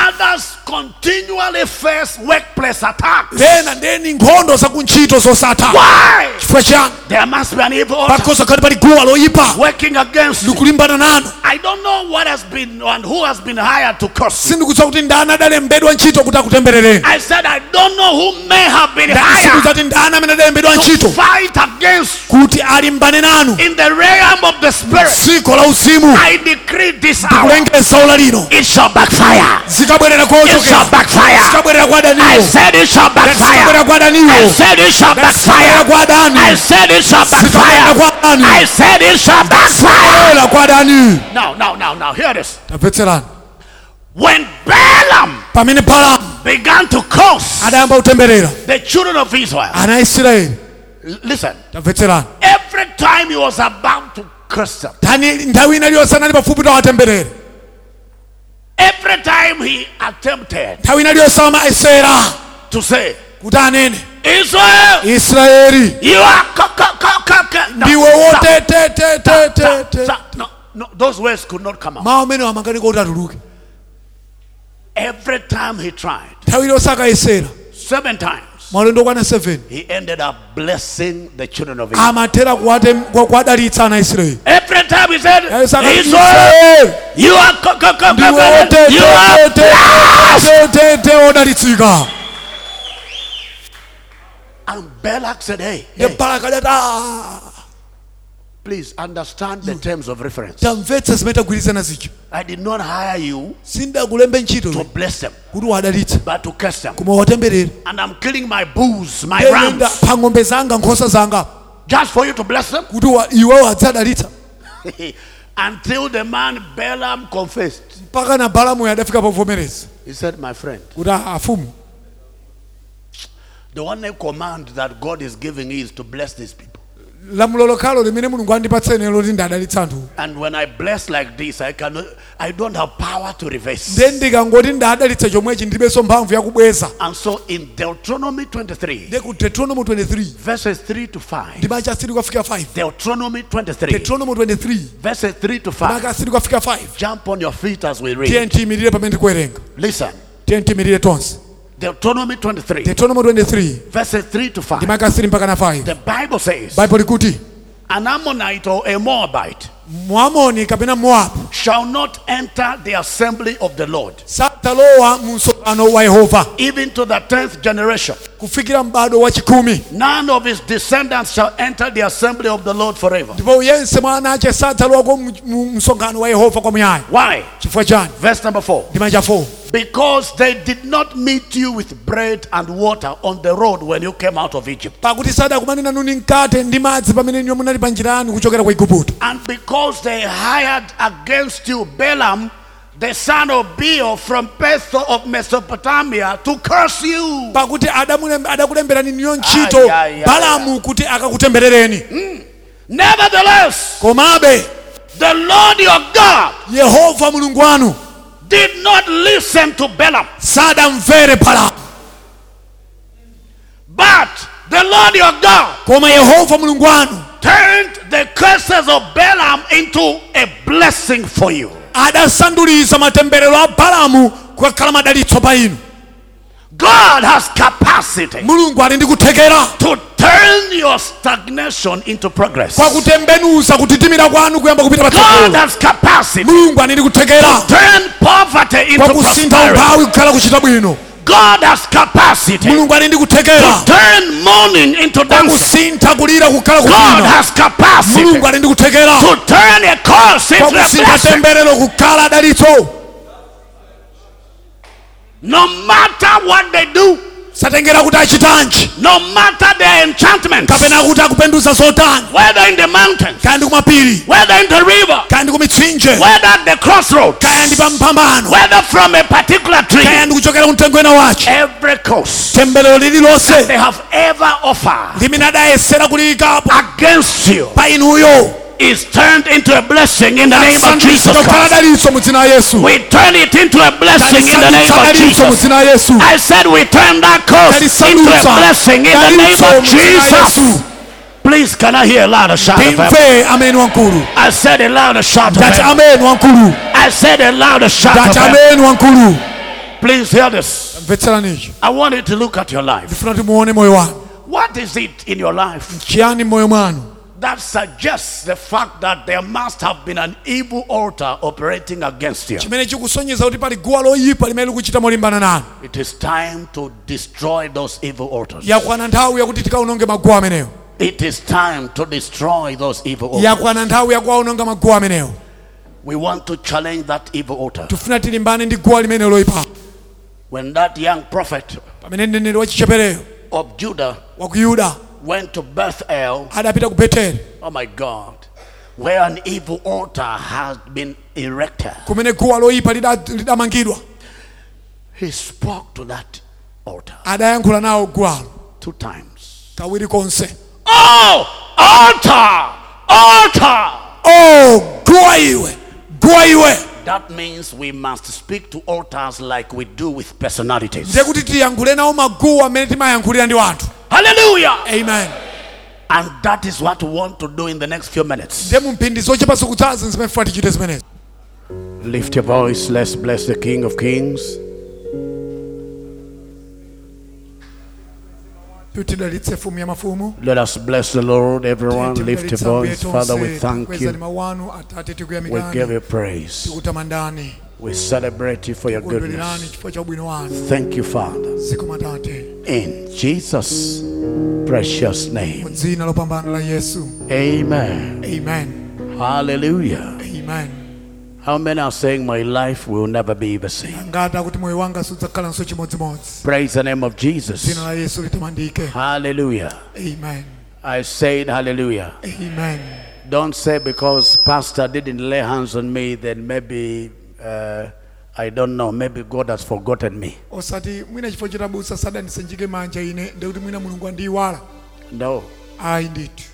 Others continually face workplace attacks.
ena ndeni nkhondo zakuntchito zosatha
Why?
chifukwa chani
There must be an evil altar
pakhoza kuti pali guwa loyipa
working against you.
likulimbana nanu
I don't know what has been and who has been hired to curse. you.
sindikudziwa kuti ndani adalembedwa ntchito kuti akutemberereni
I said I don't know who may have been hired
sindikudziwa kuti ndani amene adalembedwa
to
ntchito
fight against
kuti alimbane nanu
you in the realm of the spirit.
dziko la uzimu
I decree this hour.
kulengeza ula lino
It shall backfire.
zikabwerera
It shall
kochokera
backfire.
zikabwerera kwa
I
daniwo
said it shall
zikabwerera
backfire.
kwa
I
daniwo
said it shall
zikabwerera
backfire.
kwa dani
I said it shall
zikabwerera
backfire.
kwa dani
I said it shall backfire.
zikabwerera kwa dani
Now, now, now, now, hear this.
tapetserani
When Balaam
pamene balamu
began to curse
adayamba kutemberera
the children of Israel,
ana israeli
l- listen,
tapetserani
every time he was about to curse them,
tani nthawi ina iliyonse anali pafupi kuti awatemberere
every time he attempted
nthawi ina iliyonse amayesera
to say,
kuti anene
Israel,
israeli
you are. co- co- co- co- co-" No,
ndiwe
stop, stop,
wotetetetetete
stop. No, no, those words could not come out.
mawu amenewo amanganiko kuti atuluke
Every time he tried,
nthawi iliyonse akayesera
seven times,
malendo kwana 7
he ended up blessing the children of Israel.
amathera kuwate- kwa- kuwadalitsa ana israeli
Every time he said,
Yayo saka-
Israel,
Israeli,
you are. co- co- co-
ndiwe
co- co- You are.
wotetetetete- tete wodalitsika
And Balak said, hey,
ye
hey,
balaki adati "Ah,
please understand the terms of reference.
tamvetse zimene tagwirizana zija
I did not hire you
sindakulembe ntchito
to bless them,
kuti wadalitse
but to curse them.
koma watemberera
And I'm killing my bulls, my
Yenda
rams,
pa ng'ombe zanga nkhosa zanga
just for you to bless them.
kuti wa- iwewo adzadalitsa
Until the man Balaam confessed.
mpaka na balamu adafika povomereza
He said, my friend,
kuti "Ah, afumu
the only command that God is giving is to bless these people.
lamulo lokhalo limene mulungu andipatse nelo kuti ndadalitsa anthu
And when I bless like this, I cannot, I don't have power to reverse.
nde ndikangoti ndadalitsa chomwechi ndibenso mphamvu yakubweza
And so in Deuteronomy 23,
ndi ku deuteronomy 23
verses 3 to 5,
ndi macha 3 kukafika 5
Deuteronomy 23,
deuteronomy 23
verses 3 to 5.
maka 3 kukafika 5
Jump on your feet as we read.
tiye ntiyimirire pamene ndikuwerenga
Listen,
tiye ntiyimirire tonse
Deuteronomy 23,
deuteronomy 23
verses 3 to 5.
ndi maka 3 mpaka na 5
The Bible says,
baibulo likuti
An Ammonite or a Moabite
mwamoni kapena mowabu
shall not enter the assembly of the Lord,
sadzalowa mu msonkhano wa yehova
even to the tenth generation.
kufikira m'bado wachikhumi
None of his descendants shall enter the assembly of the Lord forever.
ndipo uyense mwa ana ace sadzalowako mu- mu msonkhano wa yehova kwamuyaya
Why?
chifukwa chani
Verse number 4.
ndi macha 4
Because they did not meet you with bread and water on the road when you came out of Egypt.
pakuti sadakumane nanu ni mkate ndi madzi pamene nyuwa munali pa njirani kuchokera ku igupto
And because they hired against you Balaam, the son of Beor from Petho of Mesopotamia, to curse you.
pakuti adamulem- adakulemberani niyo ntchito
Ai, ai, ai,
balamu kuti akakutemberereni
Nevertheless,
komabe
the Lord your God
yehova mulungu wanu
did not listen to Balaam,
sadamvere balamu
but the Lord your God
koma yehova mulungu wanu
turned the curses of Balaam into a blessing for you.
adasanduliza matemberero a balamu kukakhala madalitso pa inu
God has capacity
mulungu ali ndi kuthekera
to turn your stagnation into progress. God
kwakutembenuza kutitimira kwanu kuyamba kupita patsogolo
has capacity
mulungu ali ndi kuthekera
turn poverty into
kwakusintha
prosperity.
umphawi kukhala kuchita bwino
God has capacity
mulungu ali ndi
to
kuthekera
turn mourning into dancing.
kwakusintha kulira kukhala
God
kupina
has capacity
mulungu ali ndi kuthekera
to turn a curse into a
kwakusintha
blessing.
temberero kukhala adalitso
No matter what they do,
satengera kuti achitanji
no matter their enchantment,
kapena kuti akupenduza zotani
whether in the mountains,
kaya ndi kumapiri
whether in the river,
kaya ndi kumitsinje
whether at the crossroads,
kaya ndi pa mphambano
whether from a particular
kaya
tree,
ndi kuchokera kumtengo ena wachi
every curse
temberero lililonse
they have ever offered
limene adayesera kuliyikapo
against you
pa inuyo
is turned into a blessing in the name of Jesus Christ.
tokhala muzina la yesu
We turn it into a blessing in the name of
Talisanidzanalitso
Jesus.
muzina la yesu
I said we turn that curse into a
Talisanutsa.
blessing in the name
Talitso
of
muzina la
Jesus.
yesu
Please, can I hear a louder shout of heaven?
timve ameni wankulu
I said a louder shout of
ndati
heaven.
ameni wankulu
I said a louder shout of
ndati
heaven.
ameni wankulu
Please hear this.
mvetserani ichi
I want you to look at your life.
ndifuna kuti muone moyo wanu
What is it in your life
chiyani moyo mwanu
that suggests the fact that there must have been an evil altar operating against you?
chimene chikusonyeza kuti pali guwa loyipa limene likuchita molimbana nanu
It is time to destroy those evil altars.
yakwana nthawi yakuti tikaononge maguwa amenewo
It is time to destroy those evil altars.
yakwana nthawi yakuwaononga maguwa amenewo
We want to challenge that evil altar.
tifuna tilimbane ndi guwa limene loyipa
When that young prophet
pamene mneneri wa chicheperero
of Judah
wa ku yuda
went to Bethel,
adapita ku beteli
oh my God, where an evil altar has been erected,
kumene guwa loyipa lida- lidamangidwa
he spoke to that altar
adayankhula nawo guwalo
two times.
kawiri konse
Oh, altar! Altar!
oh guwa iwe guwa iwe
That means we must speak to altars like we do with personalities.
ndiye kuti tiyankhule nawo maguwa amene timayankhulira ndi anthu
Hallelujah!
amen
And that is what we want to do in the next few minutes.
ndiye mumphindi zochepa zikudzazi zimene funa tichite zimenezo
Lift your voice, let's bless the King of Kings.
tiudalitse fumu ya mafumu
Let us bless the Lord, everyone. Lift your
Tidalitsa mbuye
voice.
tonse,
Father, we thank
tikwezani
you.
mawanu atate
We give
tikuyamikani
you praise.
tikutamandani
We celebrate you for your
kondwererani
goodness.
chifukwa cha ubwino wanu
Thank you, Father.
zikumatate
In Jesus' precious
mu
name.
dzina lopambana la yesu
Amen.
amen
Hallelujah.
amen
How many are saying, My life will never be the same?
ngati akuti moyo wanga sudzakhalanso chimodzimodzi
Praise the name of
dzina
Jesus.
la yesu litamandike
Hallelujah.
amen
I said, Hallelujah.
amen
Don't say because pastor didn't lay hands on me, then maybe uh, I don't know. Maybe God has forgotten me.
osati mwina chifukwa chitabusa sadandisenjike manja ine ndekuti mwina mulungu andiyiwala
No.
ayi ndithu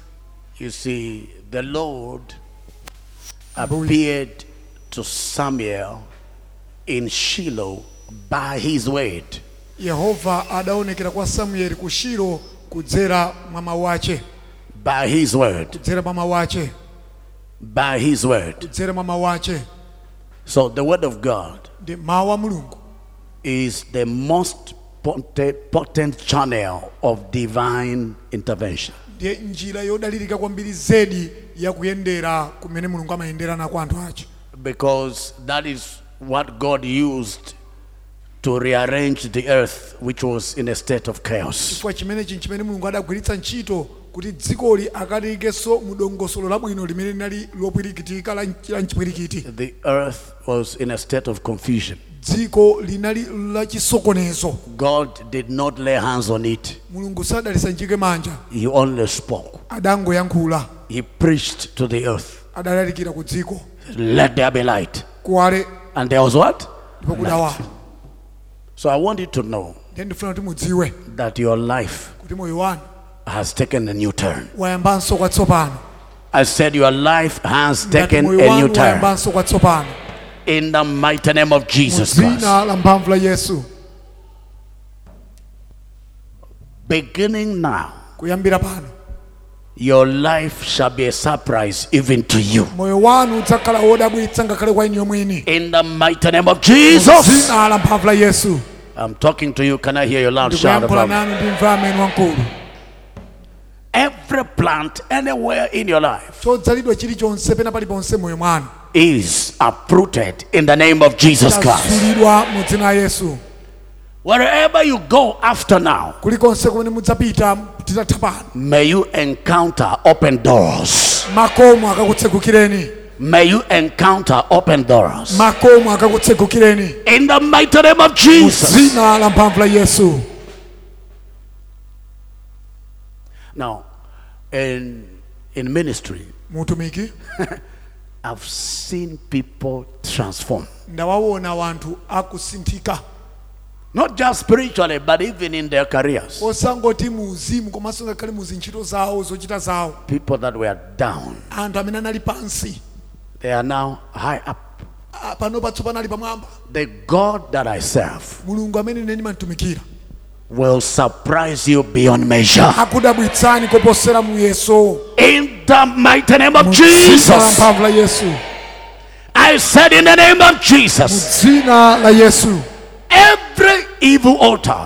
You see, the Lord appeared to Samuel in Shiloh by his word.
yehova adaonekera kwa samueli ku shilo kudzera mwa mawu ace
By his word.
kudzera mwa mawu ace
By his word.
kudzera mwa mawu ace
So the word of God
ndi mawu a mulungu
is the most potent, potent channel of divine intervention.
ndiye njira yodalirika kwambiri zedi yakuyendera kumene mulungu amayendera nako anthu ace
Because that is what God used to rearrange the earth, which was in a state of chaos.
chifukwa chimenechi nchimene mulungu adagwiritsa ntchito kuti dzikoli akalikenso mu dongosolo labwino limene linali lopwirikitika la nch- la mchipwirikiti
The earth was in a state of confusion.
dziko linali lachisokonezo
God did not lay hands on it,
mulungu sadalisanjike manja
He only spoke.
adangoyankhula
He preached to the earth,
adalalikira ku dziko
Let there be light.
kuwale
And there was what?
ndipo kudawala
So I want you to know
ndiye ndifuna kuti mudziwe
that your life
kuti moyo wanu
has taken a new turn.
wayambanso kwatsopano
I said, Your life has
Ngati
taken
moyo
a
wanu
new turn.
wayambanso kwatsopano
In the mighty name of Jesus Christ.
dzina la mphamvu la yesu
Beginning now,
kuyambira pano
your life shall be a surprise even to you.
moyo wanu udzakhala wodabwiritsa ngakhale kwa iniyo mwini
In the mighty name of Jesus.
dzina la mphamvu la yesu
I'm talking to you. Can I hear your loud shout of
ndikuyankhula
amen?
nanu ndimve ameni wamkulu
Every plant anywhere in your life
chodzalidwa chilichonse pena paliponse moyo mwanu
is uprooted in the name of Jesus Christ.
chasulidwa mu dzina la yesu
Wherever you go after now,
kulikonse kumene mudzapita titatha pano
may you encounter open doors.
makomo akakutsegukireni
May you encounter open doors.
makomo akakutsegukireni
In the mighty name of
mu
Jesus.
dzina la mphamvu la yesu
Now, in, in ministry,
mutumiki
I've seen people transform.
ndawaona wanthu akusinthika
Not just spiritually, but even in their careers.
osangoti muuzimu komanso ngakhale muzinchito zawo zochita zawo
People that were down,
anthu amene anali pansi
they are now high up.
ah, pano patsopano ali pamwamba
The God that I serve
mulungu amene neni manditumikira
will surprise you beyond measure.
akudabwitsani koposera muyeso
In the mighty name of Jesus.
mphamvu la yesu
I said, in the name of Jesus,
dzina la yesu
every evil altar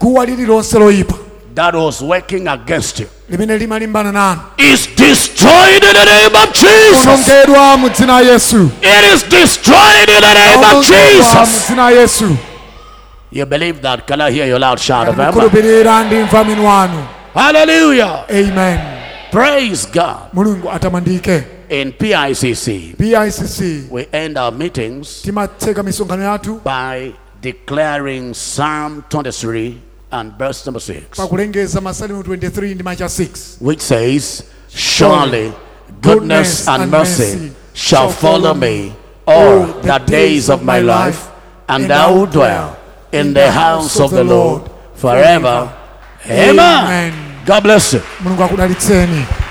guwa lililonse loyipa
that was working against you
limene limalimbana nanu
is destroyed in the name of Jesus.
onongedwa mu dzina la yesu
It is destroyed in the name of
onongedwa mu
Jesus.
dzina la yesu
You believe that? Can I hear your loud shout of amen?
mukhulupirira ndimva minu wanu
Hallelujah.
amen
Praise God.
mulungu atamandike
In PICC,
picc
we end our meetings
timatseka misonkhano yathu
by declaring Psalm 23 and verse number 6,
pakulengeza masalimu 23 ndi macha 6
which says, Surely goodness and mercy shall follow me all the days of my life, and I will dwell in the house of the Lord forever. Amen. God bless you.
mulungu akudalitseni